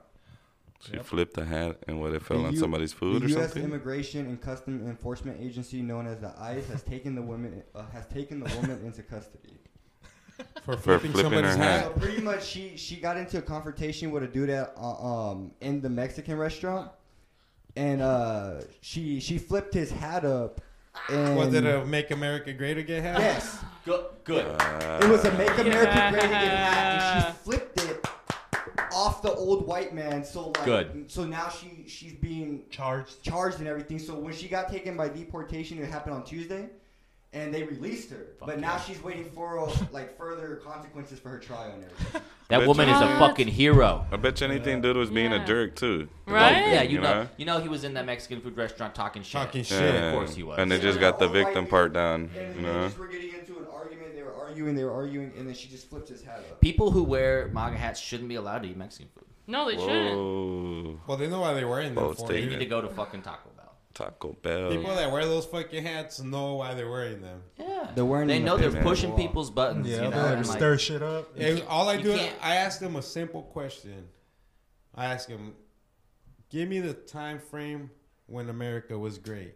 Speaker 3: She flipped the hat and what it fell
Speaker 8: The
Speaker 3: on
Speaker 8: U-
Speaker 3: somebody's food
Speaker 8: the
Speaker 3: or
Speaker 8: U.S.
Speaker 3: something.
Speaker 8: Immigration and Custom Enforcement Agency, known as the ICE, has taken the woman uh, has taken the woman into custody.
Speaker 2: for
Speaker 3: flipping her hat.
Speaker 8: So pretty much, she she got into a confrontation with a dude at uh, um in the Mexican restaurant, and uh she she flipped his hat up. And
Speaker 2: Was it a "Make America Great Again" hat?
Speaker 8: yes?
Speaker 6: Good. Good.
Speaker 3: Uh,
Speaker 8: It was a Make America
Speaker 7: Yeah.
Speaker 8: Great Again hat, and she flipped it off the old white man. So like,
Speaker 6: Good.
Speaker 8: So now she she's being
Speaker 5: Charged.
Speaker 8: charged and everything. So when she got taken by deportation, it happened on Tuesday, and they released her. but now she's waiting for uh, like further consequences for her trial and everything.
Speaker 6: that
Speaker 3: Bitch.
Speaker 6: woman is a
Speaker 7: What?
Speaker 6: fucking hero.
Speaker 3: I bet you anything, dude was being
Speaker 7: Yeah.
Speaker 3: a jerk too.
Speaker 7: Right?
Speaker 3: Like,
Speaker 6: Yeah, you, know, you know, he was in that Mexican food restaurant talking shit.
Speaker 2: Talking
Speaker 3: Yeah.
Speaker 2: shit.
Speaker 6: Of course he was.
Speaker 3: And they just got the victim part down.
Speaker 8: And
Speaker 3: You
Speaker 8: the
Speaker 3: know,
Speaker 8: bitches were getting into an argument. They were arguing. They were arguing, and then she just flipped his hat up.
Speaker 6: People who wear MAGA hats shouldn't be allowed to eat Mexican food.
Speaker 7: no, they shouldn't.
Speaker 3: whoa,
Speaker 2: Well, they know why they're wearing them.
Speaker 3: Both
Speaker 2: For,
Speaker 6: They
Speaker 3: take
Speaker 2: dude.
Speaker 6: need to go to fucking Taco Bell.
Speaker 3: Taco Bell.
Speaker 2: People that wear those fucking hats know why they're wearing them.
Speaker 6: Yeah.
Speaker 8: They're wearing
Speaker 6: They
Speaker 8: them
Speaker 6: know
Speaker 8: to
Speaker 6: they're
Speaker 3: fit, man.
Speaker 6: pushing people's buttons.
Speaker 5: Yeah,
Speaker 6: you know,
Speaker 5: they like
Speaker 6: and, like,
Speaker 5: stir shit up.
Speaker 2: And all I
Speaker 6: you
Speaker 2: do, is
Speaker 6: can't-
Speaker 2: I ask them a simple question. I ask them, "Give me the time frame when America was great."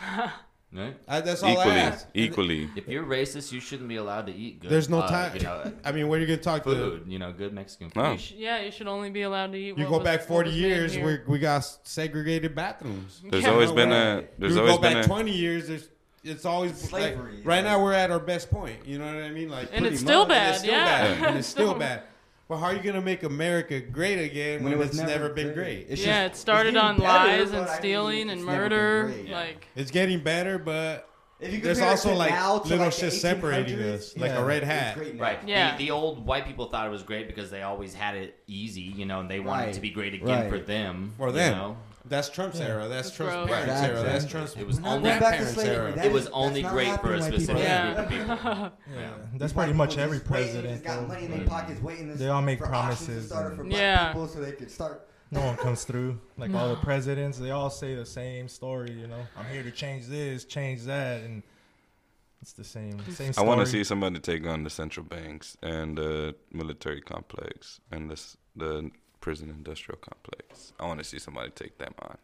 Speaker 6: right?
Speaker 2: I, that's all I
Speaker 3: Equally, E-
Speaker 2: ask.
Speaker 3: equally.
Speaker 6: If you're racist, you shouldn't be allowed to eat good.
Speaker 2: There's no
Speaker 6: uh,
Speaker 2: time.
Speaker 6: You know,
Speaker 2: I mean, what are you gonna talk to?
Speaker 6: food. You know, good Mexican food.
Speaker 3: No,
Speaker 7: You sh- yeah, you should only be allowed to eat.
Speaker 2: You
Speaker 7: what
Speaker 2: go
Speaker 7: was-
Speaker 2: back
Speaker 7: what
Speaker 2: 40
Speaker 7: was made
Speaker 2: years,
Speaker 7: here.
Speaker 2: we we got segregated bathrooms.
Speaker 3: there's
Speaker 7: Yeah.
Speaker 3: always
Speaker 2: No
Speaker 3: been
Speaker 2: way.
Speaker 3: a. There's
Speaker 2: you
Speaker 3: always
Speaker 2: go
Speaker 3: been
Speaker 2: back
Speaker 3: a.
Speaker 2: 20 years, there's it's always
Speaker 8: Slavery.
Speaker 2: Like, right now we're at our best point. You know what I mean? Like
Speaker 7: and
Speaker 8: Pretty
Speaker 7: it's still
Speaker 8: much.
Speaker 7: bad.
Speaker 2: and it's still
Speaker 7: yeah,
Speaker 2: bad. And it's still
Speaker 7: So-
Speaker 2: bad. Well, how are you gonna make America great again when, it's never, been great?
Speaker 8: It's
Speaker 7: yeah,
Speaker 8: just-
Speaker 7: it started
Speaker 8: it's getting
Speaker 7: on
Speaker 8: better,
Speaker 7: lies
Speaker 8: but
Speaker 7: and
Speaker 8: I mean,
Speaker 7: stealing and
Speaker 8: it's never been
Speaker 7: murder.
Speaker 8: great.
Speaker 7: Like,
Speaker 2: It's getting better, but
Speaker 8: If you
Speaker 2: There's
Speaker 8: compare
Speaker 2: also,
Speaker 8: it to
Speaker 2: like,
Speaker 8: now to,
Speaker 2: little
Speaker 8: like, the
Speaker 2: shit separating
Speaker 8: 1800s,
Speaker 2: us, like a red
Speaker 8: it's
Speaker 2: hat.
Speaker 8: great now.
Speaker 6: Right.
Speaker 7: Yeah.
Speaker 6: The, the old white people thought it was great because they always had it easy, you know, and they wanted it to
Speaker 8: Right.
Speaker 6: be great again
Speaker 8: Right.
Speaker 6: for them.
Speaker 2: for
Speaker 6: you
Speaker 2: them,
Speaker 6: know?
Speaker 2: that's Trump's era. That's
Speaker 7: That's
Speaker 2: Trump's
Speaker 7: gross.
Speaker 2: parents'
Speaker 8: Exactly.
Speaker 2: era. That's Trump's.
Speaker 6: It was
Speaker 8: Going
Speaker 6: only
Speaker 8: back
Speaker 2: grandparents'
Speaker 8: to slavery,
Speaker 2: era.
Speaker 8: that
Speaker 6: it was
Speaker 8: is-
Speaker 6: only
Speaker 8: that's not
Speaker 6: great for
Speaker 8: happening
Speaker 6: a
Speaker 8: when people
Speaker 6: specific
Speaker 8: are-
Speaker 6: group
Speaker 7: yeah.
Speaker 6: of people.
Speaker 5: Yeah, that's pretty much every
Speaker 8: They
Speaker 5: president.
Speaker 8: just got
Speaker 5: though.
Speaker 8: money in their pockets waiting to
Speaker 5: They all make
Speaker 8: for options to
Speaker 5: promises
Speaker 8: start
Speaker 5: and-
Speaker 8: for black
Speaker 7: Yeah.
Speaker 8: people so they could start.
Speaker 5: No one comes through. Like all the presidents, they all say the same story. You know, I'm here to change this, change that, and it's the same. Same.
Speaker 3: I
Speaker 5: Story.
Speaker 3: want to see somebody take on the central banks and the military complex and this the prison industrial complex. I want to see somebody take them on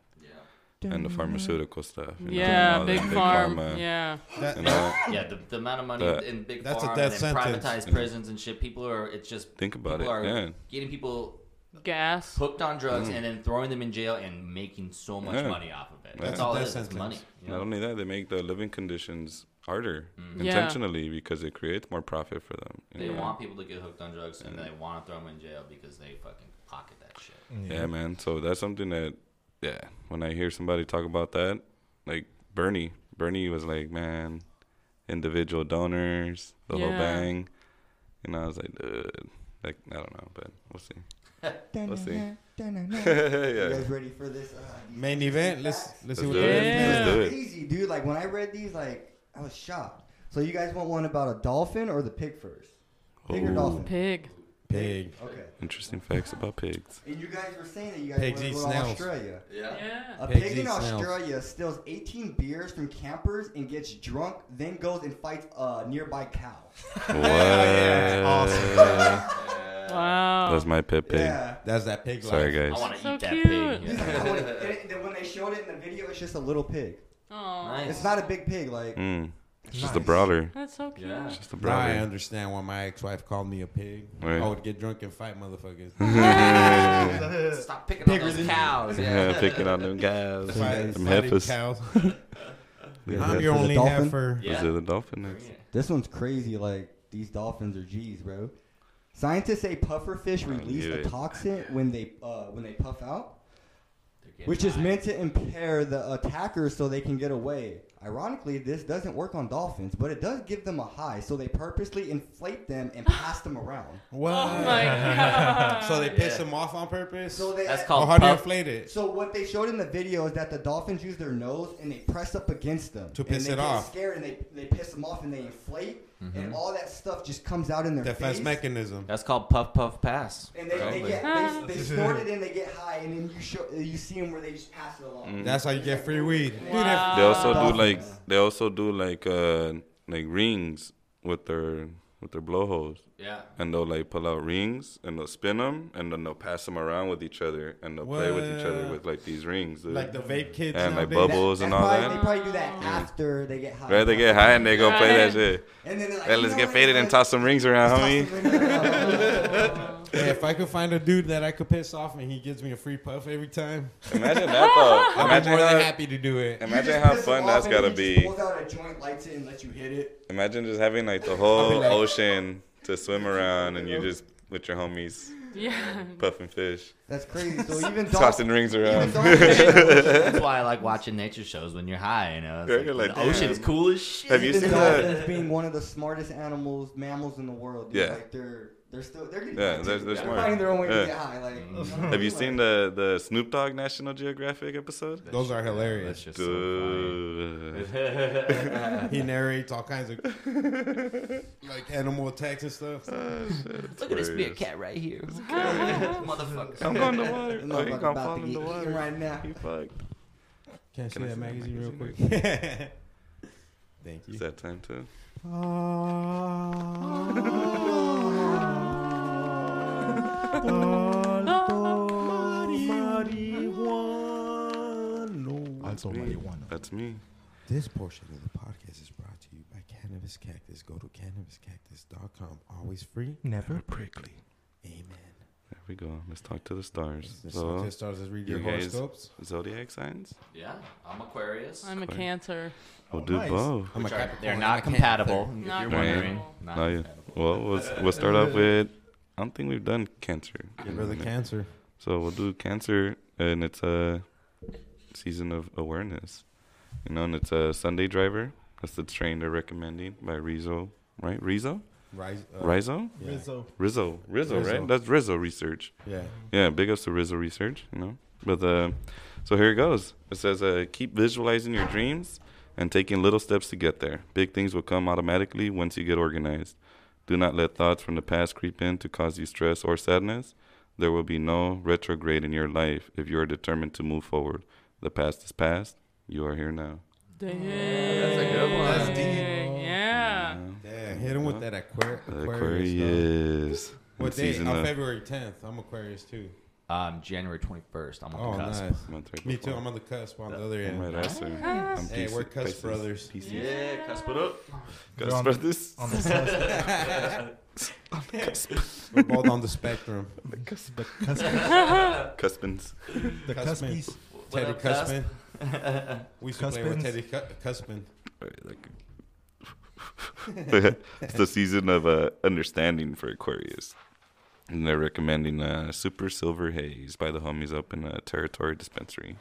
Speaker 3: and the pharmaceutical stuff. you know, and
Speaker 7: yeah,
Speaker 3: all
Speaker 7: big
Speaker 3: that,
Speaker 7: farm.
Speaker 3: pharma,
Speaker 7: Yeah,
Speaker 2: That-
Speaker 3: and all that.
Speaker 6: Yeah, the, the amount of money
Speaker 3: That-
Speaker 6: in big
Speaker 2: That's a
Speaker 6: farm
Speaker 2: death
Speaker 6: and
Speaker 2: sentence.
Speaker 6: privatized prisons and shit. People are it's just
Speaker 3: Think about
Speaker 6: people
Speaker 3: it,
Speaker 6: Are
Speaker 3: yeah.
Speaker 6: Getting people
Speaker 7: gas.
Speaker 6: hooked on drugs and then throwing them in jail and making so much
Speaker 3: Mm. Yeah.
Speaker 6: money off of it.
Speaker 3: That's
Speaker 6: That's
Speaker 3: a
Speaker 6: all it
Speaker 2: death
Speaker 6: is. It's
Speaker 2: sentence.
Speaker 6: money. you know?
Speaker 3: Not only that, they make the living conditions harder
Speaker 7: Yeah.
Speaker 3: intentionally because it creates more profit for them. you
Speaker 6: They
Speaker 3: know?
Speaker 7: Yeah.
Speaker 6: want people to get hooked on drugs and they want to throw them in jail because they fucking pocket that shit.
Speaker 2: Mm.
Speaker 3: Yeah, man. So that's something that, yeah. When I hear somebody talk about that, like Bernie, Bernie was like, man, individual donors, the whole
Speaker 7: Yeah.
Speaker 3: bang. And I was like, dude, like I don't know, but we'll see. We'll see.
Speaker 8: You
Speaker 3: yeah.
Speaker 8: guys ready for this? Uh, these-
Speaker 2: Main event. Let's let's see what.
Speaker 3: Let's do it.
Speaker 7: Yeah.
Speaker 3: Let's do it.
Speaker 8: crazy, dude. Like when I read these, like I was shocked. So you guys want one about a dolphin or the pig first? Pig or
Speaker 3: Ooh.
Speaker 8: dolphin?
Speaker 7: Pig.
Speaker 2: Pig.
Speaker 8: Okay.
Speaker 3: Interesting facts about pigs.
Speaker 8: And you guys were saying that you guys
Speaker 2: Pigs
Speaker 8: want to
Speaker 2: eat
Speaker 8: go to
Speaker 2: snails.
Speaker 8: Australia.
Speaker 7: Yeah.
Speaker 8: A
Speaker 2: Pigs
Speaker 8: pig in
Speaker 2: eat snails.
Speaker 8: Australia steals 18 beers from campers and gets drunk, then goes and fights a nearby cow.
Speaker 3: What?
Speaker 5: Awesome.
Speaker 7: Wow.
Speaker 3: That's my pet pig.
Speaker 8: Yeah.
Speaker 2: That's that pig. life.
Speaker 3: Sorry,
Speaker 6: I
Speaker 3: guys.
Speaker 6: want to
Speaker 7: So
Speaker 6: eat
Speaker 7: cute.
Speaker 6: that pig.
Speaker 8: And
Speaker 6: Yeah.
Speaker 8: it- then when they showed it in the video, it's just a little pig.
Speaker 7: Aw,
Speaker 6: Nice.
Speaker 8: It's not a big pig. Like
Speaker 3: Mm. It's just a
Speaker 8: Nice.
Speaker 3: brawler.
Speaker 7: that's so cute.
Speaker 6: Yeah.
Speaker 3: It's just a
Speaker 2: Now I
Speaker 3: brawler.
Speaker 2: understand why my ex-wife called me a pig.
Speaker 3: Right.
Speaker 2: I would get drunk and fight motherfuckers.
Speaker 6: Stop picking on those cows.
Speaker 3: Yeah, picking on them
Speaker 2: Fight-
Speaker 3: guys. Them
Speaker 2: fighting
Speaker 3: heifers.
Speaker 2: cows.
Speaker 3: Them
Speaker 2: I'm
Speaker 3: heifers.
Speaker 2: your only
Speaker 8: dolphin?
Speaker 2: heifer.
Speaker 3: Those
Speaker 6: Yeah.
Speaker 3: are the dolphin
Speaker 6: Bring
Speaker 3: heads.
Speaker 6: it.
Speaker 8: This one's crazy. Like these dolphins are G's, bro. Scientists say pufferfish
Speaker 3: I
Speaker 8: release
Speaker 3: knew
Speaker 8: a
Speaker 3: it.
Speaker 8: toxin when they uh, when they puff out,
Speaker 6: They're getting
Speaker 8: which is
Speaker 6: high.
Speaker 8: meant to impair the attackers so they can get away. Ironically, this doesn't work on dolphins, but it does give them a high, so they purposely inflate them and pass them around.
Speaker 7: Oh
Speaker 2: What?
Speaker 7: my god.
Speaker 2: so they piss
Speaker 6: Yeah.
Speaker 2: them off on purpose.
Speaker 8: So they
Speaker 6: That's
Speaker 2: oh,
Speaker 6: called
Speaker 2: how do you
Speaker 6: puff.
Speaker 2: inflate it?
Speaker 8: So what they showed in the video is that the dolphins use their nose and they press up against them
Speaker 2: To
Speaker 8: And
Speaker 2: piss
Speaker 8: they
Speaker 2: it
Speaker 8: get
Speaker 2: off.
Speaker 8: Scared and they, they piss them off and they inflate
Speaker 3: Mm-hmm.
Speaker 8: and all that stuff just comes out in their
Speaker 2: Defense
Speaker 8: face.
Speaker 2: mechanism.
Speaker 6: That's called puff puff pass.
Speaker 8: And they, they
Speaker 6: Totally.
Speaker 8: get they, they snort it and they get high and then you show you see them where they just pass it along.
Speaker 2: That's how you get free weed. Dude,
Speaker 7: Wow.
Speaker 2: if-
Speaker 3: They also do
Speaker 8: Uh, Dolphins.
Speaker 3: like they also do like uh like rings with their with their blowholes,
Speaker 6: Yeah.
Speaker 3: and they'll like pull out rings and they'll spin them, and then they'll pass them around with each other, and they'll play with each other
Speaker 2: What?
Speaker 3: with like these rings, dude.
Speaker 2: like the vape kids
Speaker 3: and like
Speaker 2: nowadays.
Speaker 3: bubbles and
Speaker 8: That's
Speaker 3: all
Speaker 8: probably- They
Speaker 3: that.
Speaker 8: probably do that after they get high.
Speaker 3: Right, they get high and they go play that
Speaker 7: Right.
Speaker 3: shit.
Speaker 8: And then they're like,
Speaker 3: Hey,
Speaker 8: you
Speaker 3: let's
Speaker 8: know
Speaker 3: get
Speaker 8: what,
Speaker 3: faded and
Speaker 8: let's
Speaker 3: toss some rings around,
Speaker 8: toss
Speaker 3: homie.
Speaker 8: them in there.
Speaker 2: Hey, if I could find a dude that I could piss off and he gives me a free puff every time,
Speaker 3: Imagine that though.
Speaker 2: I'd be
Speaker 3: Imagine
Speaker 2: more than
Speaker 3: how,
Speaker 2: happy to do it.
Speaker 8: You
Speaker 3: imagine
Speaker 8: just
Speaker 3: how
Speaker 8: piss
Speaker 3: fun
Speaker 8: them
Speaker 3: that's
Speaker 8: off and
Speaker 3: gotta
Speaker 8: then he just
Speaker 3: be.
Speaker 8: Pulls out a joint, lights it, and lets you hit it.
Speaker 3: Imagine just having like the whole
Speaker 2: like-
Speaker 3: ocean to swim around, and you just with your homies
Speaker 7: yeah.
Speaker 3: puffing fish,
Speaker 8: That's crazy. So even
Speaker 3: tossing rings around.
Speaker 8: even dolphins-
Speaker 6: That's why I like watching nature shows when you're high. You know, It's
Speaker 3: Yeah,
Speaker 6: like,
Speaker 3: you're like,
Speaker 6: the ocean's
Speaker 3: damn.
Speaker 6: cool as shit.
Speaker 3: Have you
Speaker 8: Even
Speaker 3: seen that?
Speaker 8: dolphins being one of the smartest animals, mammals in the world. Dude.
Speaker 3: Yeah.
Speaker 8: Like they're they're still they're getting
Speaker 3: Yeah,
Speaker 8: high,
Speaker 3: they're-
Speaker 8: too.
Speaker 3: they're smart.
Speaker 8: finding their own way
Speaker 3: Yeah.
Speaker 8: to get high. Like, you know what I
Speaker 3: Have you
Speaker 8: mean?
Speaker 3: seen
Speaker 8: Like,
Speaker 3: the the Snoop Dogg National Geographic episode?
Speaker 2: Those are
Speaker 6: That's
Speaker 2: hilarious.
Speaker 6: just so
Speaker 3: Dude.
Speaker 6: funny.
Speaker 2: He narrates all kinds of like animal attacks and stuff.
Speaker 6: Look at this
Speaker 3: hilarious.
Speaker 6: big cat right here. Motherfucker.
Speaker 3: I'm going to water.
Speaker 8: I'm
Speaker 3: Oh, you
Speaker 8: about
Speaker 3: gonna
Speaker 8: to
Speaker 3: fall in
Speaker 8: get
Speaker 3: the
Speaker 8: eaten
Speaker 3: water.
Speaker 8: right now.
Speaker 3: You fucked.
Speaker 2: Can I see
Speaker 3: Can I
Speaker 2: that
Speaker 3: see that
Speaker 2: magazine real quick?
Speaker 3: magazine
Speaker 2: Thank
Speaker 3: Is
Speaker 2: you.
Speaker 3: that time too?
Speaker 5: Also, marijuana.
Speaker 3: That's me.
Speaker 2: This portion of the podcast is brought to you by Cannabis Cactus. Go to cannabiscactus.com. Always free.
Speaker 5: Never.
Speaker 3: Prickly.
Speaker 2: Amen.
Speaker 3: we go. Let's talk to the stars.
Speaker 2: Let's
Speaker 3: so,
Speaker 2: just start with read
Speaker 3: you
Speaker 2: your
Speaker 3: guys-
Speaker 2: horoscopes.
Speaker 3: zodiac signs?
Speaker 6: Yeah, I'm Aquarius.
Speaker 7: I'm a
Speaker 3: Sorry.
Speaker 7: cancer.
Speaker 3: We'll
Speaker 5: Oh,
Speaker 3: do
Speaker 5: nice.
Speaker 3: both.
Speaker 2: I'm
Speaker 6: which
Speaker 2: a
Speaker 6: are- they're
Speaker 2: Capricorn.
Speaker 6: not compatible. If
Speaker 7: Not
Speaker 6: you're wondering,
Speaker 7: compatible.
Speaker 6: not
Speaker 3: Oh, yeah.
Speaker 6: compatible.
Speaker 3: Well, we'll, s- we'll start off with. I don't think we've done cancer.
Speaker 2: Your brother Cancer.
Speaker 3: So we'll do cancer, and it's a season of awareness. You know, and it's a Sunday driver. That's the train they're recommending by Rizzo, right? Rizzo,
Speaker 2: Rise. Uh,
Speaker 3: Rizzo,
Speaker 2: Yeah.
Speaker 5: Rizzo.
Speaker 3: Rizzo, Rizzo,
Speaker 2: Rizzo.
Speaker 3: right? That's Rizzo research.
Speaker 2: Yeah.
Speaker 3: Yeah, big ups to Rizzo Research, you know. But uh, so here it goes. It says, uh, keep visualizing your dreams and taking little steps to get there. Big things will come automatically once you get organized. Do not let thoughts from the past creep in to cause you stress or sadness. There will be no retrograde in your life if you are determined to move forward. The past is past. You are here now.
Speaker 7: Dang.
Speaker 6: That's a good one.
Speaker 4: That's deep.
Speaker 7: Yeah.
Speaker 2: Yeah. Hit him with that Aquar- Aquarius. Aquarius.
Speaker 3: Aquarius.
Speaker 2: What
Speaker 3: It's
Speaker 2: day?
Speaker 3: season uh,
Speaker 2: On
Speaker 3: of-
Speaker 2: February 10th. I'm Aquarius too.
Speaker 6: Um, January 21st. I'm on
Speaker 2: Oh,
Speaker 6: the cusp.
Speaker 2: nice.
Speaker 3: month right
Speaker 2: Me too.
Speaker 3: before.
Speaker 2: I'm on the cusp on the other end.
Speaker 3: I'm right after. I'm
Speaker 2: Hey,
Speaker 3: Pis-
Speaker 2: we're cuss
Speaker 3: Pisces.
Speaker 2: brothers.
Speaker 3: Pisces.
Speaker 6: Yeah, cusp it up.
Speaker 5: You're
Speaker 3: Cuss
Speaker 5: on the-
Speaker 3: brothers.
Speaker 5: On the cusp.
Speaker 2: We're both on the spectrum.
Speaker 5: the cusp.
Speaker 3: Cuspins.
Speaker 5: The cusp
Speaker 2: Cuspin.
Speaker 5: piece.
Speaker 6: What
Speaker 2: Teddy
Speaker 6: up, cusp?
Speaker 2: Cuspin. We used to play with
Speaker 5: Cuspins?
Speaker 2: Teddy Cu- Cuspin.
Speaker 3: Right, like- it's the season of uh, understanding for Aquarius. And they're recommending uh, Super Silver Haze by the homies up in uh, Territory Dispensary.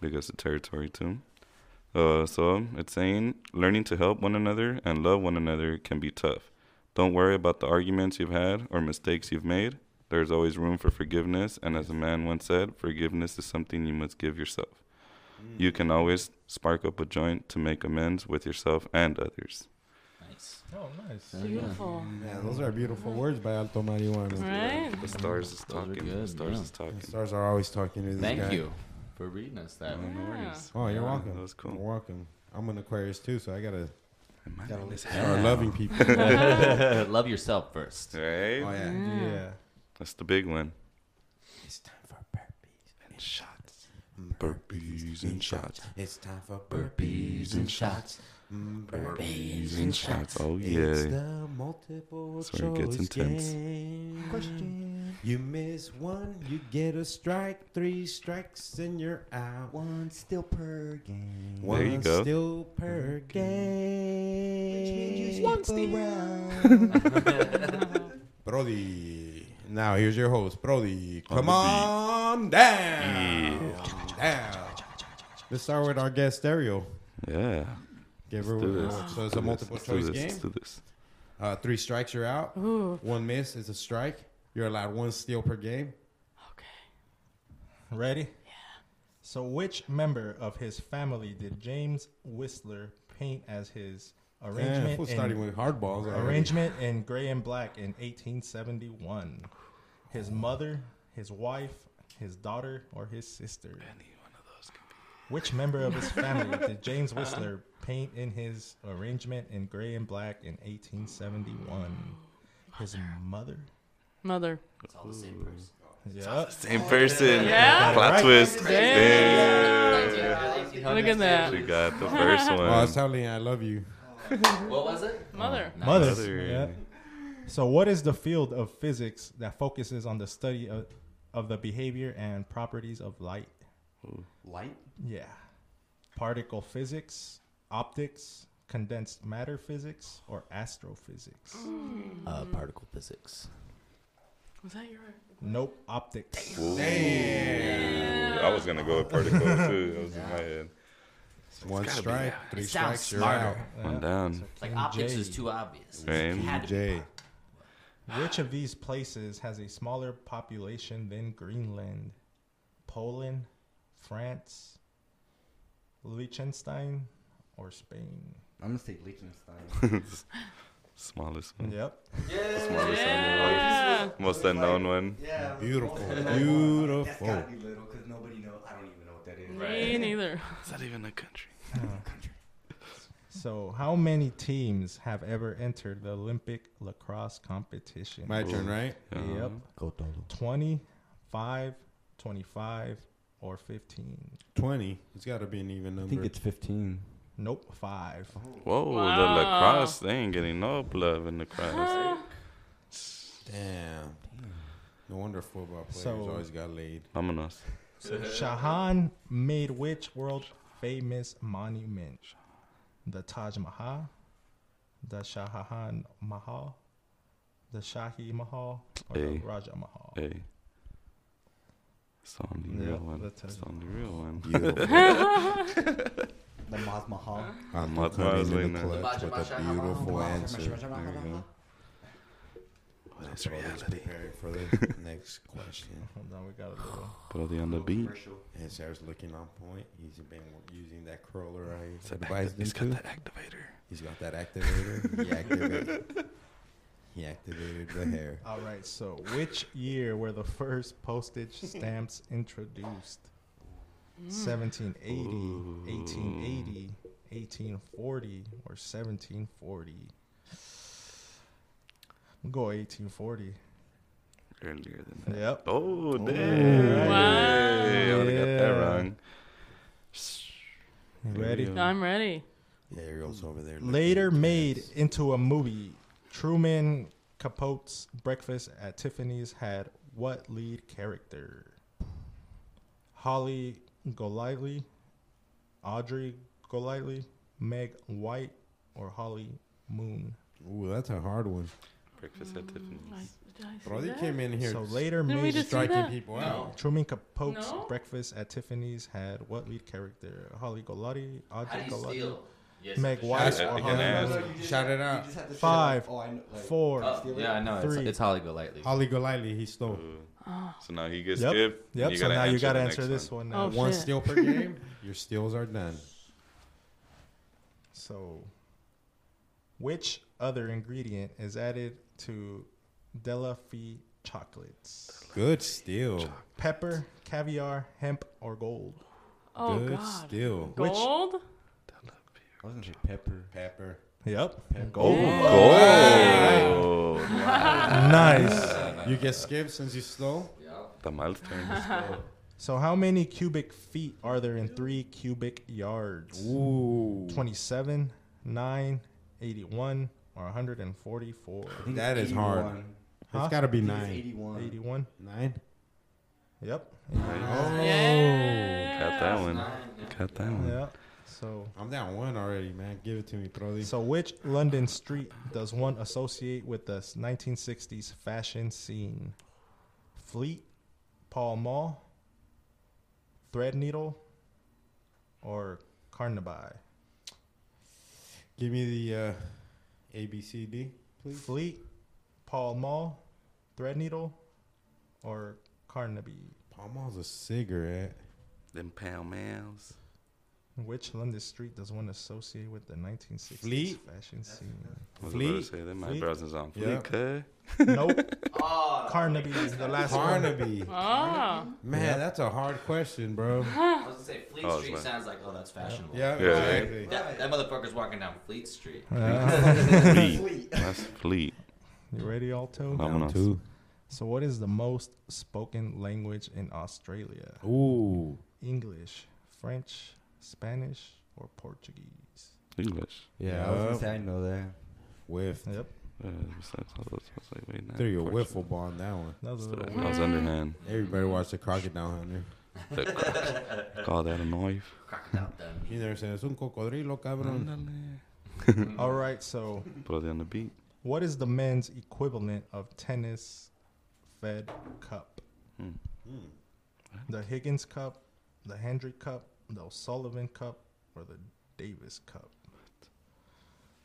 Speaker 3: Big ups to Territory, too. Uh, so it's saying learning to help one another and love one another can be tough. Don't worry about the arguments you've had or mistakes you've made. There's always room for forgiveness. And as a man once said, forgiveness is something you must give yourself. You can always spark up a joint to make amends with yourself and others.
Speaker 6: Nice.
Speaker 5: Oh, nice.
Speaker 7: Beautiful.
Speaker 6: Mm.
Speaker 2: Yeah, those are beautiful words by Alto Marijuana.
Speaker 7: Right?
Speaker 3: The stars is
Speaker 6: Those are
Speaker 3: talking. The
Speaker 6: good,
Speaker 3: stars
Speaker 6: yeah.
Speaker 3: is talking.
Speaker 2: The stars are always talking to this
Speaker 6: Thank
Speaker 2: guy.
Speaker 6: you for reading us that.
Speaker 3: No
Speaker 7: Yeah.
Speaker 3: worries.
Speaker 2: Oh, you're
Speaker 3: Yeah,
Speaker 2: welcome.
Speaker 3: That was
Speaker 2: You're
Speaker 3: cool.
Speaker 2: welcome. I'm an Aquarius too, so I gotta
Speaker 3: And my name is
Speaker 2: start loving people. oh
Speaker 6: Love yourself first.
Speaker 3: Right?
Speaker 2: yeah.
Speaker 5: Yeah.
Speaker 3: That's the big one.
Speaker 2: It's time for burpees and shots.
Speaker 3: Burpees and shots.
Speaker 2: It's time for
Speaker 6: Burpees and shots.
Speaker 2: Mm,
Speaker 6: Burpees
Speaker 3: and shots. Oh,
Speaker 2: It's
Speaker 3: yeah.
Speaker 2: the multiple
Speaker 3: That's where it gets
Speaker 2: choice
Speaker 3: intense.
Speaker 2: game. You miss one, you get a strike. Three strikes and you're out.
Speaker 4: One still per game.
Speaker 3: There you
Speaker 2: One
Speaker 3: go.
Speaker 2: Still per game.
Speaker 4: One still. Around.
Speaker 2: Brody. Now here's your host, Brody.
Speaker 3: On
Speaker 2: Come
Speaker 3: the beat.
Speaker 2: on down. Down. Let's start with our guest stereo.
Speaker 3: Yeah.
Speaker 2: Give her
Speaker 3: do this.
Speaker 2: so it's a multiple
Speaker 3: Let's do
Speaker 2: choice
Speaker 3: this.
Speaker 2: game.
Speaker 3: Let's do this.
Speaker 2: Uh, three strikes, you're out.
Speaker 7: Ooh.
Speaker 2: One miss is a strike. You're allowed one steal per game.
Speaker 7: Okay.
Speaker 5: Ready? Yeah. So, which member of his family did James Whistler paint as his
Speaker 2: Yeah,
Speaker 5: arrangement?
Speaker 2: we're
Speaker 5: in-
Speaker 2: starting with hard balls. already.
Speaker 5: arrangement in gray and black in 1871. His mother, his wife, his daughter, or his sister. Which member of his family did James Whistler paint in his arrangement in gray and black in 1871? His mother.
Speaker 7: Mother.
Speaker 6: It's all the same person.
Speaker 5: Yep.
Speaker 3: Same person.
Speaker 7: Yeah?
Speaker 3: Plot twist.
Speaker 7: Look at that.
Speaker 3: We got the first
Speaker 2: Oh, I was
Speaker 3: one.
Speaker 2: telling you, I love you.
Speaker 6: What was it?
Speaker 7: Mother.
Speaker 5: Mother.
Speaker 3: Mother.
Speaker 5: Yep. So, what is the field of physics that focuses on the study of, of the behavior and properties of light?
Speaker 4: Light.
Speaker 5: Yeah. Particle physics, optics, condensed matter physics, or astrophysics?
Speaker 6: Uh, particle physics.
Speaker 7: Was that your?
Speaker 5: Nope, optics.
Speaker 3: I was going to go with particle, too. That was in my head.
Speaker 2: One strike, three
Speaker 6: It sounds
Speaker 2: strikes, you're out.
Speaker 6: smarter.
Speaker 3: One down.
Speaker 6: It's Like optics
Speaker 5: Jay.
Speaker 6: is too obvious.
Speaker 3: Right.
Speaker 6: It had to be
Speaker 2: Jay.
Speaker 6: pop-
Speaker 5: Which of these places has a smaller population than Greenland? Poland, France, Liechtenstein, or Spain?
Speaker 4: I'm gonna say Liechtenstein.
Speaker 3: Smallest one.
Speaker 5: Yep.
Speaker 3: Smallest
Speaker 7: Yeah.
Speaker 3: one. Most unknown one.
Speaker 4: yeah.
Speaker 2: Beautiful,
Speaker 4: That's
Speaker 2: beautiful.
Speaker 4: gotta be little because nobody knows. I don't even know what that is.
Speaker 7: Me neither.
Speaker 3: It's not even a country.
Speaker 5: So, how many teams have ever entered the Olympic lacrosse competition?
Speaker 2: My turn, right?
Speaker 5: Yep.
Speaker 4: Go Dolo.
Speaker 5: 20, 5, 25, or 15?
Speaker 2: Twenty. It's got to be an even number.
Speaker 8: I think it's 15.
Speaker 5: Nope, 5.
Speaker 3: Whoa,
Speaker 7: Wow.
Speaker 3: the lacrosse. They ain't getting no love in lacrosse.
Speaker 2: Damn. No wonder football players
Speaker 5: So-
Speaker 2: always got laid.
Speaker 3: Vamanos.
Speaker 5: Shahan made which world famous monument? The Taj Mahal, the Shahan Mahal, the Shahi Mahal, or
Speaker 3: Hey.
Speaker 5: the Raja Mahal?
Speaker 3: Hey. It's the only
Speaker 5: Yeah,
Speaker 3: real one.
Speaker 5: that's
Speaker 3: It's
Speaker 5: it.
Speaker 3: the only real one.
Speaker 8: The Maz Mahal.
Speaker 2: I'm
Speaker 3: Mud Mars
Speaker 2: coming in the
Speaker 3: Lena.
Speaker 2: clutch with a beautiful answer. There we go.
Speaker 3: That's
Speaker 2: So I was preparing for the next question.
Speaker 5: Hold on, we got a little.
Speaker 3: But on the beat.
Speaker 2: And Sarah's looking on point. He's been using that curler
Speaker 3: It's
Speaker 2: I
Speaker 3: an
Speaker 2: advised him
Speaker 3: acti- He's got
Speaker 2: to.
Speaker 3: that activator.
Speaker 2: He's got that activator. He activated. he activated the hair.
Speaker 5: All right, so which year were the first postage stamps introduced? 1780, 1880, 1840, or 1740? We'll go 1840.
Speaker 3: Earlier than that.
Speaker 5: Yep.
Speaker 3: Oh, damn.
Speaker 7: Wow.
Speaker 3: I would have got that
Speaker 5: Yeah.
Speaker 3: wrong.
Speaker 5: You
Speaker 3: There we
Speaker 5: ready?
Speaker 3: go.
Speaker 7: I'm ready.
Speaker 2: Ariel's over there. looking
Speaker 5: Later
Speaker 2: intense.
Speaker 5: made into a movie, Truman Capote's Breakfast at Tiffany's had what lead character? Holly Golightly, Audrey Golightly, Meg White, or Holly Moon?
Speaker 2: Ooh, that's a hard one.
Speaker 3: Breakfast at
Speaker 7: I,
Speaker 3: Tiffany's.
Speaker 7: did I say
Speaker 2: Brody
Speaker 7: that?
Speaker 2: came in here
Speaker 5: So later
Speaker 7: Didn't we
Speaker 5: made
Speaker 7: just- see
Speaker 2: striking
Speaker 7: that?
Speaker 2: people out.
Speaker 5: Truman Capote's
Speaker 7: No?
Speaker 5: Breakfast at Tiffany's had what lead character? Holly Golightly,
Speaker 6: How
Speaker 5: Audrey
Speaker 6: do you
Speaker 5: Golightly,
Speaker 6: steal? Yes,
Speaker 5: Meg
Speaker 6: for
Speaker 5: White,
Speaker 3: sure.
Speaker 5: or
Speaker 3: I
Speaker 5: Holly
Speaker 3: can ask.
Speaker 5: Moon?
Speaker 2: Shout it out.
Speaker 5: Five,
Speaker 8: Oh, I know, like,
Speaker 5: Four.
Speaker 6: Oh, yeah, I know. It's,
Speaker 5: Three.
Speaker 6: it's Holly Golightly.
Speaker 2: Holly Golightly, he stole
Speaker 3: So now he gets
Speaker 5: Yep.
Speaker 3: skipped. and
Speaker 5: Yep. so now you gotta
Speaker 3: the
Speaker 5: answer
Speaker 3: next
Speaker 5: this one, now.
Speaker 7: Oh,
Speaker 2: one
Speaker 7: shit.
Speaker 2: steal per game. Your steals are done.
Speaker 5: So, which other ingredient is added to Delafi chocolates?
Speaker 2: Good steal.
Speaker 5: Pepper, caviar, hemp, or gold?
Speaker 7: Oh
Speaker 2: Good
Speaker 7: God.
Speaker 2: steal.
Speaker 5: Which-
Speaker 7: Gold.
Speaker 4: I was gonna say pepper.
Speaker 2: Pepper.
Speaker 5: Yep.
Speaker 3: Oh,
Speaker 5: Gold. Oh,
Speaker 3: gold.
Speaker 5: Nice.
Speaker 2: You get skipped since you stole.
Speaker 3: The milestone.
Speaker 5: So, how many cubic feet are there in three cubic yards?
Speaker 2: Ooh,
Speaker 5: 27, 9, 81, or 144?
Speaker 4: I think
Speaker 2: That
Speaker 4: it's
Speaker 2: is hard.
Speaker 4: 81.
Speaker 5: Huh?
Speaker 2: it's got to be
Speaker 4: I think it's
Speaker 2: nine.
Speaker 4: 81.
Speaker 5: 81?
Speaker 2: Nine.
Speaker 5: Yep.
Speaker 2: Oh,
Speaker 7: Yeah.
Speaker 3: Got that one. Got that one.
Speaker 5: Yep. So,
Speaker 2: I'm down one already, man. Give it to me, Brody.
Speaker 5: So, which London street does one associate with the 1960s fashion scene? Fleet, Pall Mall, Threadneedle, or Carnaby?
Speaker 2: Give me the uh, A B C D, please.
Speaker 5: Fleet, Pall Mall, Threadneedle, or Carnaby?
Speaker 2: Pall Mall's a cigarette.
Speaker 3: Them pound males.
Speaker 5: Which London street does one associate with the 1960s
Speaker 2: Fleet?
Speaker 5: fashion scene?
Speaker 3: I was about to
Speaker 2: Fleet.
Speaker 3: say them
Speaker 5: Fleet.
Speaker 3: eyebrows is on
Speaker 2: Yeah.
Speaker 3: fleek. huh?
Speaker 5: Nope. Carnaby is the last one.
Speaker 2: Ah. Carnaby.
Speaker 7: Ah.
Speaker 2: Man, that's a hard question, bro.
Speaker 6: I was gonna say Fleet
Speaker 3: Oh, it's
Speaker 6: Street
Speaker 3: mine.
Speaker 6: sounds like, oh, that's fashionable.
Speaker 2: Yeah,
Speaker 3: Yeah.
Speaker 2: exactly.
Speaker 6: That, that motherfucker's walking down Fleet Street.
Speaker 3: Fleet. That's fleet.
Speaker 5: Uh, You ready, Alto?
Speaker 3: Vamanos.
Speaker 2: Two.
Speaker 5: So, what is the most spoken language in Australia?
Speaker 2: Ooh,
Speaker 5: English, French, Spanish, or Portuguese?
Speaker 3: English.
Speaker 8: Yeah, I was
Speaker 2: uh,
Speaker 8: gonna say I know that.
Speaker 2: whiff.
Speaker 5: Yep.
Speaker 3: Uh, besides all those, I was like, wait, nah,
Speaker 2: Threw you a
Speaker 3: Portugal.
Speaker 2: wiffle ball on that one.
Speaker 5: That was a little
Speaker 3: I was underhand.
Speaker 2: Everybody watched the Crocodile Hunter.
Speaker 3: The croc- Call that a knife.
Speaker 6: Crocodile Dundee.
Speaker 2: You never said it's un cocodrilo, cabrón.
Speaker 5: weird. All right. So,
Speaker 3: Put it on the beat.
Speaker 5: what is the men's equivalent of tennis Fed Cup? Hmm. The Higgins Cup, the Hendry Cup, the O'Sullivan Cup, or the Davis Cup?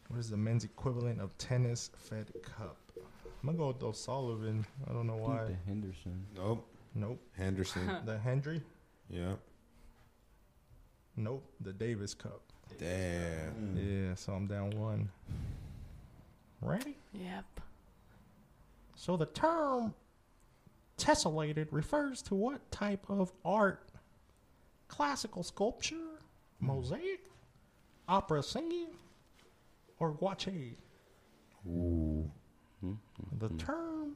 Speaker 5: What is the men's equivalent of tennis Fed Cup? I'm gonna go with O'Sullivan. I don't know
Speaker 4: I
Speaker 5: why.
Speaker 4: think the Henderson.
Speaker 2: Nope.
Speaker 5: Nope.
Speaker 2: Henderson.
Speaker 5: The Hendry.
Speaker 2: yeah.
Speaker 5: Nope. The Davis Cup.
Speaker 2: Damn.
Speaker 5: Yeah, so I'm down one. Ready?
Speaker 7: Mm-hmm. Yep.
Speaker 5: So the term tessellated refers to what type of art? Classical sculpture, mosaic, opera singing, or gouache?
Speaker 2: Ooh.
Speaker 5: The term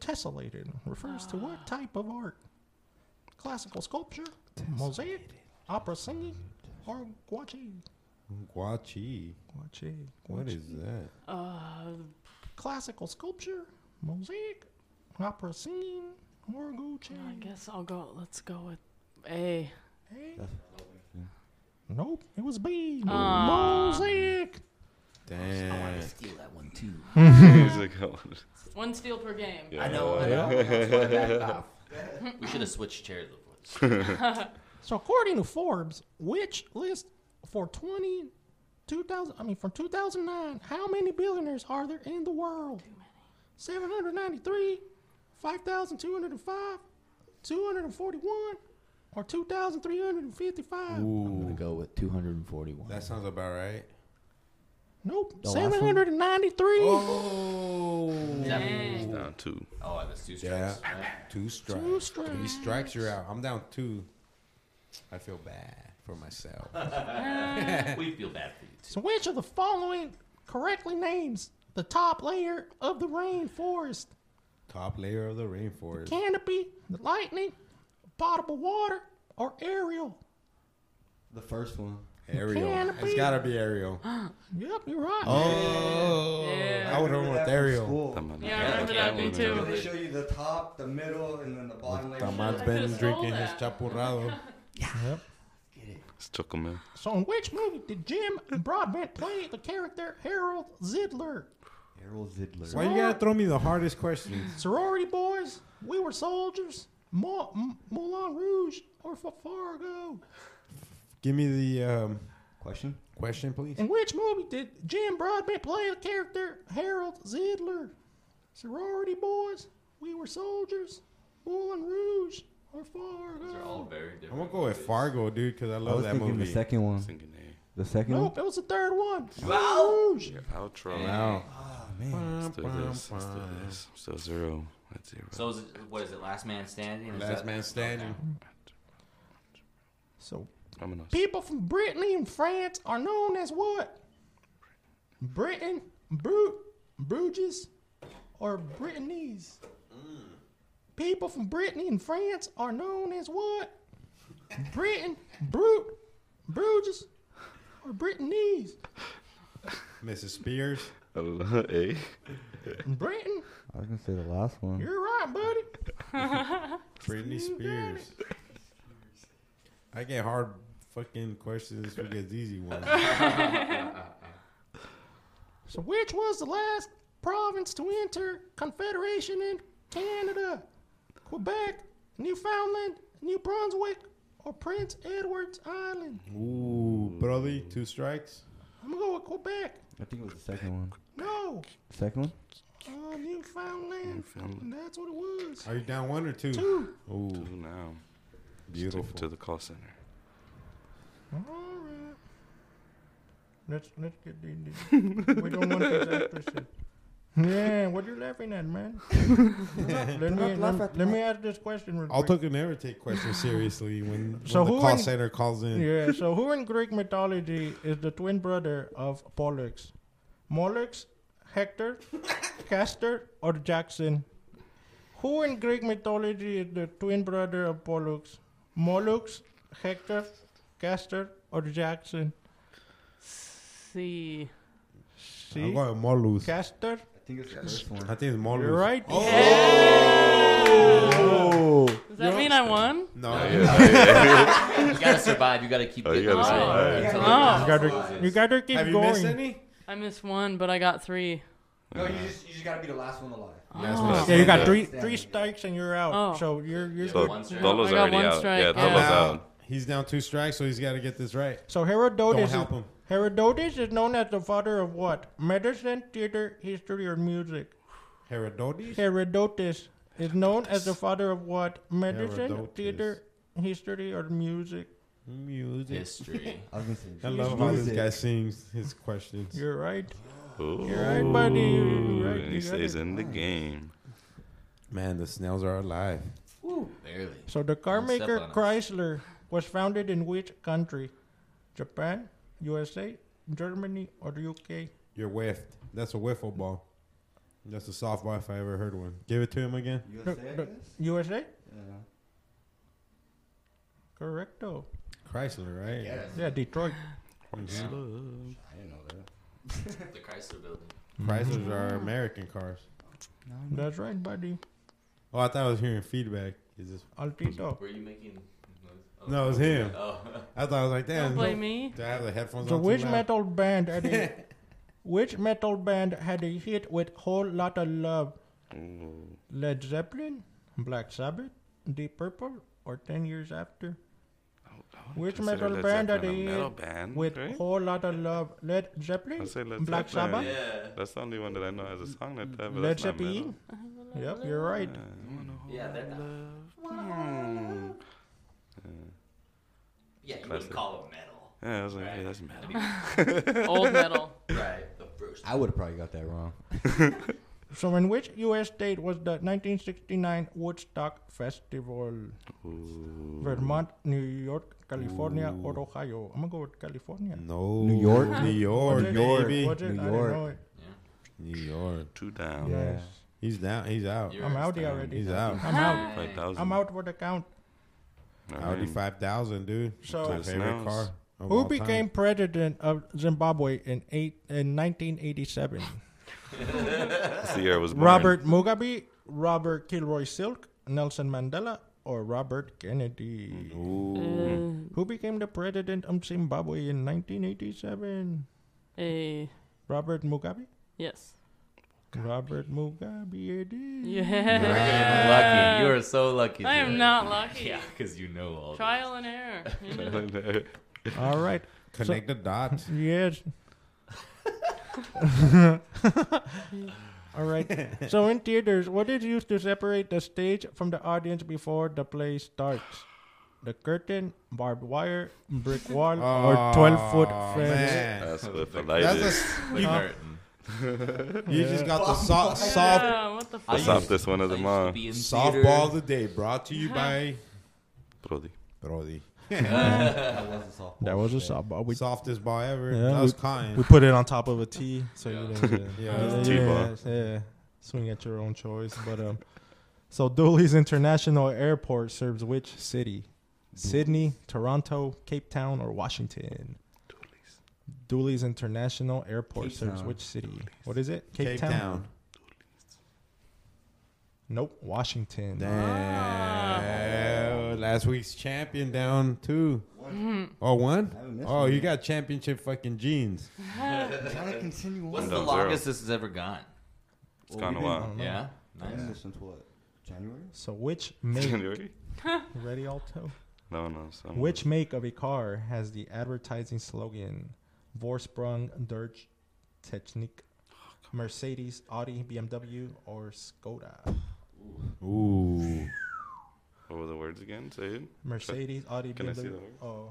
Speaker 5: tessellated refers to what type of art? Classical sculpture, mosaic, opera singing, or gouache?
Speaker 2: Guachi.
Speaker 5: Gouache.
Speaker 2: What is that?
Speaker 7: Uh,
Speaker 5: classical sculpture, mosaic, opera singing, More
Speaker 7: I
Speaker 5: Gucci.
Speaker 7: guess I'll go. Let's go with A.
Speaker 5: Nope, it was B.
Speaker 7: Aw.
Speaker 5: Mosaic.
Speaker 2: Damn.
Speaker 6: Steal that one too.
Speaker 3: He's like, oh,
Speaker 7: One steal per game.
Speaker 3: yeah.
Speaker 6: I know. I know. That's why I backed off. we should have switched chairs before. this.
Speaker 5: So according to Forbes, which list for 20, 2000, I mean from 2009, how many billionaires are there in the world? 793, 5,205, 241, or 2,355?
Speaker 2: Ooh,
Speaker 9: I'm gonna go with 241.
Speaker 2: that sounds about right.
Speaker 5: Nope,
Speaker 9: The last one?
Speaker 5: 793.
Speaker 2: Oh,
Speaker 6: That-
Speaker 3: Down two.
Speaker 6: Oh, that's two
Speaker 2: yeah.
Speaker 6: strikes.
Speaker 2: Two strikes.
Speaker 5: Two
Speaker 2: Three
Speaker 5: strikes.
Speaker 2: strikes, you're out. I'm down two. I feel bad for myself.
Speaker 6: We feel bad for you too.
Speaker 5: So which of the following correctly names the top layer of the rainforest?
Speaker 2: Top layer of the rainforest.
Speaker 5: Canopy, the lightning, potable water, or aerial?
Speaker 8: The first one.
Speaker 2: Ariel.
Speaker 5: Canopy.
Speaker 2: It's gotta be Ariel.
Speaker 5: Yep, you're right.
Speaker 2: Oh,
Speaker 7: Yeah.
Speaker 2: I would have went with Ariel.
Speaker 3: That
Speaker 8: School.
Speaker 3: might
Speaker 7: Yeah, I
Speaker 3: not-
Speaker 7: remember that, me too.
Speaker 8: They show you the top, the middle, and then the bottom layer.
Speaker 2: Tamal's
Speaker 7: I
Speaker 2: been
Speaker 7: could've stole
Speaker 2: drinking his
Speaker 7: that.
Speaker 2: chapurrado.
Speaker 5: Yep.
Speaker 3: It's Chocomil.
Speaker 5: So, in which movie did Jim Broadbent play the character Harold Zidler?
Speaker 8: Errol Zidler.
Speaker 2: Why you gotta throw me the hardest questions?
Speaker 5: Sorority Boys, We Were Soldiers, Mo- M- Moulin Rouge, or F- Fargo?
Speaker 2: Give me the um,
Speaker 8: Question?
Speaker 2: question, please.
Speaker 5: In which movie did Jim Broadbent play the character Harold Zidler? Sorority Boys, We Were Soldiers, Moulin Rouge, or
Speaker 6: They're all
Speaker 5: Fargo?
Speaker 6: very different.
Speaker 2: I'm gonna go with Fargo, dude, because I
Speaker 8: I
Speaker 2: love
Speaker 8: was
Speaker 2: Oh, that
Speaker 8: thinking
Speaker 2: movie.
Speaker 8: the second one.
Speaker 3: Singing a
Speaker 8: The second
Speaker 5: Nope, it was the third one. Moulin Rouge.
Speaker 3: outro.
Speaker 2: wow.
Speaker 3: Let's do this. Let's do this. I'm still zero. That's zero.
Speaker 6: So is it, what is it? Last man standing. Is
Speaker 2: Last
Speaker 6: that-
Speaker 2: man standing.
Speaker 5: So,
Speaker 3: I'm gonna
Speaker 5: People from Brittany and France are known as what? Britain, Bru- Bruges, or Brittany's? People from Brittany and France are known as what? Britain, Brute, Bruges, or Brittany's?
Speaker 2: Mrs. Spears.
Speaker 3: A.
Speaker 5: Britain,
Speaker 8: I was gonna say the last one.
Speaker 5: you're right, buddy.
Speaker 2: Britney Spears. I get hard fucking questions who gets easy ones.
Speaker 5: So, which was the last province to enter Confederation in Canada? Quebec, Newfoundland, New Brunswick, or Prince Edward's Island?
Speaker 2: Ooh, Brody, two strikes.
Speaker 5: I'm gonna go with Quebec.
Speaker 8: I think it was the second one.
Speaker 5: No,
Speaker 8: Second one?
Speaker 5: uh, Newfoundland.
Speaker 3: Newfoundland.
Speaker 5: That's what it was.
Speaker 2: Are you down one or two?
Speaker 5: Two.
Speaker 2: Ooh,
Speaker 3: Two now.
Speaker 2: beautiful.
Speaker 3: To the call center.
Speaker 5: All right. Let's let's get the. we don't want to get that Yeah, what you laughing at, man? let me let, let me ask this question. Real
Speaker 2: I'll
Speaker 5: quick.
Speaker 2: took never take questions seriously when, when
Speaker 5: So
Speaker 2: the
Speaker 5: who
Speaker 2: call
Speaker 5: in-
Speaker 2: center calls in.
Speaker 5: Yeah. So, who in Greek mythology is the twin brother of Pollux? Molox, Hector, Castor, or Jackson? Who in Greek mythology is the twin brother of Pollux? Molox, Hector, Castor, or Jackson?
Speaker 7: C.
Speaker 2: I'm
Speaker 5: See,
Speaker 2: going with Molus.
Speaker 5: Castor.
Speaker 8: I think it's the first
Speaker 2: I
Speaker 8: one.
Speaker 2: think it's Molus.
Speaker 5: You're right.
Speaker 3: Oh,
Speaker 7: Does that mean I won?
Speaker 2: No,
Speaker 6: You gotta survive. You gotta keep.
Speaker 3: Oh, you
Speaker 6: getting
Speaker 3: gotta
Speaker 6: the same
Speaker 7: survive.
Speaker 6: until
Speaker 7: Oh.
Speaker 5: You
Speaker 6: the
Speaker 5: gotta,
Speaker 6: last one
Speaker 5: you
Speaker 6: is-
Speaker 5: gotta keep
Speaker 2: have you
Speaker 5: going.
Speaker 2: missed any?
Speaker 7: I missed one, but I got three.
Speaker 8: No, you just you just gotta be the last one alive.
Speaker 5: Yeah, you got
Speaker 3: Yeah.
Speaker 5: three three strikes and you're out.
Speaker 7: Oh.
Speaker 5: So you're you're
Speaker 6: Yeah,
Speaker 3: So
Speaker 6: one strike.
Speaker 3: Tholo's
Speaker 7: I got
Speaker 3: already
Speaker 7: one
Speaker 3: out.
Speaker 7: strike.
Speaker 3: Yeah,
Speaker 7: Yeah.
Speaker 3: Tholo's
Speaker 2: Now,
Speaker 3: out.
Speaker 2: he's down two strikes, so he's got to get this right.
Speaker 5: So Herodotus,
Speaker 2: Don't
Speaker 5: is,
Speaker 2: help him.
Speaker 5: Herodotus is known as the father of what? Medicine, theater, history, or music?
Speaker 2: Herodotes.
Speaker 5: Herodotus is known as the father of what? Medicine,
Speaker 2: Herodotus.
Speaker 5: theater, history, or music?
Speaker 2: Music.
Speaker 6: History.
Speaker 8: I was gonna say.
Speaker 2: I love how this
Speaker 8: music.
Speaker 2: guy sings his questions.
Speaker 5: You're right.
Speaker 3: Ooh.
Speaker 5: You're right, buddy. You're right.
Speaker 3: And he
Speaker 5: You got
Speaker 3: stays
Speaker 5: it.
Speaker 3: in the game.
Speaker 2: Man, the snails are alive.
Speaker 6: Barely.
Speaker 5: So the car
Speaker 6: Don't step
Speaker 5: maker
Speaker 6: on us.
Speaker 5: Chrysler was founded in which country? Japan, USA, Germany, or the UK?
Speaker 2: You're whiffed. That's a wiffle ball. That's a softball if I ever heard one. Give it to him again.
Speaker 5: No,
Speaker 8: USA, I
Speaker 5: no.
Speaker 8: guess?
Speaker 5: USA?
Speaker 8: Yeah.
Speaker 5: Correcto.
Speaker 2: Chrysler, right?
Speaker 8: Yes.
Speaker 5: Yeah, Detroit.
Speaker 8: I didn't know that.
Speaker 6: The Chrysler Building.
Speaker 2: Chrysler's are American cars.
Speaker 5: That's right, buddy.
Speaker 2: Oh, I thought I was hearing feedback. Is this?
Speaker 5: Altito.
Speaker 6: Were you making noise? Oh.
Speaker 2: No, it was him.
Speaker 6: Oh.
Speaker 2: I thought I was like, damn.
Speaker 7: Don't blame
Speaker 2: no-
Speaker 7: me.
Speaker 2: Do I have the headphones
Speaker 5: So
Speaker 2: on? too
Speaker 5: which
Speaker 2: loud?
Speaker 5: metal band had a which metal band had a hit with whole lot of love?
Speaker 3: Mm.
Speaker 5: Led Zeppelin, Black Sabbath, Deep Purple, or Ten Years After?
Speaker 3: Oh,
Speaker 5: Which metal band had a
Speaker 3: metal
Speaker 5: hit
Speaker 3: band?
Speaker 5: with
Speaker 3: right?
Speaker 5: whole lot of love? Led Zeppelin,
Speaker 3: I say Led
Speaker 5: Black
Speaker 3: Zeppelin.
Speaker 5: Sabbath,
Speaker 6: Yeah.
Speaker 3: That's the only one that I know has a song like that. But
Speaker 5: Led
Speaker 3: that's not metal.
Speaker 5: Zeppelin. Yep, you're right.
Speaker 3: Yeah, you wanna hold
Speaker 6: Yeah, that-
Speaker 3: my love.
Speaker 6: Yeah, you
Speaker 3: Classic.
Speaker 6: wouldn't call it metal.
Speaker 3: Yeah, I was like, hey,
Speaker 6: Right.
Speaker 3: that's metal.
Speaker 7: Old metal.
Speaker 6: Right. The first.
Speaker 8: I would have probably got that wrong.
Speaker 5: So in which U.S. state was the 1969 Woodstock Festival? Vermont, New York, California, or Ohio? I'm gonna go with California.
Speaker 2: No.
Speaker 8: New York?
Speaker 2: New York.
Speaker 5: Was it-
Speaker 2: baby.
Speaker 5: was it?
Speaker 8: New
Speaker 5: I don't
Speaker 8: York.
Speaker 5: know it.
Speaker 2: New York.
Speaker 3: Two down.
Speaker 5: Yes.
Speaker 2: He's down. He's out.
Speaker 6: You're
Speaker 5: I'm out
Speaker 6: understand.
Speaker 5: already.
Speaker 2: Oh, He's out.
Speaker 5: I'm out.
Speaker 3: Five thousand.
Speaker 5: I'm out for the count.
Speaker 2: Audi 5000, dude.
Speaker 5: So-
Speaker 2: my
Speaker 3: Just
Speaker 2: favorite
Speaker 3: now.
Speaker 2: car. of all
Speaker 5: Who
Speaker 2: time.
Speaker 5: became president of Zimbabwe in eight in 1987?
Speaker 3: This year I was born.
Speaker 5: Robert Mugabe, Robert Kilroy Silk, Nelson Mandela, or Robert Kennedy?
Speaker 3: Mm-hmm.
Speaker 7: Uh,
Speaker 5: Who became the president of Zimbabwe in 1987?
Speaker 7: a
Speaker 5: Robert Mugabe.
Speaker 7: yes.
Speaker 5: Robert Mugabe, it is.
Speaker 7: Mm-hmm. Yeah.
Speaker 6: Lucky. You are so lucky.
Speaker 7: I am
Speaker 6: Jared.
Speaker 7: not lucky.
Speaker 6: Yeah, because you know all.
Speaker 7: Trial and error. Yeah.
Speaker 5: All right.
Speaker 2: Connect the dots.
Speaker 5: Yes. All right. So in theaters, what is used to separate the stage from the audience before the play starts? The curtain, barbed wire, brick wall, or twelve foot
Speaker 2: Oh,
Speaker 5: fence.
Speaker 2: man.
Speaker 3: That's what the
Speaker 2: That's
Speaker 3: light is.
Speaker 2: a,
Speaker 6: The curtain.
Speaker 2: you just got the soft, soft
Speaker 7: Yeah, what the
Speaker 3: The
Speaker 7: fuck?
Speaker 3: softest one of them all.
Speaker 2: softball of the day brought to you by
Speaker 3: Brody.
Speaker 2: Brody.
Speaker 8: That was a softball.
Speaker 5: That was a softball. We,
Speaker 2: Softest ball ever.
Speaker 5: Yeah,
Speaker 2: that was
Speaker 5: we-
Speaker 2: cotton.
Speaker 5: we put it on top of a T, so you didn't. Get it.
Speaker 2: Yeah.
Speaker 3: T-ball.
Speaker 5: Uh, yeah, yeah. Swing at your own choice, but um. So Dooley's International Airport serves which city? Sydney, Toronto, Cape Town, or Washington? Dooley's International Airport
Speaker 8: Cape
Speaker 5: serves
Speaker 8: Town.
Speaker 5: which city? What is it?
Speaker 2: Cape Town.
Speaker 5: Nope, Washington.
Speaker 2: Damn. Last week's champion down two.
Speaker 8: Mm-hmm.
Speaker 2: Oh, one?
Speaker 8: I haven't missed
Speaker 2: Oh,
Speaker 8: one
Speaker 2: you
Speaker 8: yet.
Speaker 2: got championship fucking jeans.
Speaker 8: Trying to continue on.
Speaker 6: What's the
Speaker 3: Down
Speaker 6: longest this has ever gone?
Speaker 5: Oh,
Speaker 3: It's gone a while.
Speaker 6: Yeah.
Speaker 8: I haven't
Speaker 6: Nice.
Speaker 8: missed since what? January?
Speaker 5: So which make
Speaker 3: January?
Speaker 5: ready alto?
Speaker 3: No, no. Some
Speaker 5: Which make of a car has the advertising slogan Vorsprung durch Technik? Mercedes, Audi, BMW, or Skoda?
Speaker 2: Ooh.
Speaker 3: What were the words again? Say it.
Speaker 5: Mercedes, Audi,
Speaker 3: Can I see
Speaker 5: BMW.
Speaker 3: the word?
Speaker 5: Oh,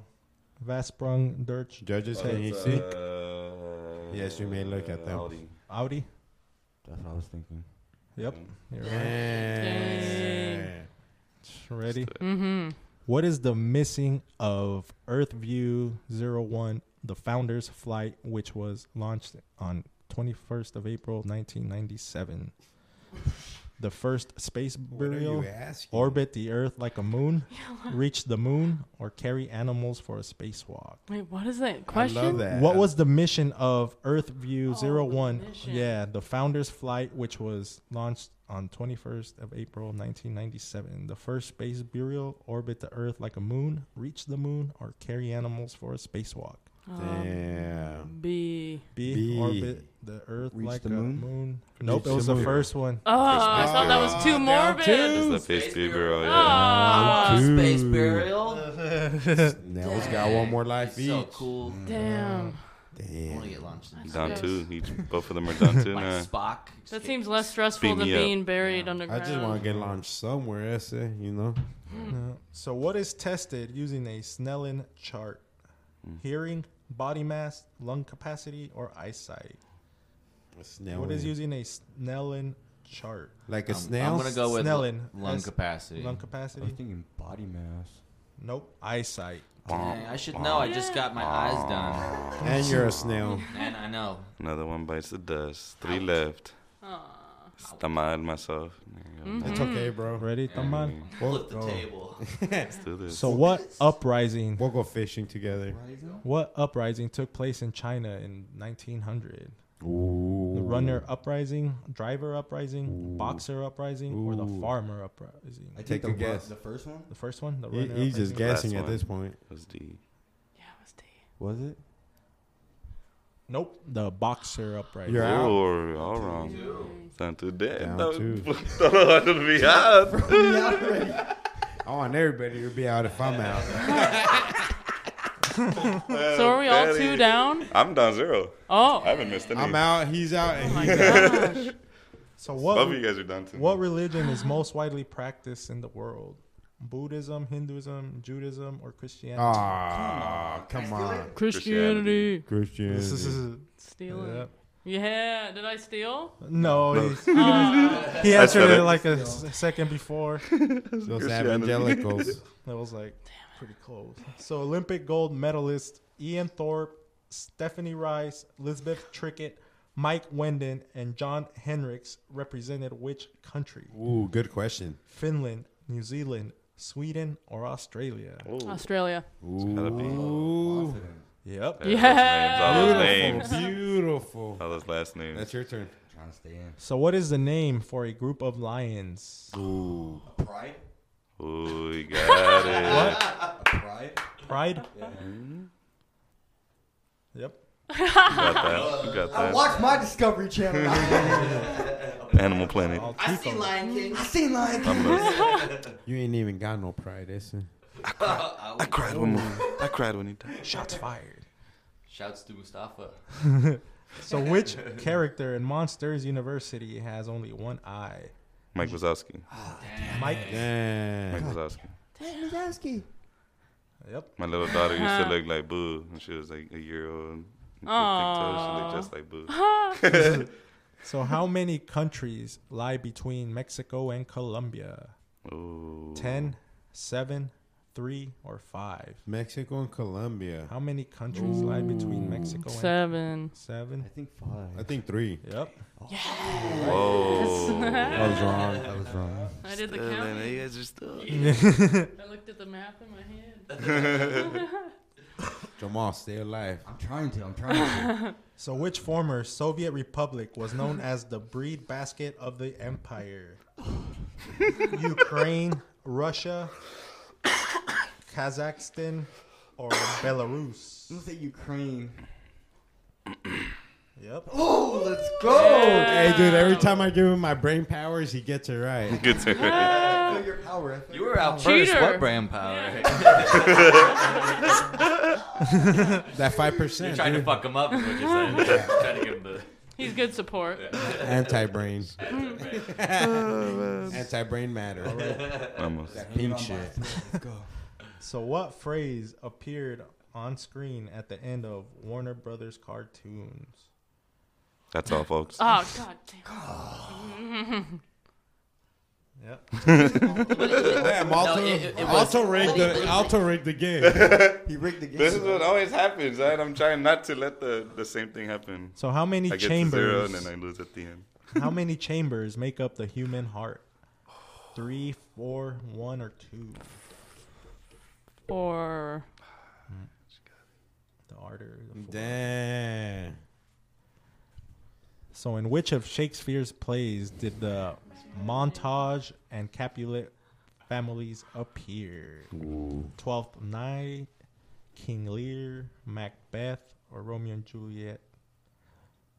Speaker 5: Vorsprung durch
Speaker 2: Judges, can you
Speaker 3: Uh,
Speaker 2: see? Yes, you may look at them.
Speaker 3: Audi.
Speaker 5: Audi.
Speaker 8: That's what I was thinking.
Speaker 5: Yep, you're right.
Speaker 2: Yeah.
Speaker 7: Dang.
Speaker 5: Ready.
Speaker 7: Mm-hmm.
Speaker 5: What is the missing of Earthview 01, the founder's flight, which was launched on 21st of April 1997? The first space
Speaker 2: What are you
Speaker 5: burial,
Speaker 2: asking?
Speaker 5: orbit the Earth like a moon, reach the moon, or carry animals for a spacewalk?
Speaker 7: Wait, what is that
Speaker 2: I
Speaker 7: question?
Speaker 2: love that.
Speaker 5: What was the mission of Earthview
Speaker 7: Oh, the
Speaker 5: 01?
Speaker 7: mission.
Speaker 5: Yeah, the founder's flight, which was launched on 21st of April 1997. The first space burial, orbit the Earth like a moon, reach the moon, or carry animals for a spacewalk.
Speaker 2: Damn.
Speaker 7: Uh, B.
Speaker 5: B,
Speaker 2: B.
Speaker 5: orbit the Earth
Speaker 8: Reach
Speaker 5: like
Speaker 8: the
Speaker 5: a moon.
Speaker 8: moon?
Speaker 5: Nope, it was
Speaker 2: the
Speaker 5: the
Speaker 2: moon.
Speaker 5: first one.
Speaker 7: Oh, I thought that was too
Speaker 2: down
Speaker 7: morbid.
Speaker 3: It's
Speaker 2: two.
Speaker 3: the Face
Speaker 6: Space
Speaker 3: Bureau,
Speaker 6: Bureau.
Speaker 3: yeah.
Speaker 7: Ah,
Speaker 2: Dude.
Speaker 6: Space burial.
Speaker 2: Nell's got one more life
Speaker 6: He's
Speaker 2: each. Mm.
Speaker 6: so cool.
Speaker 7: damn.
Speaker 6: I
Speaker 2: Damn.
Speaker 6: want to get launched. in
Speaker 3: Down
Speaker 7: Yes.
Speaker 3: two. Each, both of them are down two
Speaker 6: Like
Speaker 3: now.
Speaker 6: Spock.
Speaker 7: That seems less stressful
Speaker 3: Beam
Speaker 7: than
Speaker 3: me up.
Speaker 7: being buried
Speaker 2: I
Speaker 7: underground.
Speaker 2: just want to get launched somewhere, that's it, you know?
Speaker 5: No. So, what is tested using a Snellen chart?
Speaker 8: Hmm.
Speaker 5: Hearing, body mass, lung capacity, or eyesight?
Speaker 2: A snail.
Speaker 5: What is using a Snellen chart?
Speaker 2: Like a snail?
Speaker 6: I'm gonna go with
Speaker 5: Snellen.
Speaker 6: lung
Speaker 5: S-
Speaker 6: capacity.
Speaker 5: Lung
Speaker 8: I was
Speaker 5: capacity?
Speaker 8: thinking body mass.
Speaker 5: Nope. Eyesight.
Speaker 6: Dang, I should know. I just got my eyes done.
Speaker 2: And you're a snail.
Speaker 6: Man, I know.
Speaker 3: Another one bites the dust. Three left. Just I'm mad at myself. There you go.
Speaker 2: It's okay,
Speaker 6: Mm.
Speaker 2: bro.
Speaker 5: Ready, Taman?
Speaker 6: Flip the table.
Speaker 3: Let's do this.
Speaker 5: So what uprising?
Speaker 2: We'll go fishing together.
Speaker 5: What uprising took place in China in 1900?
Speaker 2: Ooh.
Speaker 5: The runner uprising, driver uprising, boxer uprising, or the farmer uprising?
Speaker 8: I
Speaker 2: Take
Speaker 8: think
Speaker 2: a
Speaker 8: the, ru-
Speaker 2: guess.
Speaker 8: the first one.
Speaker 5: The first one, the
Speaker 2: He,
Speaker 5: runner.
Speaker 2: he's just
Speaker 5: uprising?
Speaker 2: guessing
Speaker 3: Last
Speaker 2: at
Speaker 3: one.
Speaker 2: this point.
Speaker 3: was D.
Speaker 7: Yeah, it was D.
Speaker 8: Was it?
Speaker 5: Nope, the boxer uprising.
Speaker 2: You're out.
Speaker 3: Or all wrong. Sound too dead.
Speaker 2: Down
Speaker 3: That
Speaker 2: two.
Speaker 3: was- Thought I was gonna be out.
Speaker 2: I want everybody to be out if I'm out.
Speaker 7: So are we all
Speaker 3: Daddy.
Speaker 7: two down?
Speaker 3: I'm down zero. I
Speaker 7: Oh,
Speaker 3: haven't missed any.
Speaker 2: I'm out. He's out. And
Speaker 7: my
Speaker 2: he's
Speaker 7: gosh.
Speaker 5: So
Speaker 3: Both of you
Speaker 5: what?
Speaker 3: guys are down to
Speaker 5: What religion is most widely practiced in the world? Buddhism, Hinduism, Judaism, or Christianity?
Speaker 2: Ah, come on,
Speaker 7: Christianity.
Speaker 2: Christian.
Speaker 5: This is-
Speaker 7: Stealing.
Speaker 5: Yep.
Speaker 7: Yeah, did I steal?
Speaker 5: No,
Speaker 3: No.
Speaker 5: he's-
Speaker 7: Uh,
Speaker 5: he
Speaker 3: I said
Speaker 5: answered it
Speaker 3: it.
Speaker 5: like a s- second before.
Speaker 2: Those
Speaker 3: Christianity.
Speaker 2: evangelicals.
Speaker 5: That was like pretty close. So Olympic gold medalist Ian Thorpe, Stephanie Rice, Elizabeth Trickett, Mike Wendon, and John Henricks represented which country?
Speaker 2: Ooh, good question.
Speaker 5: Finland, New Zealand, Sweden, or Australia?
Speaker 7: Australia.
Speaker 2: Ooh,
Speaker 5: Yep.
Speaker 3: All those names.
Speaker 2: beautiful, beautiful.
Speaker 3: All those last names.
Speaker 2: That's your turn.
Speaker 8: Trying to stay in.
Speaker 5: So what is the name for a group of lions?
Speaker 2: Ooh,
Speaker 8: Pride.
Speaker 3: Ooh, we got it.
Speaker 8: Pride.
Speaker 5: Pride? Yep.
Speaker 3: You got that. You got that.
Speaker 8: Watch my Discovery Channel.
Speaker 3: Animal Planet.
Speaker 5: I'll keep them.
Speaker 9: Lion King.
Speaker 8: I seen Lion King.
Speaker 2: you ain't even got no pride, is it?
Speaker 3: I cried when I cried when he died.
Speaker 5: Shots fired.
Speaker 6: Shouts to Mustafa.
Speaker 5: So which character in Monsters University has only one eye?
Speaker 3: Mike Wazowski.
Speaker 5: Mike.
Speaker 3: Mike
Speaker 2: Damn.
Speaker 3: Wazowski.
Speaker 5: Yep.
Speaker 3: My little daughter used to look like Boo when she was like a year old. She looked just like Boo.
Speaker 5: So, how many countries lie between Mexico and Colombia?
Speaker 3: Ooh.
Speaker 5: Ten, seven, three, or 5?
Speaker 2: Mexico and Colombia.
Speaker 5: How many countries lie between Mexico and
Speaker 7: Seven.
Speaker 5: 7?
Speaker 8: I think five.
Speaker 2: I think three.
Speaker 5: Yep.
Speaker 7: Oh.
Speaker 3: Whoa.
Speaker 8: I was wrong. I was wrong.
Speaker 7: I did the
Speaker 3: Man,
Speaker 7: counting.
Speaker 3: you guys are still.
Speaker 7: I looked at the map in my head.
Speaker 2: Jamal, stay alive.
Speaker 8: I'm trying to. I'm trying to.
Speaker 5: So, which former Soviet republic was known as the breed basket of the empire? Ukraine, Russia, Kazakhstan, or Belarus?
Speaker 8: I'm gonna say Ukraine.
Speaker 5: Yep.
Speaker 8: Oh, let's go.
Speaker 2: Hey, dude, every time I give him my brain powers, he gets it right.
Speaker 3: Good to
Speaker 8: I feel your power. I feel
Speaker 6: You
Speaker 8: your
Speaker 6: were out
Speaker 7: Cheater.
Speaker 6: first. What brand power?
Speaker 2: That 5%.
Speaker 6: You're trying to
Speaker 2: dude.
Speaker 6: fuck him up. Is what you're saying. trying to give him the.
Speaker 7: He's good support.
Speaker 2: Anti brain. Anti brain matter.
Speaker 3: Almost.
Speaker 8: pink shit. Let's go.
Speaker 5: So, what phrase appeared on screen at the end of Warner Brothers cartoons?
Speaker 3: That's all, folks.
Speaker 7: Oh god damn.
Speaker 5: Yep.
Speaker 2: Damn, Alto,
Speaker 6: No, it- it- it was-
Speaker 2: Alto, rigged the, Alto rigged the game.
Speaker 8: He rigged the game.
Speaker 3: This is what always happens, right? I'm trying not to let the, the same thing happen.
Speaker 5: So, how many
Speaker 3: I get to zero and
Speaker 5: chambers?
Speaker 3: then I lose at the end.
Speaker 5: how many chambers make up the human heart? Three, four, one, or two?
Speaker 7: Or
Speaker 5: The artery. The four.
Speaker 2: Damn.
Speaker 5: So, in which of Shakespeare's plays did the Montage and Capulet families appear? Twelfth Night, King Lear, Macbeth, or Romeo and Juliet?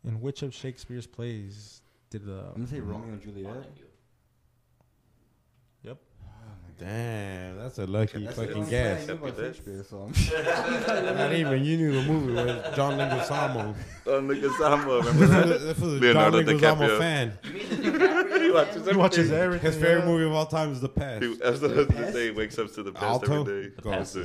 Speaker 5: In which of Shakespeare's plays did the
Speaker 8: I'm gonna say Romeo and Juliet.
Speaker 5: Yep.
Speaker 2: Damn, that's a lucky fucking
Speaker 8: guess.
Speaker 2: guess. Not even you knew the movie was John Leguizamo.
Speaker 3: Don Leguizamo,
Speaker 2: This
Speaker 3: remember
Speaker 2: was- this was a John
Speaker 3: Leonardo
Speaker 2: Leguizamo
Speaker 3: DiCaprio.
Speaker 2: fan.
Speaker 3: that? he watches
Speaker 5: He watches
Speaker 3: everything.
Speaker 5: everything.
Speaker 2: His favorite
Speaker 5: yeah.
Speaker 2: movie of all time is The Pest.
Speaker 3: He- That's what I was gonna say. He wakes up to the past
Speaker 2: Alto
Speaker 3: every day.
Speaker 2: goes.
Speaker 3: That's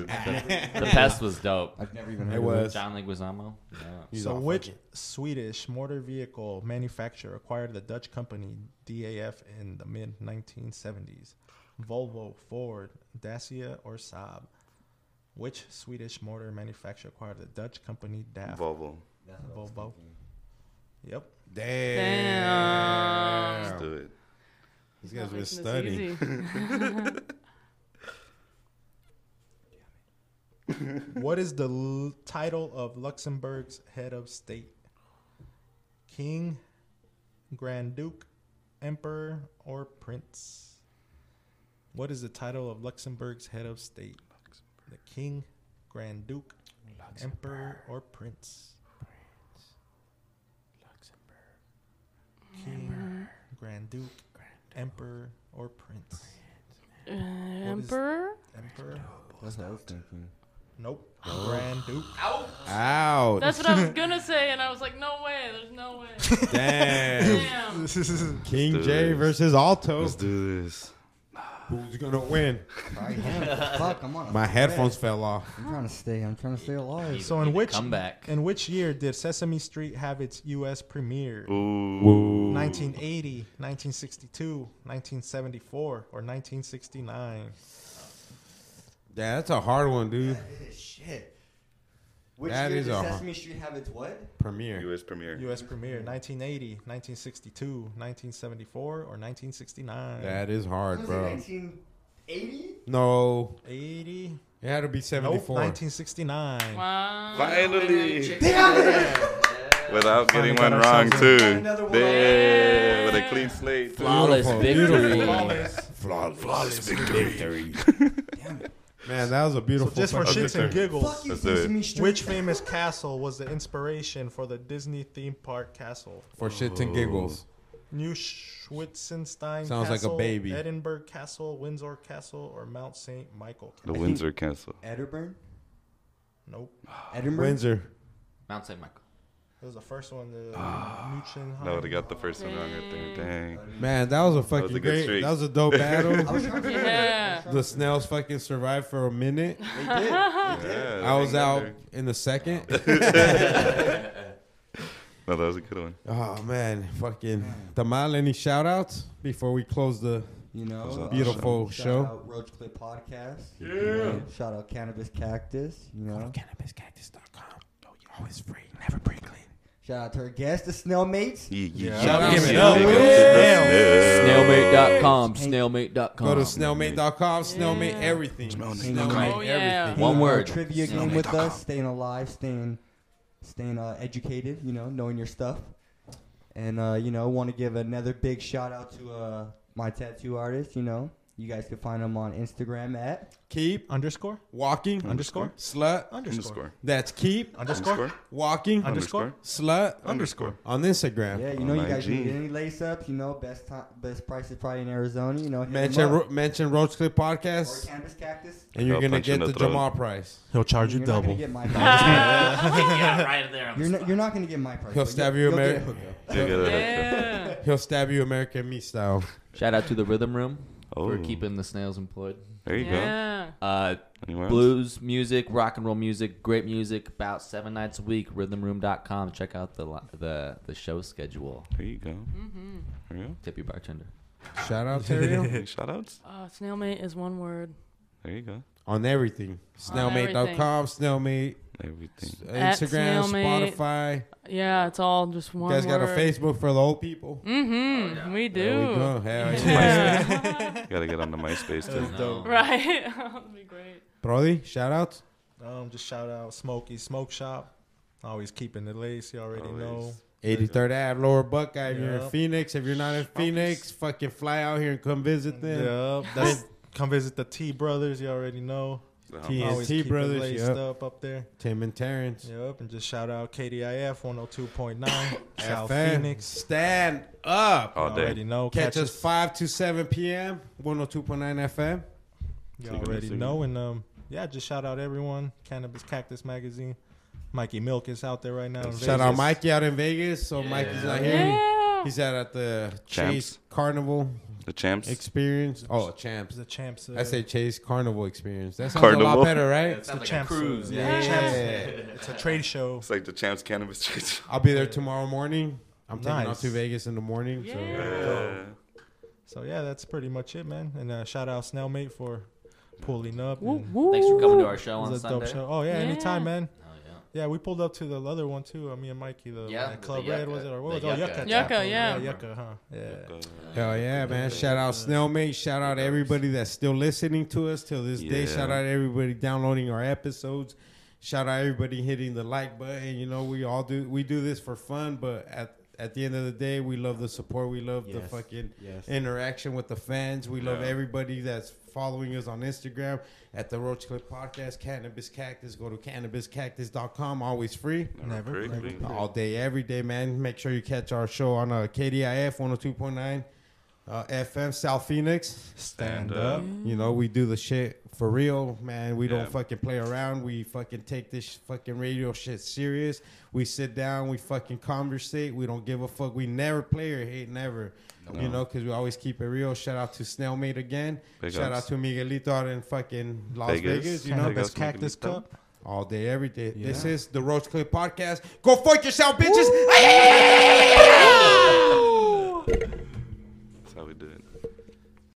Speaker 3: it.
Speaker 6: The pest was dope.
Speaker 8: I've never even
Speaker 2: It
Speaker 8: heard of
Speaker 2: was.
Speaker 6: John Leguizamo. Yeah.
Speaker 2: He's
Speaker 5: So,
Speaker 2: all
Speaker 5: which
Speaker 2: fucking-
Speaker 5: Swedish motor vehicle manufacturer acquired the Dutch company DAF in the mid 1970s? Volvo, Ford, Dacia, or Saab? Which Swedish motor manufacturer acquired the Dutch company DAF?
Speaker 3: Volvo.
Speaker 5: Volvo. Yep.
Speaker 2: Damn.
Speaker 3: Let's do it.
Speaker 2: These guys were
Speaker 7: Making this
Speaker 2: studying.
Speaker 7: easy.
Speaker 5: What is the l- title of Luxembourg's head of state? King, Grand Duke, Emperor, or Prince? What is the title of Luxembourg's head of state? The King, Grand Duke, Emperor, or Prince? King, Grand Duke, Emperor, or Prince?
Speaker 7: Emperor?
Speaker 5: Emperor?
Speaker 8: That's what I was thinking.
Speaker 5: Nope. Grand Duke.
Speaker 2: Out.
Speaker 7: That's what I was gonna say, and I was like, no way, there's no way.
Speaker 2: Damn.
Speaker 7: Damn.
Speaker 2: King
Speaker 3: Let's do
Speaker 2: J
Speaker 3: this.
Speaker 2: versus Alto.
Speaker 3: Let's do this.
Speaker 2: Who's gonna win?
Speaker 8: I am. Fuck, I'm on. A
Speaker 2: My
Speaker 8: thread.
Speaker 2: headphones fell off.
Speaker 8: I'm trying to stay. I'm trying to stay alive.
Speaker 5: So in which
Speaker 6: Come back.
Speaker 5: in which year did Sesame Street have its U.S. premiere?
Speaker 3: Ooh.
Speaker 5: 1980, 1962, 1974, or 1969?
Speaker 2: Yeah, that's a hard one, dude.
Speaker 8: Shit. Which
Speaker 2: That
Speaker 8: year
Speaker 2: is
Speaker 8: did
Speaker 2: a-
Speaker 8: Sesame Street have its what?
Speaker 2: Premiere.
Speaker 3: U.S. premiere.
Speaker 5: U.S. premiere 1980, 1962, 1974, or 1969?
Speaker 2: That is hard,
Speaker 8: Was it
Speaker 2: bro.
Speaker 8: 1980?
Speaker 2: No,
Speaker 5: 80.
Speaker 2: it had to be
Speaker 5: Nope.
Speaker 2: seventy-four.
Speaker 5: 1969.
Speaker 7: Wow.
Speaker 3: Finally,
Speaker 8: Damn it!
Speaker 3: without
Speaker 5: Finally
Speaker 3: getting
Speaker 5: got
Speaker 3: one wrong
Speaker 5: ourselves
Speaker 3: too.
Speaker 8: another one.
Speaker 3: Damn, with a clean slate.
Speaker 6: Flawless
Speaker 2: Beautiful.
Speaker 6: victory.
Speaker 3: Flawless, victory.
Speaker 2: Man, that was a
Speaker 5: So
Speaker 2: beautiful.
Speaker 5: just for
Speaker 2: fucking
Speaker 5: shits and
Speaker 2: picture.
Speaker 5: giggles,
Speaker 8: Fuck you,
Speaker 3: Let's do it.
Speaker 8: Sesame Street.
Speaker 5: which famous castle was the inspiration for the Disney theme park castle?
Speaker 2: For shits and giggles.
Speaker 5: New Schwitzenstein
Speaker 2: Sounds like a
Speaker 5: Castle,
Speaker 2: baby.
Speaker 5: Edinburgh Castle, Windsor Castle, or Mount St. Michael
Speaker 3: The
Speaker 5: Castle?
Speaker 3: Windsor Castle.
Speaker 8: Edinburgh?
Speaker 5: Nope.
Speaker 8: Edinburgh?
Speaker 2: Windsor.
Speaker 6: Mount St. Michael.
Speaker 5: That was the first one. The
Speaker 3: Ah. That would
Speaker 5: Nuchenheim.
Speaker 3: have got the first one wrong right there. Dang.
Speaker 2: Man, that was a fucking
Speaker 3: good
Speaker 2: great.
Speaker 3: streak.
Speaker 2: That was a dope
Speaker 8: I
Speaker 2: battle.
Speaker 8: was trying to
Speaker 7: Yeah.
Speaker 2: the snails fucking survived for a minute.
Speaker 8: They did.
Speaker 3: Yeah,
Speaker 2: I was
Speaker 3: dang,
Speaker 2: out
Speaker 3: there.
Speaker 2: in the second.
Speaker 3: No, that was a good one.
Speaker 2: Oh man, fucking Tamal, any shout outs before we close the
Speaker 8: You know,
Speaker 2: Beautiful
Speaker 8: shout
Speaker 2: show.
Speaker 8: Out Roach Clip Podcast. Yeah. You know, shout out Cannabis Cactus. You know,
Speaker 2: cannabiscactus.com. Always Oh, free, never pre clean.
Speaker 8: shout out to our guest, the Snail Mates.
Speaker 3: Yeah, yeah,
Speaker 2: Shout out
Speaker 3: yeah.
Speaker 2: to
Speaker 3: Big
Speaker 2: Snail.
Speaker 3: up to the
Speaker 2: Yeah.
Speaker 3: Snail.
Speaker 9: Snailmate.com. Snailmate.com.
Speaker 2: Go to snailmate.com, snailmate everything. Snailmate
Speaker 7: Oh, yeah.
Speaker 2: everything.
Speaker 6: One
Speaker 8: Playing our
Speaker 6: word.
Speaker 8: Trivia
Speaker 6: Snail
Speaker 8: game
Speaker 6: Mate
Speaker 8: with
Speaker 6: dot com.
Speaker 8: us, staying alive, staying, staying uh, educated. You know, knowing your stuff, and uh, you know, want to give another big shout out to uh, my tattoo artist. You know, you guys can find him on Instagram at
Speaker 2: Keep
Speaker 5: Underscore.
Speaker 2: walking.
Speaker 5: Underscore.
Speaker 2: Slut.
Speaker 5: Underscore.
Speaker 3: Underscore.
Speaker 2: That's keep
Speaker 5: Underscore.
Speaker 2: walking.
Speaker 5: Underscore.
Speaker 2: Slut.
Speaker 5: Underscore.
Speaker 2: On Instagram.
Speaker 8: yeah. You
Speaker 3: On
Speaker 8: know, you
Speaker 3: my
Speaker 8: guys
Speaker 3: G.
Speaker 8: need any lace ups. You know, best time, best prices probably in Arizona. You know, hit 'em
Speaker 2: Mention,
Speaker 8: up.
Speaker 2: Ro- mention Roach Clip
Speaker 8: or
Speaker 2: Podcast,
Speaker 8: Cannabis Cactus.
Speaker 2: and you're
Speaker 3: I'll
Speaker 2: going to
Speaker 3: punch you in
Speaker 2: get the
Speaker 3: the throat.
Speaker 2: Jamal price.
Speaker 5: He'll charge
Speaker 8: You're
Speaker 5: you
Speaker 8: not gonna
Speaker 5: double.
Speaker 8: get my price.
Speaker 6: yeah, right there. On the
Speaker 8: you're,
Speaker 6: spot.
Speaker 8: not, you're not gonna get my price.
Speaker 2: He'll
Speaker 8: but
Speaker 2: stab
Speaker 8: you'll-
Speaker 2: you
Speaker 8: you'll get
Speaker 2: Ameri-
Speaker 8: a hookup.
Speaker 3: Dig it up.
Speaker 7: Yeah.
Speaker 2: He'll stab you American meat style.
Speaker 9: Shout out to the Rhythm Room for
Speaker 3: Oh.
Speaker 9: keeping the snails employed.
Speaker 3: There you go.
Speaker 7: Yeah.
Speaker 9: Uh,
Speaker 3: Anywhere else?
Speaker 9: blues music, rock and roll music, great music. About seven nights a week. Rhythmroom.com. Check out the li- the the show schedule.
Speaker 3: There you go. There you
Speaker 9: Tip your bartender.
Speaker 2: Shout out to you
Speaker 3: go. Shout outs.
Speaker 7: Uh, snail mate is one word.
Speaker 3: There you go.
Speaker 2: on everything. Snailmate.com, snailmate,
Speaker 3: Everything.
Speaker 7: At
Speaker 2: uh, Instagram,
Speaker 7: snailmate.
Speaker 2: Spotify.
Speaker 7: Yeah, it's all just
Speaker 2: You
Speaker 7: one
Speaker 2: guys got a
Speaker 7: word.
Speaker 2: Facebook for the old people.
Speaker 3: Oh,
Speaker 7: Mm-hmm. We do.
Speaker 2: There we go. Hell yeah.
Speaker 7: Yeah.
Speaker 3: You gotta get on the MySpace too.
Speaker 7: right. That'd be great.
Speaker 2: Brody, shout outs.
Speaker 5: Um, just shout out Smokey Smoke Shop. Always keeping the lace. You already
Speaker 3: Always.
Speaker 5: know.
Speaker 2: 83rd Ave, Lower Buckeye. If you're in
Speaker 5: Yep.
Speaker 2: Phoenix, if you're not in Phoenix, fucking fly out here and come visit them.
Speaker 5: Yep. That's, come visit the T Brothers. You already know.
Speaker 2: T and
Speaker 5: Always
Speaker 2: T
Speaker 5: keep brothers,
Speaker 2: Brothers,
Speaker 5: laced
Speaker 2: yep.
Speaker 5: up up there.
Speaker 2: Tim and Terrence.
Speaker 5: Yep. And just shout out KDIF 102.9 South
Speaker 2: FM.
Speaker 5: Phoenix.
Speaker 2: Stand up.
Speaker 3: All
Speaker 5: You already
Speaker 3: day.
Speaker 5: know.
Speaker 2: Catch us 5 to 7 p.m. 102.9 FM.
Speaker 5: You
Speaker 3: Secret,
Speaker 5: already
Speaker 3: secret.
Speaker 5: know, and um, yeah, just shout out everyone. Cannabis Cactus Magazine. Mikey Milk is out there right now. in
Speaker 2: Shout out
Speaker 5: Vegas.
Speaker 2: Mikey out in Vegas. So Mikey's not here.
Speaker 7: Yeah.
Speaker 2: He's out at the
Speaker 3: Champs.
Speaker 2: Chase Carnival
Speaker 3: The champs.
Speaker 2: experience. Oh, Champs.
Speaker 5: The champs. Uh,
Speaker 2: I say Chase Carnival experience. That sounds a lot
Speaker 3: Carnival.
Speaker 2: better, right?
Speaker 5: the champs. uh,
Speaker 6: cruise,
Speaker 5: yeah.
Speaker 2: Yeah.
Speaker 5: Champs. It's a trade show.
Speaker 3: It's like the champs cannabis church.
Speaker 2: I'll be there tomorrow morning. I'm taking off
Speaker 5: Nice.
Speaker 2: to Vegas in the morning. So.
Speaker 3: Yeah.
Speaker 5: So yeah, that's pretty much it, man. And uh, shout out Snailmate for pulling up.
Speaker 7: Woo,
Speaker 5: and-
Speaker 7: woo.
Speaker 6: Thanks for coming to our show
Speaker 5: It
Speaker 6: on
Speaker 5: was a dope
Speaker 6: Sunday.
Speaker 5: show. Oh yeah, anytime,
Speaker 7: Yeah.
Speaker 5: man.
Speaker 6: Oh, yeah.
Speaker 5: Yeah, we pulled up to the other one too. Uh, me and Mikey, the
Speaker 6: Yeah,
Speaker 5: one at
Speaker 6: the
Speaker 5: Club Red
Speaker 6: Yucca.
Speaker 5: was it or
Speaker 6: The
Speaker 5: what was it? Oh,
Speaker 6: Yucca.
Speaker 5: Yucca.
Speaker 7: Yucca,
Speaker 5: Chapel.
Speaker 7: yeah.
Speaker 5: Yucca, huh? Yeah.
Speaker 2: Hell yeah, man. Shout out Snailmate. Shout out everybody that's still listening to us till this day.
Speaker 3: Yeah.
Speaker 2: Shout out everybody downloading our episodes. Shout out everybody hitting the like button. You know, we all do we do this for fun, but at at the end of the day, we love the support. We love the
Speaker 8: Yes.
Speaker 2: fucking
Speaker 8: Yes.
Speaker 2: interaction with the fans. We love
Speaker 3: Yeah.
Speaker 2: everybody that's following us on Instagram at the Roach Clip Podcast, Cannabis Cactus. Go to cannabiscactus.com. Always free.
Speaker 5: Never,
Speaker 3: Great,
Speaker 5: never.
Speaker 3: great.
Speaker 2: All day, every day, man. Make sure you catch our show on uh, KDIF 102.9 uh, FM, South Phoenix. uh,
Speaker 5: Stand
Speaker 3: Stand
Speaker 5: up.
Speaker 3: up.
Speaker 2: You know, we do the shit for real, man. We
Speaker 3: Yeah.
Speaker 2: don't fucking play around. We fucking take this fucking radio shit serious. We sit down, we fucking conversate. We don't give a fuck. We never play or hate, never. You know, because we always keep it real. Shout out to Snailmate again.
Speaker 3: Big
Speaker 2: Shout
Speaker 3: ups.
Speaker 2: out to Miguelito out in fucking Las
Speaker 3: Vegas.
Speaker 2: Vegas. you know,
Speaker 3: Big
Speaker 5: Cannabis
Speaker 3: ups, Miguelito.
Speaker 5: Cactus Cup.
Speaker 2: all day, every day. This is the Roach Clip Podcast. Go fuck yourself, bitches.
Speaker 3: That's how we do it.